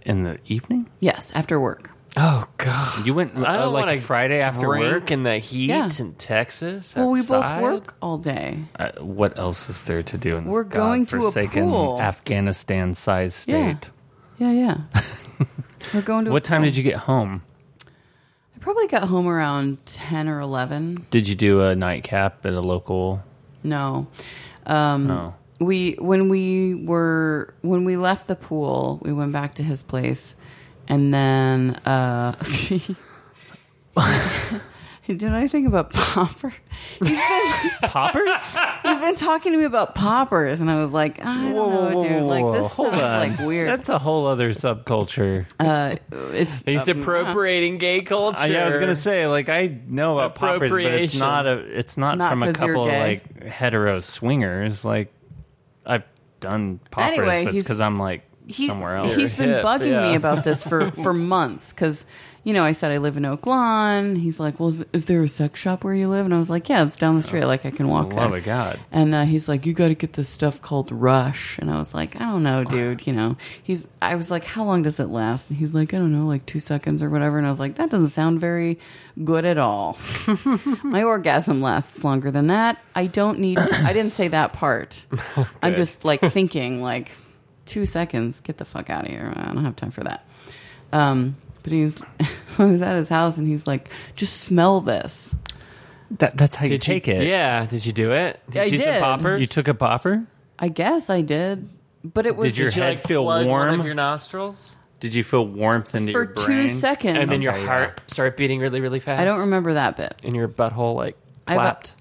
Speaker 3: In the evening?
Speaker 1: Yes, after work.
Speaker 2: Oh God!
Speaker 3: You went
Speaker 2: I
Speaker 3: uh,
Speaker 2: don't
Speaker 3: like
Speaker 2: want
Speaker 3: Friday after work?
Speaker 2: drink in the heat
Speaker 1: Yeah.
Speaker 2: in Texas.
Speaker 1: Well, we both
Speaker 2: outside.
Speaker 1: work all day.
Speaker 3: Uh, what else is there to do in this
Speaker 1: We're going to a
Speaker 3: godforsaken
Speaker 1: pool.
Speaker 3: Afghanistan-sized state?
Speaker 1: Yeah. Yeah,
Speaker 3: <laughs>
Speaker 1: yeah. We're going to
Speaker 3: What time did you get home?
Speaker 1: I probably got home around 10 or 11.
Speaker 3: Did you do a nightcap at a local?
Speaker 1: No. Um,
Speaker 3: No.
Speaker 1: We when we were when we left the pool, we went back to his place, and then uh, <laughs> he did anything about popper. He's been, <laughs>
Speaker 3: Poppers?
Speaker 1: he's been talking to me about poppers, and I was like, I don't know, dude. Like this
Speaker 3: Hold
Speaker 1: sounds
Speaker 3: on.
Speaker 1: like weird.
Speaker 3: That's a whole other subculture.
Speaker 1: uh, it's
Speaker 2: He's appropriating
Speaker 1: uh,
Speaker 2: gay culture.
Speaker 3: I, yeah, I was gonna say, like, I know about poppers, but it's
Speaker 2: Appropriation.
Speaker 3: not a, it's not,
Speaker 1: Not
Speaker 3: from a
Speaker 1: 'cause you're
Speaker 3: couple of,
Speaker 1: gay.
Speaker 3: like hetero swingers. Like, I've done poppers,
Speaker 1: Anyway,
Speaker 3: but it's
Speaker 1: he's-
Speaker 3: because I'm like
Speaker 1: He's-
Speaker 3: somewhere else.
Speaker 1: He's been
Speaker 2: Hip,
Speaker 1: bugging me
Speaker 2: yeah.
Speaker 1: about this for,
Speaker 3: <laughs>
Speaker 1: for months because, you know, I said I live in Oak Lawn. He's like, well, is, is there a sex shop where you live? And I was like, yeah, it's down the street. Like, I can walk
Speaker 3: Oh, For the love
Speaker 1: there.
Speaker 3: of God.
Speaker 1: And uh, he's like, you got to get this stuff called Rush. And I was like, I don't know, dude. You know, he's, I was like, how long does it last? And he's like, I don't know, like two seconds or whatever. And I was like, that doesn't sound very good at all. My orgasm lasts longer than that. I don't need, to, I didn't say that part. I'm just like thinking, like, two seconds, get the fuck out of here. I don't have time for that. Um, but he's, <laughs> I was at his house and he's like, just smell this.
Speaker 3: That, that's how you
Speaker 2: Did
Speaker 3: take
Speaker 2: you,
Speaker 3: it.
Speaker 2: Yeah. Did you do it? Did
Speaker 1: I
Speaker 2: you
Speaker 1: did.
Speaker 2: Some poppers?
Speaker 3: You took a popper?
Speaker 1: I guess I did, but it was
Speaker 3: Did your
Speaker 2: Did you,
Speaker 3: head
Speaker 2: like,
Speaker 3: feel
Speaker 2: plug one
Speaker 3: warm?
Speaker 2: of your nostrils,
Speaker 3: Did you feel warmth into
Speaker 1: for
Speaker 3: your brain?
Speaker 1: two seconds.
Speaker 2: and then your
Speaker 3: Okay, yeah.
Speaker 2: heart started beating really, really fast.
Speaker 1: I don't remember that bit.
Speaker 2: And your butthole like
Speaker 1: I have a-
Speaker 2: clapped.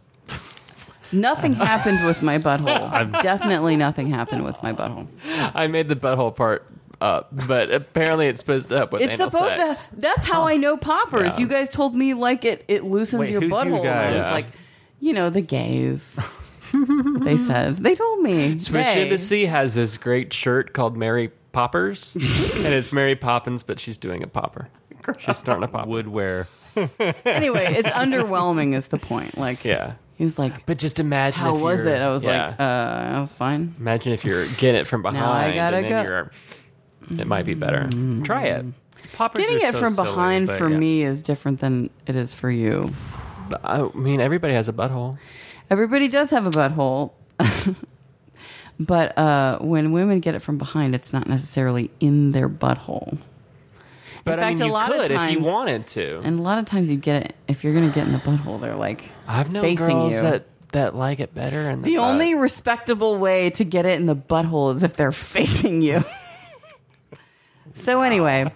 Speaker 1: Nothing happened with my butthole. Definitely nothing happened with my butthole.
Speaker 2: I made the butthole part up, but apparently it's supposed to up with
Speaker 1: It's
Speaker 2: anal
Speaker 1: supposed
Speaker 2: sex.
Speaker 1: to. That's how I know poppers.
Speaker 3: Yeah.
Speaker 1: You guys told me like it it loosens
Speaker 3: Wait,
Speaker 1: your
Speaker 3: who's you
Speaker 1: butthole. And I was
Speaker 2: guys?
Speaker 1: like, you know, the gays. <laughs> they says they told me.
Speaker 2: Swish
Speaker 1: They.
Speaker 2: Embassy has this great shirt called Mary Poppers, <laughs> and it's Mary Poppins, but she's doing a popper. She's starting a popper.
Speaker 3: Would wear.
Speaker 1: Anyway, it's underwhelming is the point. Like
Speaker 2: Yeah.
Speaker 1: he was like,
Speaker 2: But just imagine
Speaker 1: how
Speaker 2: if
Speaker 1: was
Speaker 2: you're-
Speaker 1: it? I was
Speaker 2: yeah.
Speaker 1: like, uh, I was fine.
Speaker 2: imagine if you're
Speaker 1: <laughs>
Speaker 2: getting it from behind.
Speaker 1: I gotta Mm.
Speaker 2: and then You're, it might be better. Try it.
Speaker 3: Poppers
Speaker 1: Getting
Speaker 3: are
Speaker 1: it
Speaker 3: so
Speaker 1: from
Speaker 3: silly,
Speaker 1: behind
Speaker 3: but
Speaker 1: for
Speaker 3: yeah.
Speaker 1: me is different than it is for you.
Speaker 2: But I mean, everybody has a butthole.
Speaker 1: Everybody does have a butthole. <laughs> but uh, when women get it from behind, it's not necessarily in their butthole.
Speaker 2: But I
Speaker 1: fact,
Speaker 2: mean,
Speaker 1: a
Speaker 2: you
Speaker 1: lot of
Speaker 2: could if you
Speaker 1: times-
Speaker 2: wanted to.
Speaker 1: And a lot of times you get it, if you're going to get in the butthole, they're like,
Speaker 2: I've known
Speaker 1: facing
Speaker 2: girls
Speaker 1: you.
Speaker 2: that Uh, that like it better, and
Speaker 1: the only respectable way to get it in the butthole is if they're <laughs> facing you. so, anyway.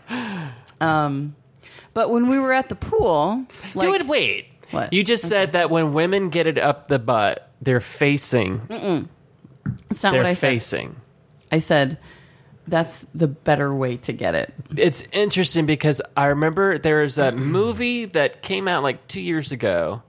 Speaker 1: Um, but when we were at the pool, like,
Speaker 2: Do it. Wait.
Speaker 1: What?
Speaker 2: You just said that when women get it up the butt, they're facing.
Speaker 1: it's not what Mm, I said.
Speaker 2: They're facing.
Speaker 1: I said, that's the better way to get it.
Speaker 2: It's interesting because I remember there was a movie that came out like two years ago,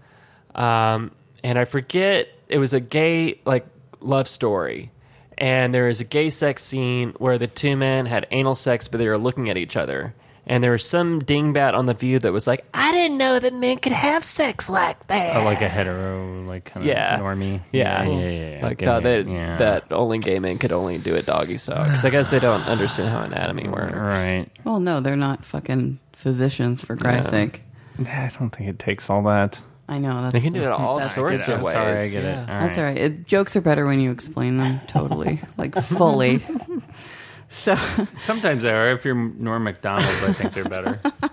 Speaker 2: um, and I forget it was a gay like love story, and there was a gay sex scene where the two men had anal sex, but they were looking at each other, and there was some dingbat on the view that was like, "I didn't know that men could have sex like that."
Speaker 3: Oh, like a hetero, like kind of
Speaker 2: yeah,
Speaker 3: Uh, normie.
Speaker 2: Yeah,
Speaker 3: yeah, yeah. yeah.
Speaker 2: Like
Speaker 3: Get
Speaker 2: no,
Speaker 3: it.
Speaker 2: that,
Speaker 3: Yeah.
Speaker 2: that only gay men could only do it doggy style. Because I guess they don't understand how anatomy works.
Speaker 3: Right.
Speaker 1: Well, no, they're not fucking physicians for Christ's
Speaker 2: Yeah.
Speaker 1: sake.
Speaker 3: I don't think it takes all that.
Speaker 1: I know that's
Speaker 2: They can do it all
Speaker 1: that's-
Speaker 2: sorts
Speaker 3: I'm
Speaker 2: of ways.
Speaker 3: sorry, I get
Speaker 2: Yeah.
Speaker 3: it. All
Speaker 1: That's all
Speaker 3: right.
Speaker 1: right. It, jokes are better when you explain them
Speaker 2: <laughs>
Speaker 1: totally, like fully. So
Speaker 3: Sometimes they are. If you're Norm Macdonald, I think they're
Speaker 2: <laughs>
Speaker 3: better.
Speaker 2: Oh,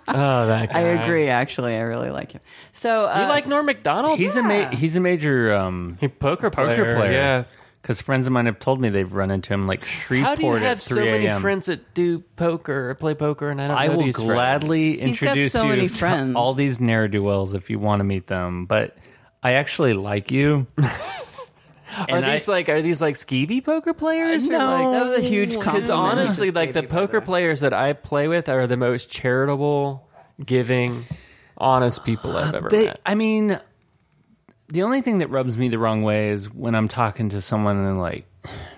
Speaker 2: that
Speaker 1: I
Speaker 2: guy.
Speaker 1: agree. Actually, I really like him. So uh,
Speaker 2: You like Norm Macdonald?
Speaker 3: He's a ma- he's a major um,
Speaker 2: a poker
Speaker 3: poker player.
Speaker 2: Yeah.
Speaker 3: Because friends of mine have told me they've run into him like
Speaker 2: How
Speaker 3: Shreveport
Speaker 2: do you have
Speaker 3: at 3
Speaker 2: so many
Speaker 3: a.m.
Speaker 2: friends that do poker or play poker and I don't
Speaker 3: I
Speaker 2: know
Speaker 3: will
Speaker 2: these friends?
Speaker 3: gladly
Speaker 1: got
Speaker 3: introduce
Speaker 1: so many
Speaker 3: you
Speaker 1: friends.
Speaker 3: to all these ne'er do wells if you want to meet them. But I actually like you.
Speaker 2: <laughs> Are
Speaker 3: And I-
Speaker 2: these like are these like skeevy poker players?
Speaker 3: No.
Speaker 2: or like,
Speaker 1: That was a huge compliment.
Speaker 2: Because honestly, like the poker players that I play with are the most charitable, giving, honest people I've ever
Speaker 3: Uh, They,
Speaker 2: met.
Speaker 3: I mean, the only thing that rubs me the wrong way is when I'm talking to someone and they're like,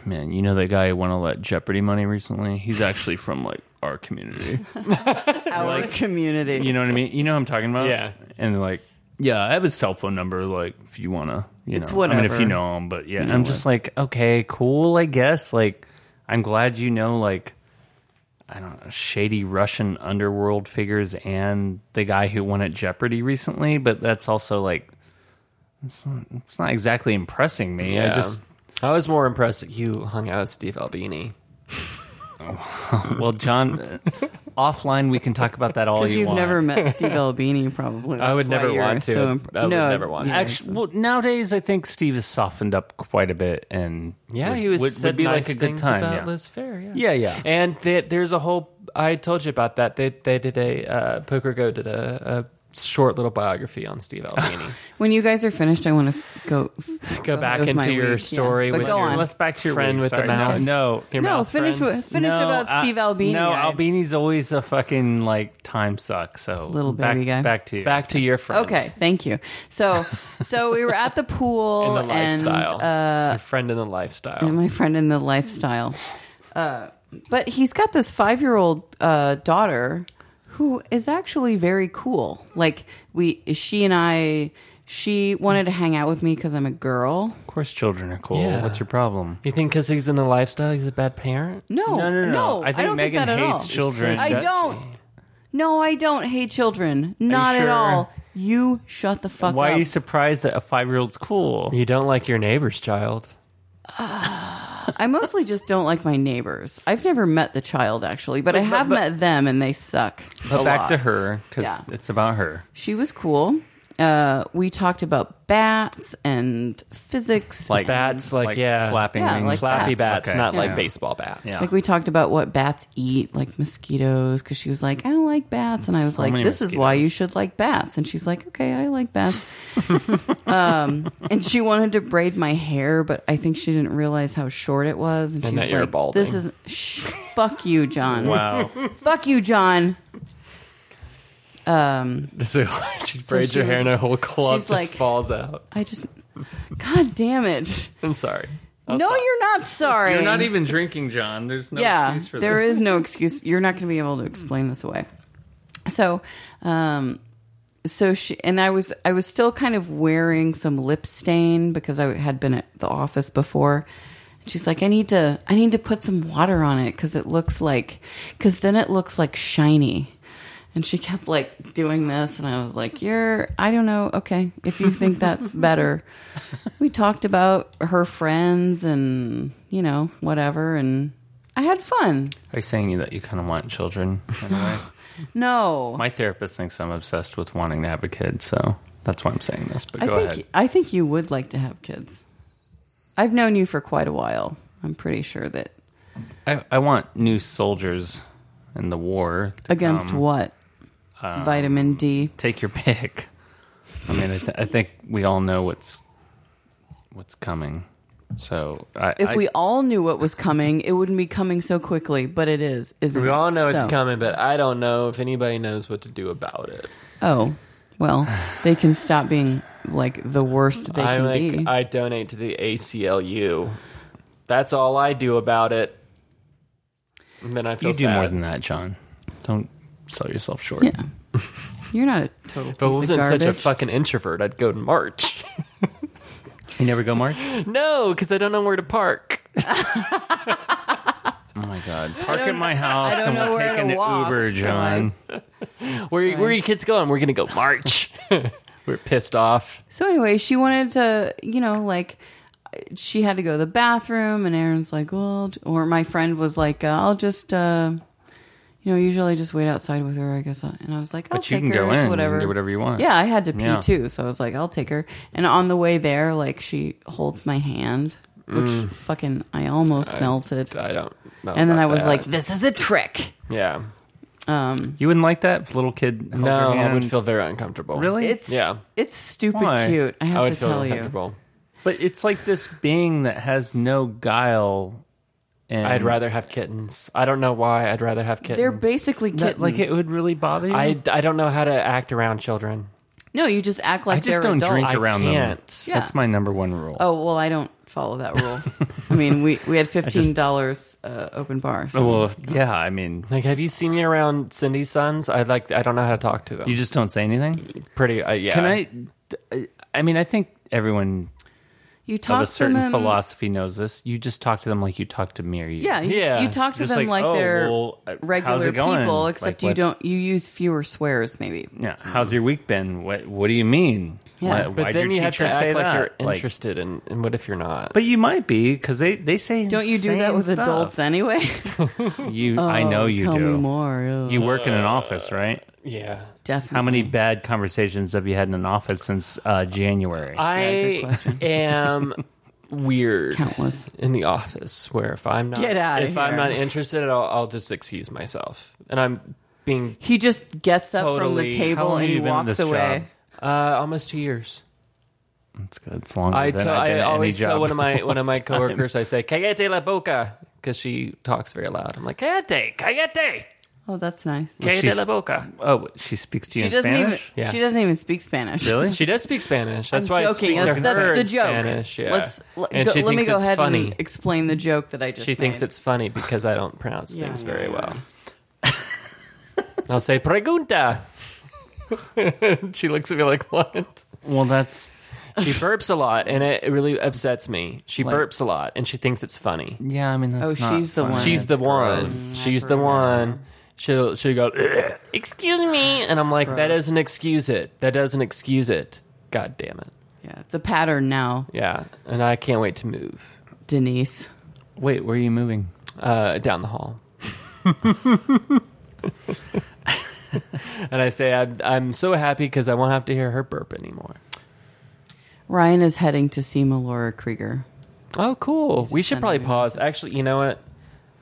Speaker 3: man, you know that guy who won all that Jeopardy money recently? He's actually from like our community.
Speaker 1: Our community.
Speaker 3: You know what I mean? You know what I'm talking about?
Speaker 2: Yeah.
Speaker 3: And they're like, yeah, I have his cell phone number. Like, if you wanna, you
Speaker 1: It's
Speaker 3: know, I mean, if
Speaker 1: whatever.
Speaker 3: you know him, but yeah, I'm just like, okay, cool, I guess. Like, I'm glad you know, like, I don't know, shady Russian underworld figures and the guy who won at Jeopardy recently. But that's also like, it's not, it's not exactly impressing me. I
Speaker 2: Yeah.
Speaker 3: just,
Speaker 2: I was more impressed that you hung out with Steve Albini.
Speaker 3: well, John, offline we can talk about that all
Speaker 1: because
Speaker 3: you
Speaker 1: you've
Speaker 3: want.
Speaker 1: never met
Speaker 2: <laughs>
Speaker 1: Steve Albini, probably.
Speaker 2: I would
Speaker 1: That's why
Speaker 2: never
Speaker 1: you're
Speaker 2: want to.
Speaker 1: So
Speaker 2: I would
Speaker 1: no,
Speaker 2: never
Speaker 1: it's-
Speaker 2: want to.
Speaker 1: yeah,
Speaker 3: Actually, well, nowadays I think Steve has softened up quite a bit, and
Speaker 2: Yeah,
Speaker 3: would,
Speaker 2: he was
Speaker 3: would,
Speaker 2: said
Speaker 3: would be
Speaker 2: nice
Speaker 3: like a good
Speaker 2: things
Speaker 3: time.
Speaker 2: about
Speaker 3: yeah.
Speaker 2: Liz Fair. Yeah,
Speaker 3: Yeah, yeah.
Speaker 2: And they, there's a whole. I told you about that. They they did a uh, Poker Go did a, a short little biography on Steve
Speaker 3: <laughs>
Speaker 2: Albini. <laughs>
Speaker 1: When you guys are finished, I want to f- go.
Speaker 2: go back
Speaker 1: with my
Speaker 2: into your
Speaker 1: week, yeah.
Speaker 2: story
Speaker 1: But
Speaker 2: with
Speaker 1: go
Speaker 2: your
Speaker 1: on.
Speaker 3: Let's back to your
Speaker 2: friend
Speaker 3: week.
Speaker 2: with
Speaker 3: Sorry,
Speaker 2: the
Speaker 3: no,
Speaker 2: mouth.
Speaker 3: no.
Speaker 2: your
Speaker 1: No,
Speaker 2: mouth
Speaker 1: finish
Speaker 2: friends.
Speaker 1: with- Finish about Steve Albini,
Speaker 3: No,
Speaker 1: guy.
Speaker 3: Albini's always a fucking like time suck. So
Speaker 1: Little
Speaker 3: back,
Speaker 1: baby guy.
Speaker 3: Back to you.
Speaker 2: back to your friends.
Speaker 1: Okay, thank you. So, so we were at the pool
Speaker 2: <laughs> in the lifestyle,
Speaker 1: and, uh, Mm-hmm.
Speaker 2: your friend in the lifestyle.
Speaker 1: and my friend in the lifestyle. Uh, but he's got this five year old uh, daughter who is actually very cool. Like we, she and I, she wanted to hang out with me because I'm a girl.
Speaker 3: Of course, children are cool.
Speaker 2: Yeah.
Speaker 3: What's your problem?
Speaker 2: you think because he's in the lifestyle, he's a bad parent?
Speaker 1: No,
Speaker 3: no, no, no. I think
Speaker 1: don't
Speaker 3: Megan
Speaker 1: that at
Speaker 3: hates
Speaker 1: all.
Speaker 3: children.
Speaker 1: I
Speaker 3: Does
Speaker 1: don't. No, I don't hate children. Not at
Speaker 3: sure?
Speaker 1: all. You shut the fuck
Speaker 3: Why
Speaker 1: up.
Speaker 3: are you surprised that a five-year-old's cool?
Speaker 2: You don't like your neighbor's child.
Speaker 1: I mostly just don't like my neighbors. I've never met the child actually, but, I have met them and they suck.
Speaker 3: But
Speaker 1: a
Speaker 3: back
Speaker 1: lot.
Speaker 3: to her because
Speaker 1: Yeah.
Speaker 3: it's about her.
Speaker 1: She was cool. Uh, we talked about bats and physics.
Speaker 3: Like
Speaker 2: Bats, like,
Speaker 3: like
Speaker 2: yeah,
Speaker 3: flapping
Speaker 1: Yeah,
Speaker 3: wings.
Speaker 1: like
Speaker 2: flappy
Speaker 1: bats.
Speaker 2: bats,
Speaker 3: Okay.
Speaker 2: not like
Speaker 1: Yeah.
Speaker 2: baseball bats.
Speaker 3: Yeah.
Speaker 1: Like we talked about what bats eat, like mosquitoes, because she was like, I don't like bats, and I was like,
Speaker 3: many
Speaker 1: This is why
Speaker 3: mosquitoes.
Speaker 1: you should like bats, and she's like, Okay, I like
Speaker 3: <laughs>
Speaker 1: bats. um, and she wanted to braid my hair, but I think she didn't realize how short it was, and,
Speaker 2: And
Speaker 1: she's
Speaker 2: that you're
Speaker 1: like,
Speaker 2: balding.
Speaker 1: This is shh, fuck you, John.
Speaker 3: Wow.
Speaker 1: Fuck you, John.
Speaker 2: <laughs> So she braids
Speaker 1: she
Speaker 2: your hair and
Speaker 1: was-
Speaker 2: her whole club
Speaker 1: she's
Speaker 2: just
Speaker 1: like-
Speaker 2: falls out.
Speaker 1: I just, God damn it.
Speaker 2: I'm sorry. I was
Speaker 1: No,
Speaker 2: not-
Speaker 1: you're not sorry.
Speaker 3: You're not even drinking, John. There's no
Speaker 1: yeah,
Speaker 3: excuse for
Speaker 1: there
Speaker 3: this.
Speaker 1: is no excuse. You're not going to be able to explain this away. So, um, so she and I was I was still kind of wearing some lip stain because I had been at the office before. She's like, I need to I need to put some water on it because it looks like because then it looks like shiny. And she kept like doing this, and I was like, "You're, I don't know. Okay, if you think
Speaker 3: <laughs>
Speaker 1: that's better." we talked about her friends and you know whatever, and I had fun.
Speaker 3: Are you saying that you kind of want children? in a way?
Speaker 1: No,
Speaker 3: My therapist thinks I'm obsessed with wanting to have a kid, so that's why I'm saying this. But
Speaker 1: I
Speaker 3: go
Speaker 1: think
Speaker 3: ahead.
Speaker 1: I think you would like to have kids. I've known you for quite a while. I'm pretty sure that
Speaker 3: I, I want new soldiers in the war. to
Speaker 1: against
Speaker 2: Um,
Speaker 3: come.
Speaker 1: what vitamin D.
Speaker 3: Take your pick. I mean, I, th- I think we all know what's what's coming. So I,
Speaker 1: If
Speaker 3: I-
Speaker 1: we all knew what was coming, it wouldn't be coming so quickly. But it is, isn't
Speaker 2: We
Speaker 1: it?
Speaker 2: all know
Speaker 1: So-
Speaker 2: it's coming, but I don't know if anybody knows what to do about it.
Speaker 1: Oh, well, they can stop being like the worst they
Speaker 2: I
Speaker 1: can
Speaker 2: like
Speaker 1: be.
Speaker 2: I donate to the ACLU. That's all I do about it. And then I feel
Speaker 3: you do
Speaker 2: sad.
Speaker 3: more than that, John. Don't sell yourself short.
Speaker 1: Yeah. You're not a total.
Speaker 2: if I
Speaker 1: piece of
Speaker 2: wasn't such a
Speaker 1: garbage.
Speaker 2: fucking introvert, I'd go to March. <laughs>
Speaker 3: You never go March.
Speaker 2: no, because I don't know where to park.
Speaker 3: Oh my God! Park at my house,
Speaker 1: don't
Speaker 3: and
Speaker 1: know
Speaker 3: we'll
Speaker 1: where
Speaker 3: take
Speaker 1: to
Speaker 3: an
Speaker 1: walk,
Speaker 3: Uber,
Speaker 1: so
Speaker 3: John.
Speaker 2: Where where are your kids going? We're gonna go March. <laughs> We're pissed off.
Speaker 1: So anyway, she wanted to, you know, like she had to go to the bathroom, and Aaron's like, "Well," I'll j-" or my friend was like, uh, "I'll just, uh, you know, usually I just wait outside with her, I guess." And I was like, "I'll
Speaker 3: But you
Speaker 1: take
Speaker 3: can
Speaker 1: her.
Speaker 3: go
Speaker 1: it's
Speaker 3: in and
Speaker 1: whatever,
Speaker 3: do whatever you want.
Speaker 1: Yeah, I had to pee
Speaker 3: Yeah.
Speaker 1: too, so I was like, "I'll take her." And on the way there, like she holds my hand, which
Speaker 3: Mm.
Speaker 1: fucking I almost melted.
Speaker 2: I don't know.
Speaker 1: and then
Speaker 2: about
Speaker 1: I was
Speaker 2: that.
Speaker 1: like, "This is a trick."
Speaker 2: yeah.
Speaker 1: Um,
Speaker 3: You wouldn't like that if little kid. held your
Speaker 2: No, I
Speaker 3: hand?
Speaker 2: would feel very uncomfortable.
Speaker 3: really.
Speaker 1: it's
Speaker 2: Yeah.
Speaker 1: it's stupid
Speaker 3: Why?
Speaker 1: cute. I have
Speaker 2: I would
Speaker 1: to
Speaker 2: feel
Speaker 1: tell you.
Speaker 2: uncomfortable.
Speaker 3: but it's like this being that has no guile. And
Speaker 2: I'd rather have kittens. I don't know why. I'd rather have kittens.
Speaker 1: They're basically kittens.
Speaker 3: that, like it would really bother you.
Speaker 2: I, I don't know how to act around children.
Speaker 1: no, you just act like
Speaker 3: I just
Speaker 1: they're
Speaker 3: don't
Speaker 1: adults.
Speaker 3: drink
Speaker 2: I
Speaker 3: around
Speaker 2: can't.
Speaker 3: them. That's my number one rule.
Speaker 1: Oh well, I don't follow that rule. I mean, we
Speaker 3: <laughs>
Speaker 1: we had fifteen dollars uh, open bars.
Speaker 3: well, if- yeah. I mean,
Speaker 2: Like, have you seen me around Cindy's sons? I like. I don't know how to talk to them.
Speaker 3: you just don't say anything.
Speaker 2: pretty. Uh, yeah.
Speaker 3: Can I? I mean, I think everyone
Speaker 1: you talk
Speaker 3: of a
Speaker 1: to
Speaker 3: certain
Speaker 1: them,
Speaker 3: philosophy knows this. You just talk to them like you talk to me or you.
Speaker 1: Yeah, you,
Speaker 2: Yeah,
Speaker 1: you talk to
Speaker 3: just
Speaker 1: them like,
Speaker 3: like, "Oh,
Speaker 1: they're
Speaker 3: well, uh, how's
Speaker 1: regular
Speaker 3: it going?
Speaker 1: people,
Speaker 3: Like,
Speaker 1: except you
Speaker 3: what's-
Speaker 1: don't. You use fewer swears, maybe.
Speaker 3: Yeah. How's your week been? What What do you mean?
Speaker 1: Yeah.
Speaker 3: Why,
Speaker 2: But
Speaker 3: why'd
Speaker 2: then
Speaker 3: your
Speaker 2: you have
Speaker 3: teacher
Speaker 2: to act
Speaker 3: say
Speaker 2: like
Speaker 3: that?
Speaker 2: you're interested, and, and what if you're not?
Speaker 3: but you might be because they they say.
Speaker 1: Don't you do that
Speaker 3: insane
Speaker 1: with
Speaker 3: stuff. Oh,
Speaker 1: adults
Speaker 3: <laughs>
Speaker 1: anyway?
Speaker 3: You, I know you
Speaker 1: Tell
Speaker 3: do.
Speaker 1: me more. Ugh.
Speaker 3: You work in an office, right?
Speaker 2: yeah.
Speaker 1: Definitely.
Speaker 3: How many bad conversations have you had in an office since uh, January?
Speaker 1: good
Speaker 2: I
Speaker 1: question.
Speaker 2: <laughs> am weird.
Speaker 1: Countless.
Speaker 2: in the office where if I'm not
Speaker 1: Get outta
Speaker 2: if I'm
Speaker 1: here.
Speaker 2: not interested, I'll, I'll just excuse myself, and I'm being
Speaker 1: He just gets up from
Speaker 2: Totally.
Speaker 1: the
Speaker 3: How
Speaker 1: table
Speaker 3: long
Speaker 1: and
Speaker 3: have
Speaker 1: he
Speaker 3: you been in
Speaker 1: walks
Speaker 3: this
Speaker 1: away.
Speaker 3: job?
Speaker 2: uh, almost two years.
Speaker 3: it's good. It's longer
Speaker 2: I
Speaker 3: than
Speaker 2: tell-
Speaker 3: I've been
Speaker 2: I
Speaker 3: at any
Speaker 2: always
Speaker 3: job.
Speaker 2: tell one of my one
Speaker 1: <laughs>
Speaker 2: of my coworkers, I say "Cállate la boca" because she talks very loud. I'm like "Cállate, cállate,
Speaker 1: Oh, that's nice.
Speaker 2: cállate
Speaker 3: she's-
Speaker 2: la boca."
Speaker 3: <laughs> Oh, she speaks to you
Speaker 1: She
Speaker 3: in
Speaker 1: doesn't even.
Speaker 3: Spanish.
Speaker 2: Yeah.
Speaker 1: She doesn't even speak Spanish.
Speaker 3: Really?
Speaker 2: She does speak Spanish. That's
Speaker 1: I'm
Speaker 2: why
Speaker 1: joking.
Speaker 2: I speak
Speaker 1: That's,
Speaker 2: to
Speaker 1: that's
Speaker 2: her
Speaker 1: the
Speaker 2: in
Speaker 1: joke.
Speaker 2: Spanish. Yeah.
Speaker 1: Let's let,
Speaker 2: and
Speaker 1: go,
Speaker 2: she
Speaker 1: let me
Speaker 2: thinks
Speaker 1: go
Speaker 2: it's
Speaker 1: ahead
Speaker 2: funny.
Speaker 1: and explain the joke that I just.
Speaker 2: she thinks
Speaker 1: made.
Speaker 2: it's funny because I don't pronounce
Speaker 1: Yeah,
Speaker 2: things
Speaker 1: yeah,
Speaker 2: very
Speaker 1: yeah. <laughs>
Speaker 2: well. I'll
Speaker 1: <laughs>
Speaker 2: say "pregunta." she looks at me like, "What?"
Speaker 3: Well, that's
Speaker 2: She burps a lot, and it it really upsets me. She
Speaker 3: Like-
Speaker 2: burps a lot, and she thinks it's funny.
Speaker 3: yeah. I mean, that's
Speaker 1: Oh,
Speaker 3: not
Speaker 1: she's the
Speaker 3: fun.
Speaker 1: one.
Speaker 2: She's the
Speaker 3: It's
Speaker 2: one.
Speaker 3: gross.
Speaker 2: She's the
Speaker 1: Never.
Speaker 2: one. She'll she'll go. "Ugh, Excuse me, and I'm like, that
Speaker 1: Gross.
Speaker 2: doesn't excuse it. That doesn't excuse it. God damn it.
Speaker 1: yeah, it's a pattern now,
Speaker 2: Yeah, and I can't wait to move
Speaker 1: Denise.
Speaker 3: Wait, where are you moving?
Speaker 2: uh, down the hall. <laughs> and I say, I'm, I'm so happy because I won't have to hear her burp anymore.
Speaker 1: Ryan is heading to see Melora Krieger.
Speaker 2: Oh, cool. We should probably
Speaker 1: sending me
Speaker 2: pause. Actually, you know what?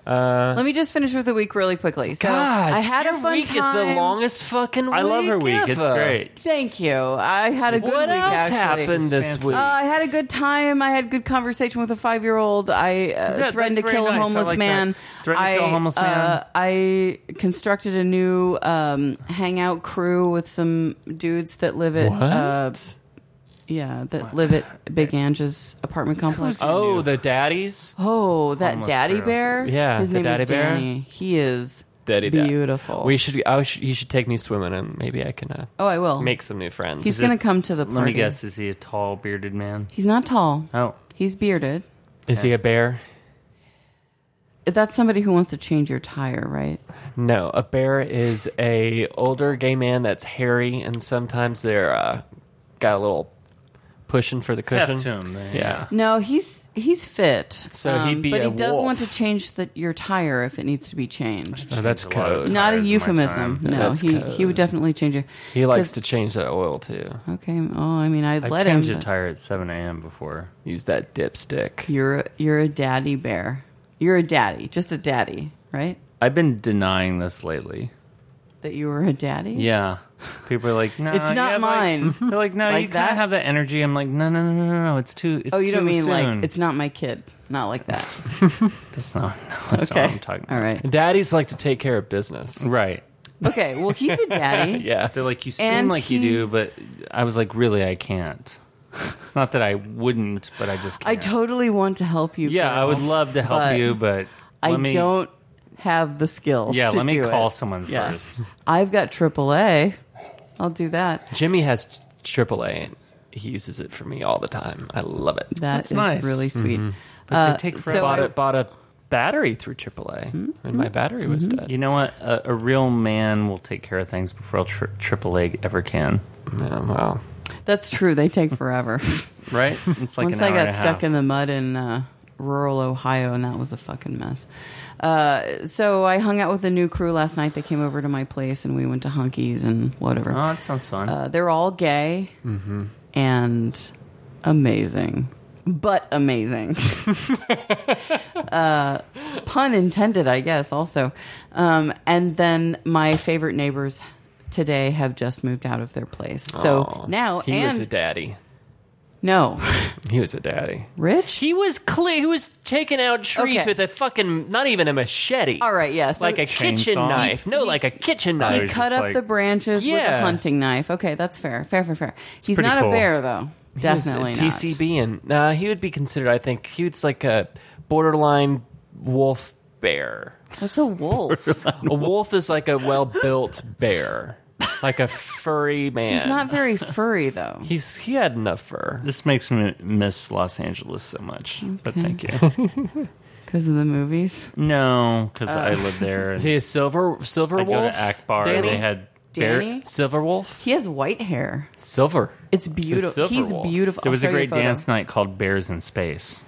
Speaker 1: Let me just finish with the week really quickly. So
Speaker 2: Uh. God,
Speaker 1: I had
Speaker 2: your
Speaker 1: a fun
Speaker 2: week
Speaker 1: time.
Speaker 2: is the longest fucking. Week
Speaker 3: I love her week. It's
Speaker 2: ever.
Speaker 3: great.
Speaker 1: Thank you. I had a good
Speaker 2: What
Speaker 1: week.
Speaker 2: else
Speaker 1: actually.
Speaker 2: happened this
Speaker 3: Expansive.
Speaker 2: week?
Speaker 1: Uh, I had a good time. I had good conversation with a five year old. I uh,
Speaker 3: that's
Speaker 1: threatened to
Speaker 3: very
Speaker 1: kill a
Speaker 3: nice. I
Speaker 1: homeless
Speaker 3: like that.
Speaker 1: man.
Speaker 3: Threatened to
Speaker 1: I,
Speaker 3: kill a homeless man.
Speaker 1: uh, I constructed a new um, hangout crew with some dudes that live at uh, yeah that live at Big Ange's apartment complex.
Speaker 2: oh, the daddies.
Speaker 1: Oh, that
Speaker 3: Homeless
Speaker 1: daddy
Speaker 3: girl.
Speaker 1: bear.
Speaker 2: Yeah,
Speaker 1: his
Speaker 2: the
Speaker 1: name
Speaker 2: daddy
Speaker 1: is
Speaker 2: bear.
Speaker 1: Danny. He is
Speaker 2: Daddy dad.
Speaker 1: beautiful.
Speaker 2: uh, We should. I should. You should take me swimming, and maybe I can uh,
Speaker 1: oh, I will.
Speaker 2: make some new friends.
Speaker 1: He's gonna come to the party.
Speaker 3: Let me guess. Is he a tall, bearded man?
Speaker 1: He's not tall.
Speaker 3: Oh,
Speaker 1: He's bearded.
Speaker 2: Is he a bear?
Speaker 1: That's somebody who wants to change your tire, right?
Speaker 2: No, a bear is a older gay man that's hairy, and sometimes they're uh, got a little pushing for the cushion.
Speaker 3: F to him. there.
Speaker 2: Yeah.
Speaker 1: No, he's he's fit. Um,
Speaker 2: So he'd be
Speaker 1: but he
Speaker 2: a
Speaker 1: does
Speaker 2: wolf.
Speaker 1: want to change the, your tire if it needs to be changed.
Speaker 2: Oh, that's
Speaker 3: There's a lot of
Speaker 2: code.
Speaker 1: Not a
Speaker 3: tires in my
Speaker 1: euphemism.
Speaker 3: time.
Speaker 1: No,
Speaker 2: That's
Speaker 1: he
Speaker 2: code.
Speaker 1: he would definitely change it.
Speaker 2: He likes to change that oil too.
Speaker 1: Okay. Oh, I mean, I'd
Speaker 3: I
Speaker 1: let him.
Speaker 3: changed a
Speaker 1: but
Speaker 3: tire at 7 a.m. before.
Speaker 2: Use that dipstick.
Speaker 1: You're a, you're a daddy bear. You're a daddy, just a daddy, right?
Speaker 3: I've been denying this lately.
Speaker 1: That you were a daddy.
Speaker 3: Yeah. People are like, no,
Speaker 1: It's not
Speaker 3: you have, like-
Speaker 1: mine.
Speaker 3: <laughs> they're like, no,
Speaker 1: Like
Speaker 3: you
Speaker 1: that?
Speaker 3: can't have that energy. I'm like, no, no, no, no, no, no. It's too. It's
Speaker 1: Oh, you
Speaker 3: too
Speaker 1: don't mean
Speaker 3: soon.
Speaker 1: like it's not my kid. Not like that.
Speaker 3: That's not. No, <laughs> that's
Speaker 1: okay.
Speaker 3: not what I'm talking. About.
Speaker 1: All right.
Speaker 2: Daddies like to take care of business.
Speaker 3: Right.
Speaker 1: Okay. Well, he's a
Speaker 3: <laughs>
Speaker 1: daddy.
Speaker 2: Yeah.
Speaker 3: They're like, you seem
Speaker 1: And
Speaker 3: like you
Speaker 1: he-
Speaker 3: do, but I was like, really, I can't. It's not that I wouldn't, but I
Speaker 1: <laughs>
Speaker 3: just
Speaker 1: I
Speaker 3: can't.
Speaker 1: totally want to help you.
Speaker 3: Yeah, I
Speaker 1: girl.
Speaker 3: would love to help
Speaker 1: But
Speaker 3: you, but
Speaker 1: I
Speaker 3: let me,
Speaker 1: don't have the skills.
Speaker 3: Yeah,
Speaker 1: to
Speaker 3: let me
Speaker 1: do
Speaker 3: call
Speaker 1: it.
Speaker 3: someone
Speaker 1: Yeah.
Speaker 3: first.
Speaker 1: I've got AAA. I'll do that.
Speaker 2: Jimmy has AAA, and he uses it for me all the time. I love it.
Speaker 1: That's
Speaker 3: That's nice.
Speaker 1: really sweet.
Speaker 3: Mm-hmm. But
Speaker 1: Uh,
Speaker 3: they take
Speaker 1: so
Speaker 3: forever.
Speaker 2: bought
Speaker 1: I-
Speaker 2: a bought a battery through AAA, and my battery was dead.
Speaker 3: You know what? A, a real man will take care of things before tri- AAA ever can.
Speaker 2: Yeah, wow.
Speaker 1: <laughs> That's true. They take forever. <laughs>
Speaker 3: Right? It's <laughs> like
Speaker 1: Once
Speaker 3: an
Speaker 1: I
Speaker 3: hour
Speaker 1: got
Speaker 3: and a
Speaker 1: stuck
Speaker 3: half.
Speaker 1: in the mud in uh, rural Ohio, and that was a fucking mess. Uh, so I hung out with the new crew last night. They came over to my place, and we went to honkies and whatever.
Speaker 3: Oh, that sounds fun.
Speaker 2: Mm-hmm.
Speaker 1: Uh, they're all gay and amazing. but amazing.
Speaker 2: <laughs>
Speaker 1: uh, pun intended, I guess, also. Um, and then my favorite neighbors today have just moved out of their place. So now,
Speaker 2: he was
Speaker 1: and
Speaker 2: a daddy.
Speaker 1: no,
Speaker 2: He was a daddy.
Speaker 1: Rich?
Speaker 2: He was clear. He was taking out trees
Speaker 1: Okay.
Speaker 2: with a fucking not even a machete.
Speaker 1: All right, yes.
Speaker 2: like a kitchen
Speaker 3: Chainsaw?
Speaker 2: knife. No, like a kitchen
Speaker 3: He
Speaker 2: knife.
Speaker 3: was
Speaker 1: cut
Speaker 3: just
Speaker 1: up
Speaker 3: like-
Speaker 1: the branches with a
Speaker 2: Yeah.
Speaker 1: hunting knife. Okay, that's fair. Fair, fair, fair. He's
Speaker 3: pretty
Speaker 1: not
Speaker 3: cool.
Speaker 1: a bear, though. Definitely
Speaker 2: He's
Speaker 1: not.
Speaker 2: a TCB, and uh, he would be considered. I think he was like a borderline wolf bear.
Speaker 1: That's a
Speaker 2: <laughs>
Speaker 1: wolf.
Speaker 2: A wolf is like a well-built bear, like a furry man.
Speaker 1: He's not very furry, though.
Speaker 2: He's he had enough fur.
Speaker 3: This makes me miss Los Angeles so much, but thank you. <laughs>
Speaker 1: Because of the movies.
Speaker 3: No, because I
Speaker 1: Uh,
Speaker 3: live there.
Speaker 1: <laughs>
Speaker 3: And
Speaker 2: Is he a silver silver
Speaker 3: I go
Speaker 2: wolf?
Speaker 3: to Akbar.
Speaker 2: Danny?
Speaker 3: They had
Speaker 1: Danny?
Speaker 3: bear.
Speaker 2: silver wolf.
Speaker 1: He has white hair.
Speaker 2: Silver.
Speaker 1: It's beautiful.
Speaker 2: silver
Speaker 1: He's
Speaker 2: wolf.
Speaker 1: beautiful.
Speaker 3: There was
Speaker 1: I'll
Speaker 3: a
Speaker 1: show you
Speaker 3: great
Speaker 1: photo.
Speaker 3: dance night called Bears in Space.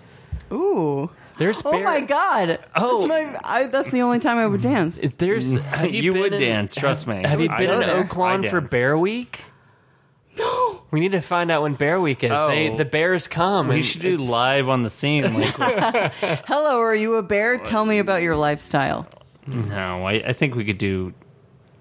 Speaker 1: Ooh.
Speaker 2: There's
Speaker 1: Oh
Speaker 2: bear-
Speaker 1: my god. That's,
Speaker 2: Oh.
Speaker 1: my- I, that's the only time I would dance.
Speaker 2: Is There's have you,
Speaker 3: You
Speaker 2: been
Speaker 3: would
Speaker 2: in-
Speaker 3: dance, trust me.
Speaker 2: Have you
Speaker 3: I
Speaker 2: been in
Speaker 3: know that.
Speaker 2: Oakland
Speaker 3: I
Speaker 2: for
Speaker 3: danced.
Speaker 2: Bear Week? No. We need to find out when Bear Week is. They
Speaker 3: Oh.
Speaker 2: the bears come.
Speaker 3: We
Speaker 2: and
Speaker 3: should do
Speaker 2: it's-
Speaker 3: live on the <laughs> scene. Like,
Speaker 1: Hello, are you a bear? Tell me about your lifestyle.
Speaker 3: no, I, I think we could do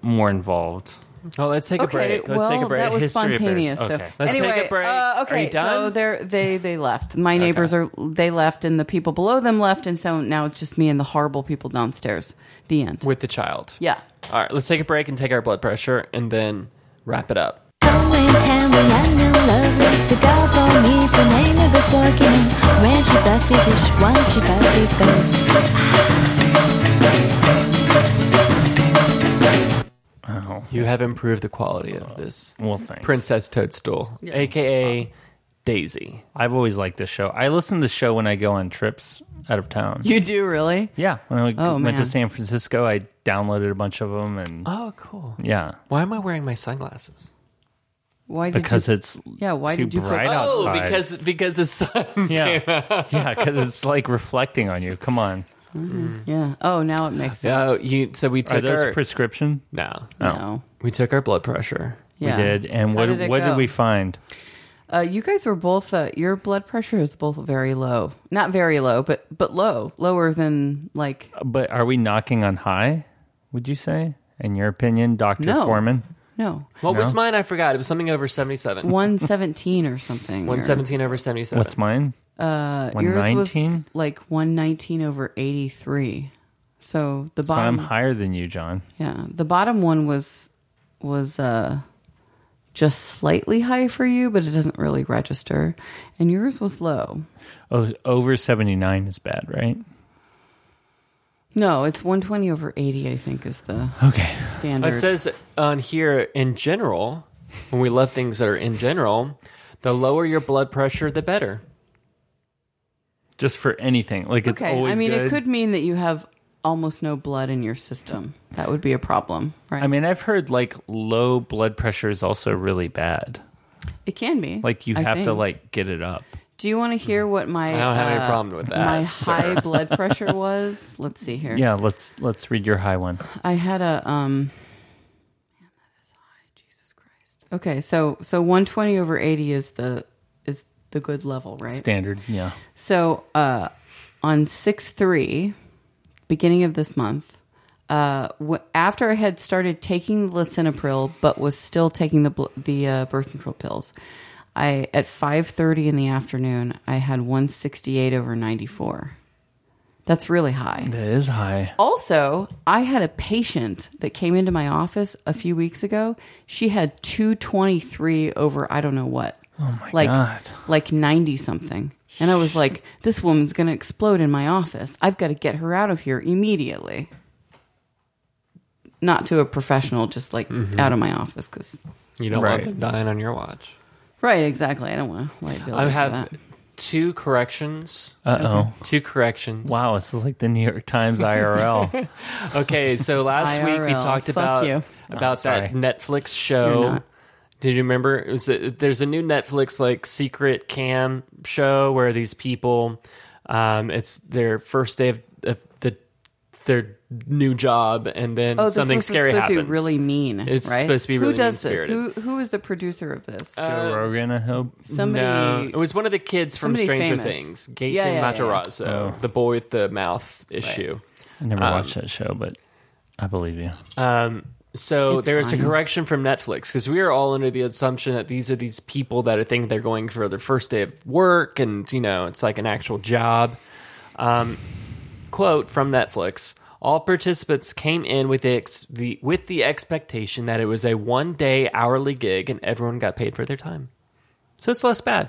Speaker 3: more involved.
Speaker 2: Oh, let's take a
Speaker 1: Okay,
Speaker 2: break. Let's
Speaker 1: well,
Speaker 2: take a break.
Speaker 1: that was
Speaker 3: History of bears.
Speaker 1: spontaneous. So
Speaker 3: Okay. Let's
Speaker 2: take a
Speaker 1: anyway,
Speaker 2: break.
Speaker 1: Uh,
Speaker 2: Are
Speaker 1: okay,
Speaker 2: you done?
Speaker 1: so they're, they they left. My neighbors are they left, and the people below them left, and so now it's just me and the horrible people downstairs. The end.
Speaker 2: With the child.
Speaker 1: Yeah.
Speaker 2: All right, let's take a break and take our blood pressure and then wrap it up.
Speaker 4: Go and tell me I'm no lovely. The girl for me, the name of this working. When she passes, it's when she passes, goes.
Speaker 2: You have improved the quality of this
Speaker 3: Well, thanks.
Speaker 2: Princess Toadstool, aka Daisy.
Speaker 3: I've always liked this show. I listen to the show when I go on trips out of town.
Speaker 1: You do really?
Speaker 3: Yeah, when I
Speaker 1: Oh,
Speaker 3: went
Speaker 1: man.
Speaker 3: to San Francisco, I downloaded a bunch of them, and
Speaker 2: Oh, cool.
Speaker 3: yeah,
Speaker 2: Why am I wearing my sunglasses?
Speaker 1: Why did
Speaker 3: because
Speaker 1: you,
Speaker 3: it's
Speaker 1: Yeah, why
Speaker 3: too
Speaker 1: did you put-
Speaker 3: bright
Speaker 2: Oh,
Speaker 3: outside.
Speaker 2: because because the sun. <laughs>
Speaker 3: yeah, <laughs> yeah, because it's like reflecting on you. Come on,
Speaker 1: yeah. Oh, now it makes sense.
Speaker 2: Oh, you. So we took
Speaker 3: are those
Speaker 2: our
Speaker 3: prescription?
Speaker 2: no.
Speaker 3: Oh.
Speaker 1: No.
Speaker 2: We took our blood pressure.
Speaker 1: Yeah.
Speaker 3: We did, and
Speaker 1: How
Speaker 3: what
Speaker 1: did it
Speaker 3: what
Speaker 1: go?
Speaker 3: did we find?
Speaker 1: Uh, you guys were both. Uh, your blood pressure is both very low. Not very low, but but low, lower than like
Speaker 3: But are we knocking on high? Would you say, in your opinion, Doctor
Speaker 1: No.
Speaker 3: Foreman?
Speaker 1: no
Speaker 2: What was
Speaker 3: No?
Speaker 2: mine? I forgot. It was something over seventy-seven.
Speaker 1: one seventeen or something.
Speaker 2: One
Speaker 1: or-
Speaker 2: seventeen over seventy-seven.
Speaker 3: What's mine? Uh, one
Speaker 1: Yours was
Speaker 3: nineteen.
Speaker 1: like 119 over 83. So the
Speaker 3: So I'm
Speaker 1: bottom
Speaker 3: higher than you, John.
Speaker 1: yeah, the bottom one was was uh just slightly high for you, but it doesn't really register. And yours was low.
Speaker 3: Oh, over seventy nine is bad, right?
Speaker 1: No, it's 120 over 80 I think is the
Speaker 3: Okay.
Speaker 1: standard.
Speaker 2: It says on here in general, when we love things that are in general, the lower your blood pressure, the better.
Speaker 3: Just for anything, like it's
Speaker 1: okay.
Speaker 3: always.
Speaker 1: I mean, it
Speaker 3: good.
Speaker 1: could mean that you have almost no blood in your system. That would be a problem, right?
Speaker 3: I mean, I've heard like low blood pressure is also really bad.
Speaker 1: it can be.
Speaker 3: Like you
Speaker 1: I
Speaker 3: have to
Speaker 1: think.
Speaker 3: like get it up.
Speaker 1: Do you want to hear what my
Speaker 2: I don't have any
Speaker 1: uh,
Speaker 2: problem with that,
Speaker 1: My
Speaker 2: sir.
Speaker 3: <laughs>
Speaker 1: high blood pressure was. Let's see here.
Speaker 3: Yeah, let's let's read your high one.
Speaker 1: I had a um. Man, that is high. Jesus Christ. Okay, so so 120 over 80 is the is the good level, right?
Speaker 3: Standard. Yeah.
Speaker 1: So uh, on six three, beginning of this month, uh, w- after I had started taking the lisinopril, but was still taking the bl- the uh, birth control pills, I at five thirty in the afternoon I had one sixty eight over ninety four. That's really high.
Speaker 3: That is high.
Speaker 1: Also, I had a patient that came into my office a few weeks ago. She had 223 over I don't know what. Oh
Speaker 3: my
Speaker 1: like,
Speaker 3: God.
Speaker 1: Like 90 something. And I was like, this woman's going to explode in my office. I've got to get her out of here immediately. Not to a professional, just like out of my office. Cause,
Speaker 2: You don't
Speaker 3: Right.
Speaker 2: want them dying on your watch.
Speaker 1: right, exactly. I don't want to liability.
Speaker 2: I
Speaker 1: for
Speaker 2: have
Speaker 1: that.
Speaker 2: two corrections.
Speaker 3: Uh oh.
Speaker 2: Two corrections.
Speaker 3: Wow, this is like the New York Times <laughs> IRL.
Speaker 1: <laughs>
Speaker 2: Okay, so last week we
Speaker 1: IRL,
Speaker 2: talked
Speaker 1: fuck
Speaker 2: about
Speaker 1: you.
Speaker 2: about that
Speaker 3: sorry.
Speaker 2: Netflix
Speaker 1: You're
Speaker 2: show.
Speaker 1: not.
Speaker 2: Did you remember? It was a, there's a new Netflix like secret cam show where these people, um, it's their first day of, of the their new job, and then
Speaker 1: Oh, this
Speaker 2: something
Speaker 1: was
Speaker 2: scary
Speaker 1: supposed
Speaker 2: happens.
Speaker 1: to be really mean.
Speaker 2: It's
Speaker 1: right?
Speaker 2: supposed to be really
Speaker 1: Who does this? Who
Speaker 2: mean-spirited.
Speaker 1: who is the producer of this?
Speaker 3: Joe Rogan, I hope.
Speaker 1: Uh, Somebody.
Speaker 2: no, Uh, it was one of the kids from
Speaker 1: somebody
Speaker 2: Stranger
Speaker 1: famous.
Speaker 2: Things, Gaten
Speaker 1: Yeah, yeah, yeah.
Speaker 2: Matarazzo, the boy with the mouth issue.
Speaker 3: I never watched that show, but I believe you.
Speaker 2: Um, so
Speaker 1: It's
Speaker 2: there is a
Speaker 1: fine.
Speaker 2: correction from Netflix because we are all under the assumption that these are these people that I think they're going for their first day of work and, you know, it's like an actual job. Um, quote from Netflix. All participants came in with the, ex- the with the expectation that it was a one day hourly gig and everyone got paid for their time. So it's less bad.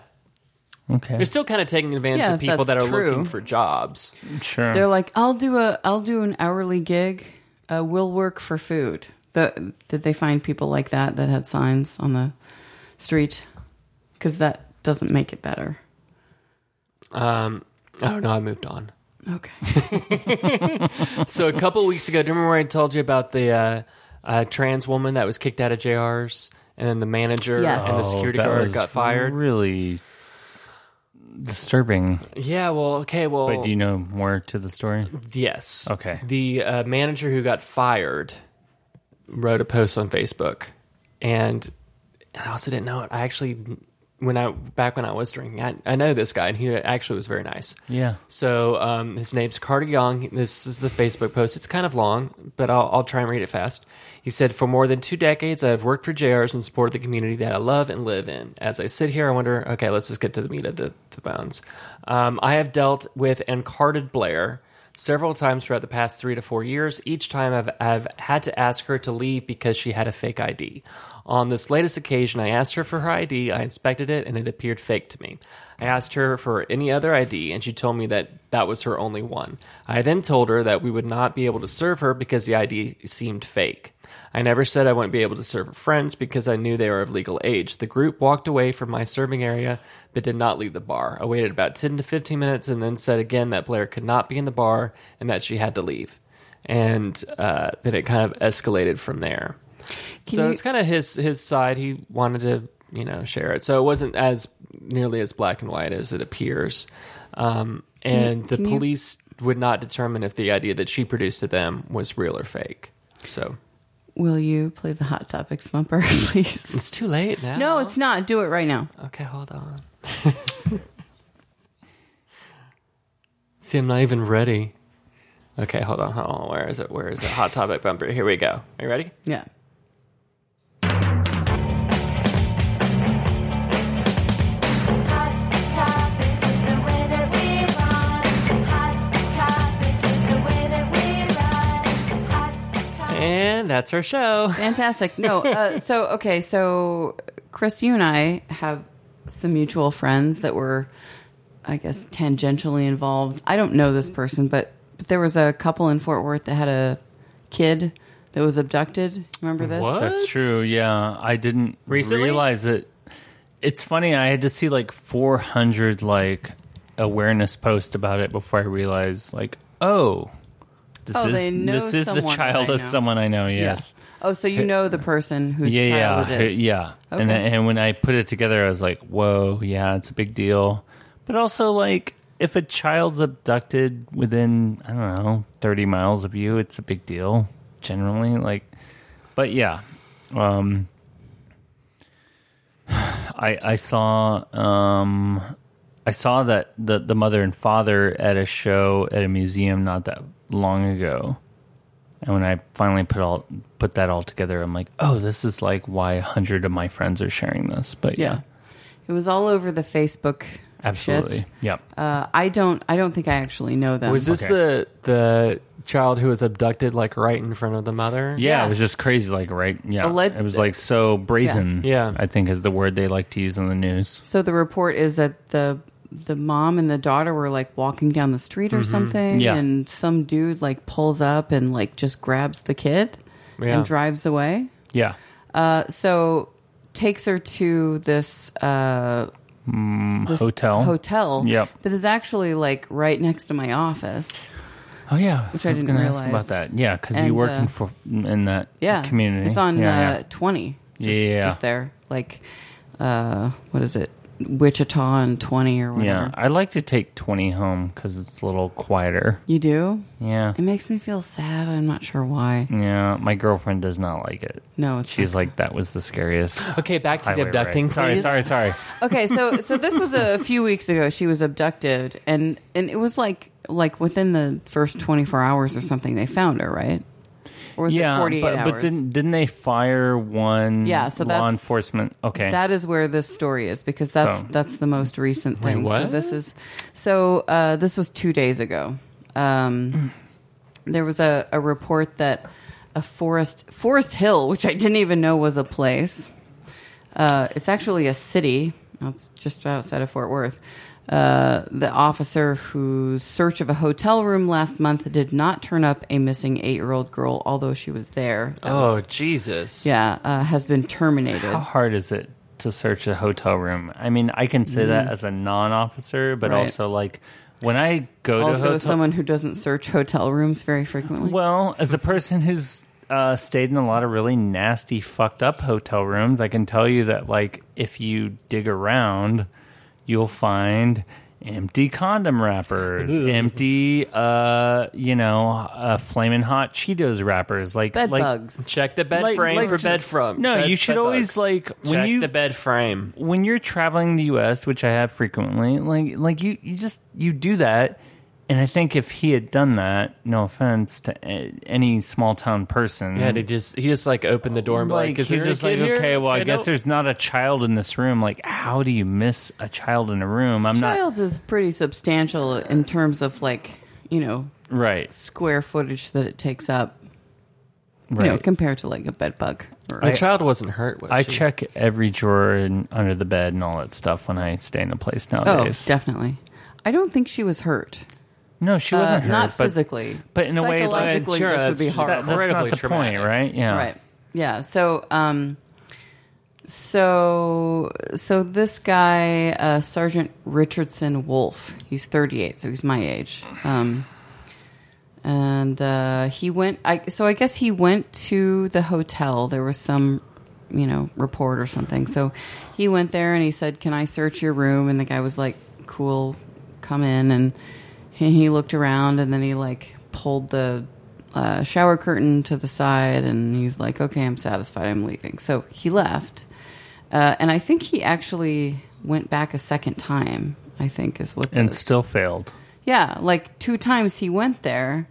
Speaker 3: Okay,
Speaker 2: They're still kind of taking advantage
Speaker 1: Yeah,
Speaker 2: of people that
Speaker 1: that's
Speaker 2: are
Speaker 1: true.
Speaker 2: looking for jobs.
Speaker 3: sure.
Speaker 1: They're like, I'll do a, I'll do an hourly gig. Uh, we'll work for food. The, did they find people like that that had signs on the street? Because that doesn't make it better.
Speaker 2: Um, I don't know. I moved on.
Speaker 1: Okay.
Speaker 2: <laughs> so a couple weeks ago, do you remember I told you about the uh, uh, trans woman that was kicked out of JR's, and then the manager
Speaker 1: Yes.
Speaker 2: and the security guard got fired?
Speaker 3: Oh, Really disturbing.
Speaker 2: yeah. Well, okay. Well,
Speaker 3: But do you know more to the story?
Speaker 2: yes.
Speaker 3: Okay.
Speaker 2: The uh, manager who got fired wrote a post on Facebook, and and I also didn't know it. I actually when I back when I was drinking, I, I know this guy, and he actually was very nice.
Speaker 3: Yeah.
Speaker 2: So um, his name's Carter Young. This is the Facebook post. It's kind of long, but I'll, I'll try and read it fast. He said, For more than two decades, I have worked for JRs and supported the community that I love and live in. As I sit here, I wonder, okay, let's just get to the meat of the, the bones. Um, I have dealt with and carded Blair several times throughout the past three to four years. Each time I've, I've had to ask her to leave because she had a fake ID. On this latest occasion, I asked her for her ID, I inspected it, and it appeared fake to me. I asked her for any other ID, and she told me that that was her only one. I then told her that we would not be able to serve her because the ID seemed fake. I never said I wouldn't be able to serve her friends because I knew they were of legal age. The group walked away from my serving area but did not leave the bar. I waited about 10 to 15 minutes and then said again that Blair could not be in the bar and that she had to leave. And uh, then it kind of escalated from there. so
Speaker 1: you-
Speaker 2: it's kind of his his side. He wanted to you know share it, so it wasn't as nearly as black and white as it appears. Um, and the police would not determine if the idea that she produced to them was real or fake. So
Speaker 1: Will you play the hot topics bumper, <laughs> please?
Speaker 2: it's too late now.
Speaker 1: No, it's not. Do it right now.
Speaker 2: Okay, hold on. <laughs> See, I'm not even ready. Okay, hold on, hold on. Where is it? Where is it? Hot topic bumper. Here we go. Are you ready?
Speaker 1: Yeah.
Speaker 2: And that's our show.
Speaker 1: Fantastic. No, uh, so okay, so Chris, you and I have some mutual friends that were, I guess, tangentially involved. I don't know this person, but, but there was a couple in Fort Worth that had a kid that was abducted. Remember this?
Speaker 2: What?
Speaker 3: That's true. Yeah, I didn't
Speaker 2: Recently?
Speaker 3: realize it. It's funny. I had to see like 400 like awareness posts about it before I realized like, oh, this
Speaker 1: Oh,
Speaker 3: is
Speaker 1: they know
Speaker 3: this is the
Speaker 1: someone
Speaker 3: child
Speaker 1: that I
Speaker 3: of
Speaker 1: know.
Speaker 3: someone I know.
Speaker 1: Yeah.
Speaker 3: Yes.
Speaker 1: Oh, so you know the person whose
Speaker 3: Yeah,
Speaker 1: child
Speaker 3: yeah,
Speaker 1: it is.
Speaker 3: yeah.
Speaker 1: Okay.
Speaker 3: And then, and when I put it together, I was like, whoa, yeah, it's a big deal. But also like. If a child's abducted within, I don't know, 30 miles of you, it's a big deal generally. Like, but yeah, um, I I saw um, I saw that the the mother and father at a show at a museum not that long ago, and when I finally put all put that all together, I'm like, oh, this is like why a hundred of my friends are sharing this. But yeah,
Speaker 1: Yeah. It was all over the Facebook.
Speaker 3: absolutely,
Speaker 1: Shit.
Speaker 3: yep.
Speaker 1: Uh, I don't. I don't think I actually know them.
Speaker 2: Was this
Speaker 3: Okay.
Speaker 2: the the child who was abducted like right in front of the mother?
Speaker 3: yeah,
Speaker 1: yeah.
Speaker 3: it was just crazy, like right, yeah.
Speaker 1: Alleg-
Speaker 3: it was like so brazen,
Speaker 2: Yeah.
Speaker 3: I think is the word they like to use in the news.
Speaker 1: So the report is that the the mom and the daughter were like walking down the street or something,
Speaker 3: Mm-hmm. Yeah.
Speaker 1: and some dude like pulls up and like just grabs the kid
Speaker 2: Yeah.
Speaker 1: and drives away.
Speaker 3: Yeah,
Speaker 1: Uh, so takes her to this uh, this
Speaker 3: Mm, hotel.
Speaker 1: hotel
Speaker 3: Yep.
Speaker 1: that is actually like right next to my office.
Speaker 3: Oh yeah,
Speaker 1: Which I
Speaker 3: was
Speaker 1: didn't
Speaker 3: gonna
Speaker 1: realize.
Speaker 3: ask about that. Yeah, because
Speaker 1: And,
Speaker 3: you work
Speaker 1: uh,
Speaker 3: in for in that
Speaker 1: Yeah,
Speaker 3: community.
Speaker 1: It's on
Speaker 3: yeah,
Speaker 1: uh, twenty. Just,
Speaker 3: Yeah.
Speaker 1: just there. Like, uh, what is it? Wichita and 20 or whatever.
Speaker 3: Yeah, I like to take 20 home because it's a little quieter.
Speaker 1: You do?
Speaker 3: Yeah.
Speaker 1: It makes me feel sad. I'm not sure why.
Speaker 3: Yeah, my girlfriend does not like it.
Speaker 1: No, it's
Speaker 3: She's like, that was
Speaker 1: <laughs>
Speaker 3: the scariest.
Speaker 2: Okay, back to the
Speaker 3: highway
Speaker 2: abducting.
Speaker 3: ride." Sorry,
Speaker 2: please.
Speaker 3: sorry, sorry.
Speaker 1: okay so so this was a
Speaker 3: <laughs>
Speaker 1: few weeks ago she was abducted and and it was like like within the first 24 hours or something they found her right or was it
Speaker 3: yeah,
Speaker 1: 48
Speaker 3: but,
Speaker 1: hours
Speaker 3: but didn't didn't they fire one?
Speaker 1: Yeah, so
Speaker 3: law
Speaker 1: that's-
Speaker 3: enforcement. Okay,
Speaker 1: that is where this story is because that's
Speaker 3: So-
Speaker 1: that's the most recent thing so
Speaker 2: what?
Speaker 1: this is so uh, this was two days ago
Speaker 3: <clears throat>
Speaker 1: um, there was a, a report that a forest forest hill which i didn't even know was a place Uh, it's actually a city. It's just outside of Fort Worth. Uh, the officer whose search of a hotel room last month did not turn up a missing eight-year-old girl, although she was there. That
Speaker 2: Oh
Speaker 1: was-
Speaker 2: Jesus!
Speaker 1: yeah, uh, has been terminated.
Speaker 3: how hard is it to search a hotel room? I mean, I can say that as a non-officer, but
Speaker 1: Mm-hmm. Right.
Speaker 3: also like when I go to
Speaker 1: Also,
Speaker 3: hotel,
Speaker 1: as someone who doesn't search hotel rooms very frequently.
Speaker 3: well, as a person who's uh, stayed in a lot of really nasty, fucked up hotel rooms, I can tell you that like if you dig around, you'll find empty condom wrappers, empty, uh, you know, uh, flaming hot Cheetos wrappers, like
Speaker 1: Bed
Speaker 3: like,
Speaker 1: bugs.
Speaker 2: Check the bed
Speaker 3: Like-
Speaker 2: frame
Speaker 3: like-
Speaker 2: for bed from.
Speaker 3: No,
Speaker 2: bed-
Speaker 3: you should
Speaker 2: bed
Speaker 3: always,
Speaker 2: bugs.
Speaker 3: like, when
Speaker 2: check
Speaker 3: you-
Speaker 2: the bed frame.
Speaker 3: when you're traveling the US, which I have frequently, like like you you just you do that. And I think if he had done that, no offense to a- any small town person,
Speaker 2: Yeah, he just he just like opened the door and be like,
Speaker 3: like
Speaker 2: is
Speaker 3: you're
Speaker 2: there a
Speaker 3: just
Speaker 2: kid
Speaker 3: like,
Speaker 2: here?
Speaker 3: okay, well, I
Speaker 2: You
Speaker 3: guess
Speaker 2: know?
Speaker 3: there's not a child in this room. Like, how do you miss a child in a room? I'm
Speaker 1: Child is pretty substantial in terms of like you know
Speaker 3: not right.
Speaker 1: square footage that it takes up.
Speaker 3: Right.
Speaker 1: You know, compared to like a bed bug. Or,
Speaker 2: the child wasn't hurt. Was
Speaker 3: I
Speaker 2: she?
Speaker 3: check every drawer and under the bed and all that stuff when I stay in a place
Speaker 1: oh,
Speaker 3: nowadays.
Speaker 1: definitely. I don't think she was hurt.
Speaker 3: no, she wasn't
Speaker 1: Uh,
Speaker 3: hurt,
Speaker 1: not
Speaker 3: but
Speaker 1: physically,
Speaker 3: but in a way, like-
Speaker 1: psychologically,
Speaker 2: Sure,
Speaker 1: this would be
Speaker 2: that's-
Speaker 1: hard.
Speaker 3: that- that's not
Speaker 2: Incredibly
Speaker 3: the point,
Speaker 2: traumatic.
Speaker 3: right? Yeah,
Speaker 1: right? Yeah. So, um, so, so this guy, uh, Sergeant Richardson Wolf, he's 38, so he's my age. Um, and uh, he went. I so I guess he went to the hotel. There was some, you know, report or something. So he went there and he said, "Can I search your room?" And the guy was like, "Cool, come in." And he, he looked around and then he like pulled the uh, shower curtain to the side and he's like, "Okay, I'm satisfied. I'm leaving." So he left, uh, and I think he actually went back a second time. I think is what the-
Speaker 3: and still failed.
Speaker 1: yeah, like two times he went there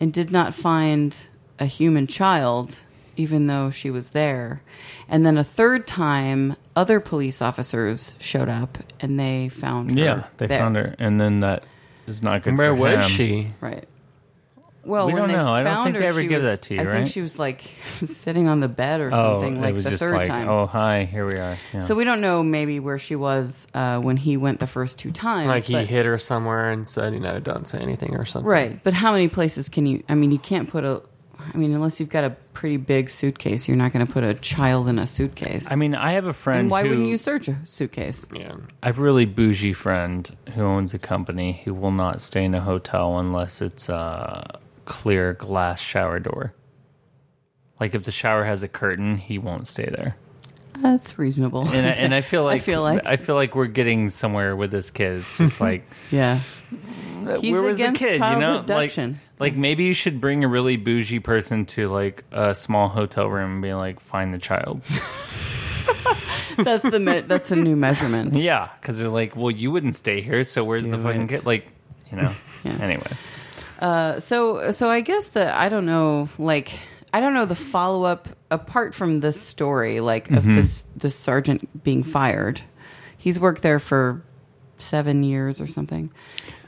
Speaker 1: and did not find a human child, even though she was there. And then a third time, other police officers showed up and they found her.
Speaker 3: Yeah, they
Speaker 1: there.
Speaker 3: found her, and then that is not good.
Speaker 2: Where
Speaker 3: for
Speaker 2: was
Speaker 3: him.
Speaker 2: she?
Speaker 1: Right. Well,
Speaker 3: We
Speaker 1: when
Speaker 3: don't
Speaker 1: they
Speaker 3: know. I don't
Speaker 1: found
Speaker 3: think
Speaker 1: her,
Speaker 3: they ever
Speaker 1: she
Speaker 3: give
Speaker 1: was-
Speaker 3: that to you,
Speaker 1: I think
Speaker 3: right?
Speaker 1: she was like <laughs> sitting on the bed or
Speaker 3: Oh,
Speaker 1: something,
Speaker 3: it
Speaker 1: like
Speaker 3: was
Speaker 1: the
Speaker 3: just
Speaker 1: third
Speaker 3: like,
Speaker 1: time.
Speaker 3: oh hi, here we are. Yeah.
Speaker 1: So we don't know maybe where she was uh, when he went the first two times.
Speaker 2: Like he
Speaker 1: but-
Speaker 2: hit her somewhere and said, you know, don't say anything or something.
Speaker 1: Right, but how many places can you? I mean, you can't put a. I mean, unless you've got a pretty big suitcase, you're not going to put a child in a suitcase.
Speaker 3: I mean, I have a friend.
Speaker 1: and why
Speaker 3: who,
Speaker 1: wouldn't you search a suitcase?
Speaker 2: Yeah.
Speaker 3: I have a really bougie friend who owns a company who will not stay in a hotel unless it's a clear glass shower door. Like if the shower has a curtain, he won't stay there.
Speaker 1: That's reasonable.
Speaker 3: And I, and
Speaker 1: <laughs>
Speaker 3: I feel like
Speaker 1: feel like-
Speaker 3: I feel like we're getting somewhere with this kid. It's
Speaker 1: <laughs>
Speaker 3: just like
Speaker 1: yeah, He's
Speaker 3: where was the
Speaker 1: against
Speaker 3: kid? You
Speaker 1: child
Speaker 3: know,
Speaker 1: abduction.
Speaker 3: like like maybe you should bring a really bougie person to like a small hotel room and be like, find
Speaker 1: <laughs>
Speaker 3: the child.
Speaker 1: that's the me- that's a new measurement.
Speaker 3: Yeah, because they're like, well, you wouldn't stay here, so where's the
Speaker 1: Do
Speaker 3: fucking
Speaker 1: it.
Speaker 3: kid? Like,
Speaker 1: <laughs>
Speaker 3: you know. Anyways,
Speaker 1: so so I guess the I don't know like I don't know the follow up apart from this story like of
Speaker 3: Mm-hmm.
Speaker 1: this this sergeant being fired. He's worked there for seven years or something.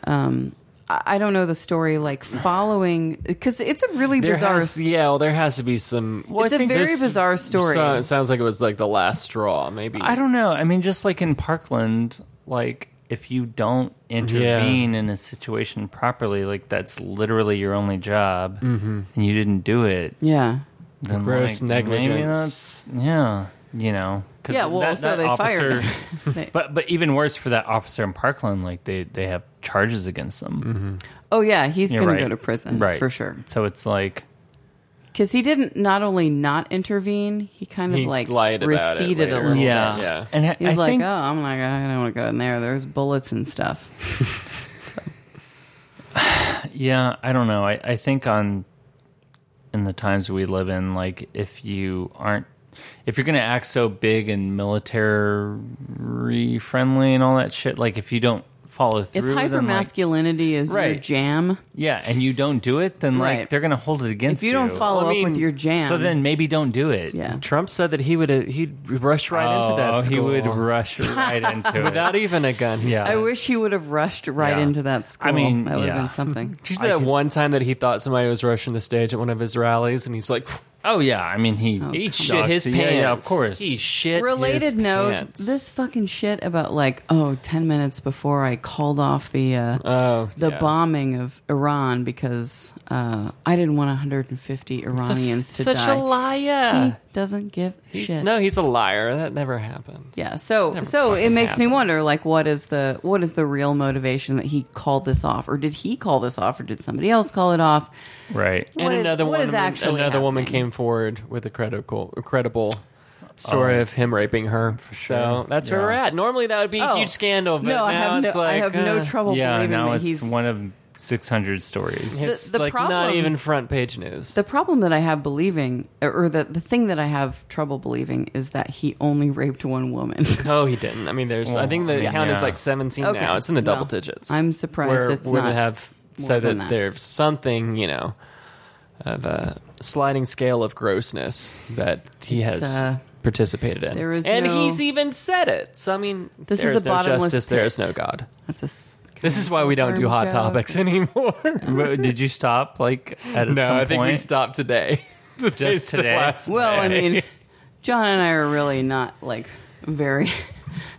Speaker 1: Um, I, I don't know the story like following because it's a really
Speaker 2: There
Speaker 1: bizarre.
Speaker 2: has, yeah, well, there has to be some.
Speaker 1: It's I a think very this- bizarre story.
Speaker 2: So, it sounds like it was like the last straw, maybe.
Speaker 3: I don't know. I mean, just like in Parkland, like if you don't intervene in a situation properly, like that's literally your only job, and you didn't do it,
Speaker 1: yeah.
Speaker 3: then
Speaker 2: Mm-hmm. Gross
Speaker 3: like, maybe
Speaker 2: negligence.
Speaker 3: that's- yeah, you know. 'cause
Speaker 1: Yeah, well, so they fired him. They-
Speaker 3: <laughs> but but even worse for that officer in Parkland, like they they have charges against them.
Speaker 2: Mm-hmm.
Speaker 1: Oh yeah, he's
Speaker 3: You're
Speaker 1: going
Speaker 3: right.
Speaker 1: to go to prison
Speaker 3: right
Speaker 1: for sure.
Speaker 3: So it's like
Speaker 1: Because he didn't not only not intervene, he kind of
Speaker 2: He
Speaker 1: like
Speaker 2: lied about it
Speaker 1: receded a
Speaker 2: later.
Speaker 1: little
Speaker 3: yeah,
Speaker 1: bit.
Speaker 2: Yeah.
Speaker 3: And I,
Speaker 1: He's
Speaker 3: I
Speaker 1: like,
Speaker 3: think
Speaker 1: oh, I'm like, I don't want to go in there. There's bullets and stuff.
Speaker 3: Yeah, I don't know. I, I think on in the times we live in, like if you aren't if you're gonna act so big and military friendly and all that shit, like if you don't follow
Speaker 1: If
Speaker 3: through with
Speaker 1: hyper
Speaker 3: them, like,
Speaker 1: masculinity is your
Speaker 3: Right.
Speaker 1: jam,
Speaker 3: yeah, and you don't do it, then like
Speaker 1: Right.
Speaker 3: they're gonna hold it against
Speaker 1: if you don't follow
Speaker 2: Well, I
Speaker 1: up
Speaker 2: mean,
Speaker 1: with your jam,
Speaker 3: So then maybe don't do it.
Speaker 1: yeah,
Speaker 2: Trump said that he would uh, he'd rush right into
Speaker 3: Oh,
Speaker 2: that school
Speaker 3: he would
Speaker 1: <laughs>
Speaker 3: rush right into it.
Speaker 2: without even a gun. he
Speaker 3: Yeah.
Speaker 2: said.
Speaker 1: I wish he would have rushed right
Speaker 3: Yeah.
Speaker 1: into that school.
Speaker 3: I mean,
Speaker 1: that would have
Speaker 3: yeah.
Speaker 1: been something.
Speaker 2: Just that one time that he thought somebody was rushing the stage at one of his rallies, and he's like,
Speaker 3: oh yeah, I mean he
Speaker 2: "He
Speaker 3: ducked.
Speaker 2: shit his
Speaker 3: Yeah,
Speaker 2: pants."
Speaker 3: Yeah, of course.
Speaker 2: He shit.
Speaker 1: Related
Speaker 2: his
Speaker 1: note:
Speaker 2: pants.
Speaker 1: this fucking shit about like, oh, 10 minutes before I called off the uh,
Speaker 2: Oh,
Speaker 1: the
Speaker 2: yeah.
Speaker 1: bombing of Iran because uh, I didn't want 150 Iranians to
Speaker 2: such
Speaker 1: die.
Speaker 2: a liar.
Speaker 1: Doesn't give a
Speaker 2: He's-
Speaker 1: shit.
Speaker 2: no, he's a liar. That never happened.
Speaker 1: Yeah, so so it makes me wonder, like, what is the what is the real motivation that he called this off, or did he call this off, or did somebody else call it off?
Speaker 3: Right.
Speaker 1: What
Speaker 2: and
Speaker 1: is-
Speaker 2: another
Speaker 1: what
Speaker 2: woman,
Speaker 1: is actually
Speaker 2: another woman
Speaker 1: happening?
Speaker 2: came forward with a credible, credible story of him raping her. Oh. For sure. So that's where
Speaker 3: Yeah.
Speaker 2: we're at. Normally that would be a
Speaker 1: Oh.
Speaker 2: huge scandal, but
Speaker 1: no,
Speaker 2: now
Speaker 1: I have no,
Speaker 2: it's like
Speaker 1: I have no
Speaker 2: uh,
Speaker 1: trouble
Speaker 3: Yeah,
Speaker 1: believing
Speaker 3: now
Speaker 1: that
Speaker 3: it's
Speaker 1: he's
Speaker 3: one of six hundred stories.
Speaker 2: It's
Speaker 1: the
Speaker 2: like not
Speaker 1: problem-
Speaker 2: even front page news.
Speaker 1: The problem that I have believing, or the, the thing that I have trouble believing, is that he only raped one woman. <laughs>
Speaker 2: no, Oh, he didn't. I mean, there's. I think the
Speaker 3: Well,
Speaker 2: count is
Speaker 3: Oh, yeah.
Speaker 2: like 17
Speaker 1: Okay.
Speaker 2: now. It's in the double
Speaker 1: Well,
Speaker 2: digits.
Speaker 1: I'm surprised
Speaker 2: where,
Speaker 1: it's
Speaker 2: where
Speaker 1: not
Speaker 2: they have
Speaker 1: more
Speaker 2: said
Speaker 1: than
Speaker 2: that,
Speaker 1: that.
Speaker 2: there's something you know of a sliding scale of grossness that he
Speaker 1: It's,
Speaker 2: has
Speaker 1: uh,
Speaker 2: participated in,
Speaker 1: there is
Speaker 2: and
Speaker 1: no-
Speaker 2: he's even said it. So I mean,
Speaker 1: This
Speaker 2: there
Speaker 1: is a
Speaker 2: no
Speaker 1: bottomless
Speaker 2: justice. There is
Speaker 1: pit.
Speaker 2: no God.
Speaker 1: That's a. s-
Speaker 2: This is why we don't do
Speaker 1: Confirmed joke.
Speaker 2: hot
Speaker 1: <laughs>
Speaker 2: topics <laughs> anymore.
Speaker 3: Ro- Did you stop like at
Speaker 2: no,
Speaker 3: some
Speaker 2: I think we
Speaker 3: point?
Speaker 2: stopped today. <laughs> Today's the
Speaker 3: today?
Speaker 2: last
Speaker 1: Well, I
Speaker 2: day.
Speaker 1: mean, John and I are really not like very <laughs>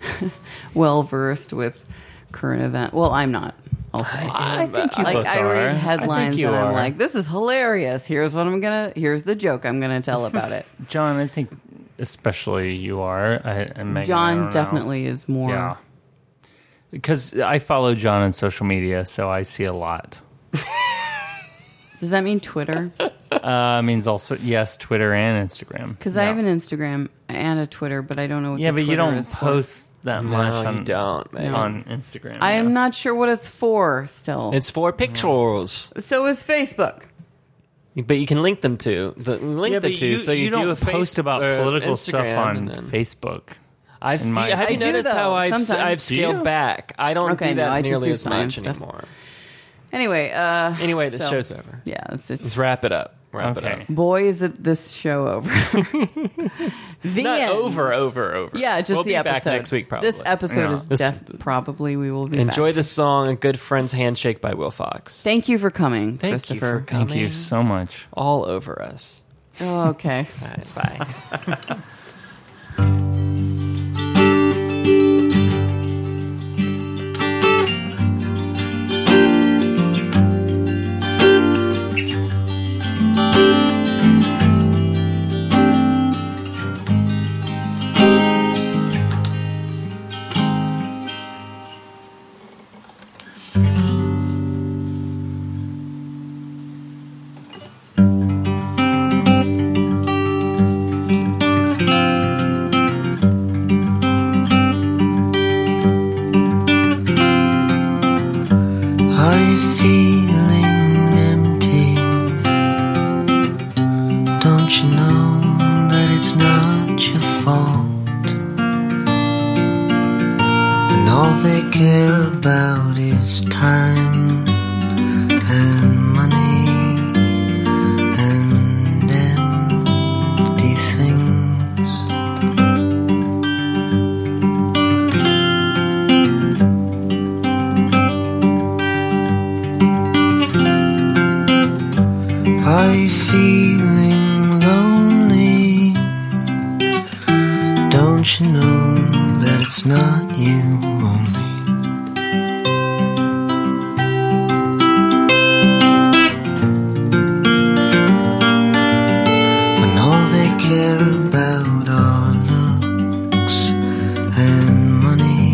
Speaker 1: well versed with current event. Well, I'm not. Also,
Speaker 3: I think you
Speaker 1: like
Speaker 3: both
Speaker 1: I
Speaker 3: are.
Speaker 1: read
Speaker 3: I
Speaker 1: headlines
Speaker 3: think you
Speaker 1: and I'm
Speaker 3: are.
Speaker 1: like, this is hilarious. Here's what I'm gonna. Here's the joke I'm gonna tell about
Speaker 3: <laughs>
Speaker 1: it.
Speaker 3: John, I think especially you are. I, and Megan, I
Speaker 1: John
Speaker 3: don't know.
Speaker 1: definitely is more.
Speaker 3: Yeah. Because I follow John on social media, so I see a lot.
Speaker 1: Does that mean Twitter?
Speaker 3: Uh, means also yes, Twitter and Instagram.
Speaker 1: Because I
Speaker 3: Yeah.
Speaker 1: have an Instagram and a Twitter, but I don't know what.
Speaker 3: yeah,
Speaker 1: the
Speaker 3: but you
Speaker 1: Twitter
Speaker 3: don't
Speaker 1: is for.
Speaker 3: post that much
Speaker 2: no,
Speaker 3: on
Speaker 2: you don't. man.
Speaker 3: on Instagram.
Speaker 1: I am
Speaker 3: yeah.
Speaker 1: not sure what it's for still.
Speaker 2: It's for pictures,
Speaker 1: so is Facebook.
Speaker 2: but you can link them to the link
Speaker 3: Yeah,
Speaker 2: the
Speaker 3: but
Speaker 2: two.
Speaker 3: you,
Speaker 2: so you,
Speaker 3: you
Speaker 2: do
Speaker 3: don't
Speaker 2: a face-
Speaker 3: post about
Speaker 2: or
Speaker 3: political
Speaker 2: Instagram
Speaker 3: stuff on
Speaker 2: and then-
Speaker 3: Facebook.
Speaker 2: I've
Speaker 3: in
Speaker 2: ste-
Speaker 3: my-
Speaker 2: have
Speaker 1: I
Speaker 2: you
Speaker 1: do,
Speaker 2: noticed how
Speaker 1: though,
Speaker 2: I've s-
Speaker 1: sometimes.
Speaker 2: I've
Speaker 3: Do you?
Speaker 2: scaled back? I don't
Speaker 1: Okay,
Speaker 2: do that
Speaker 1: no, I just
Speaker 2: nearly
Speaker 1: do
Speaker 2: as much
Speaker 1: science stuff.
Speaker 2: anymore.
Speaker 1: Anyway, uh,
Speaker 2: Anyway, the
Speaker 1: so-
Speaker 2: show's over.
Speaker 1: Yeah, it's,
Speaker 2: Let's
Speaker 1: it's
Speaker 2: wrap it up. Wrap
Speaker 3: Okay.
Speaker 2: it up.
Speaker 1: boy is it this show
Speaker 2: <laughs>
Speaker 1: over. the
Speaker 2: Not
Speaker 1: end.
Speaker 2: over, over, over.
Speaker 1: Yeah, just
Speaker 2: we'll
Speaker 1: the
Speaker 2: be
Speaker 1: episode
Speaker 2: back next week. Probably
Speaker 1: This episode
Speaker 3: Yeah.
Speaker 1: is
Speaker 2: This-
Speaker 1: def- probably we will be
Speaker 2: Enjoy
Speaker 1: back.
Speaker 2: the song "A Good Friend's Handshake" by Will Fox.
Speaker 1: Thank you for coming,
Speaker 2: Thank you
Speaker 1: Christopher.
Speaker 2: for coming.
Speaker 3: Thank you so much.
Speaker 2: All over us.
Speaker 1: Oh, okay.
Speaker 2: All right,
Speaker 1: <laughs>
Speaker 2: bye.
Speaker 5: Are you feeling empty? Don't you know that it's not your fault? And all they care about is time and money and empty things. Are you feeling lonely? Don't you know that it's not you only? When all they care about are looks and money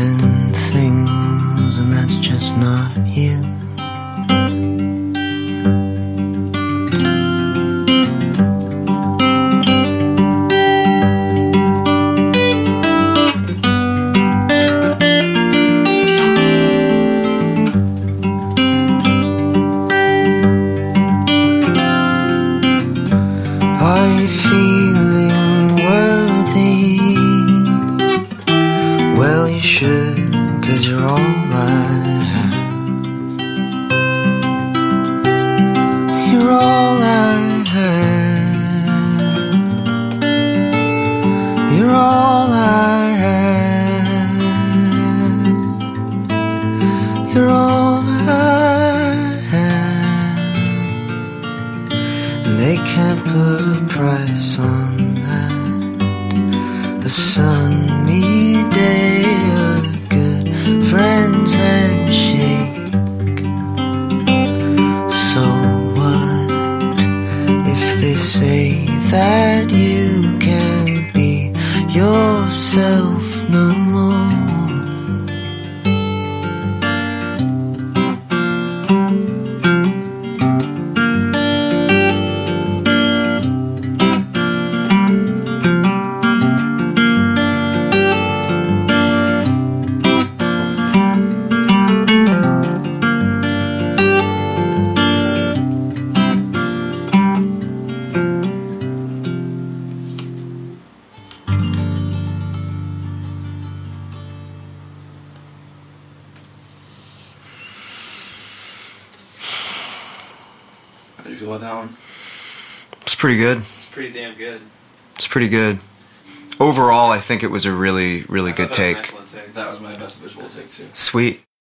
Speaker 5: and things, and that's just not you. Are you feeling worthy? Well, you should, cause you're all I have. You're all I have. You're all I have. You're all I have. And they can't put a price on that. A sunny day, a good friend's handshake. So what if they say that you can't be yourself no more?
Speaker 6: How do you feel about that one?
Speaker 7: It's pretty good.
Speaker 6: It's pretty damn good.
Speaker 7: It's pretty good. Overall, I think it was a really, really
Speaker 6: I
Speaker 7: good
Speaker 6: thought that was an
Speaker 7: take.
Speaker 6: excellent take. That was my best visual take too.
Speaker 7: Sweet.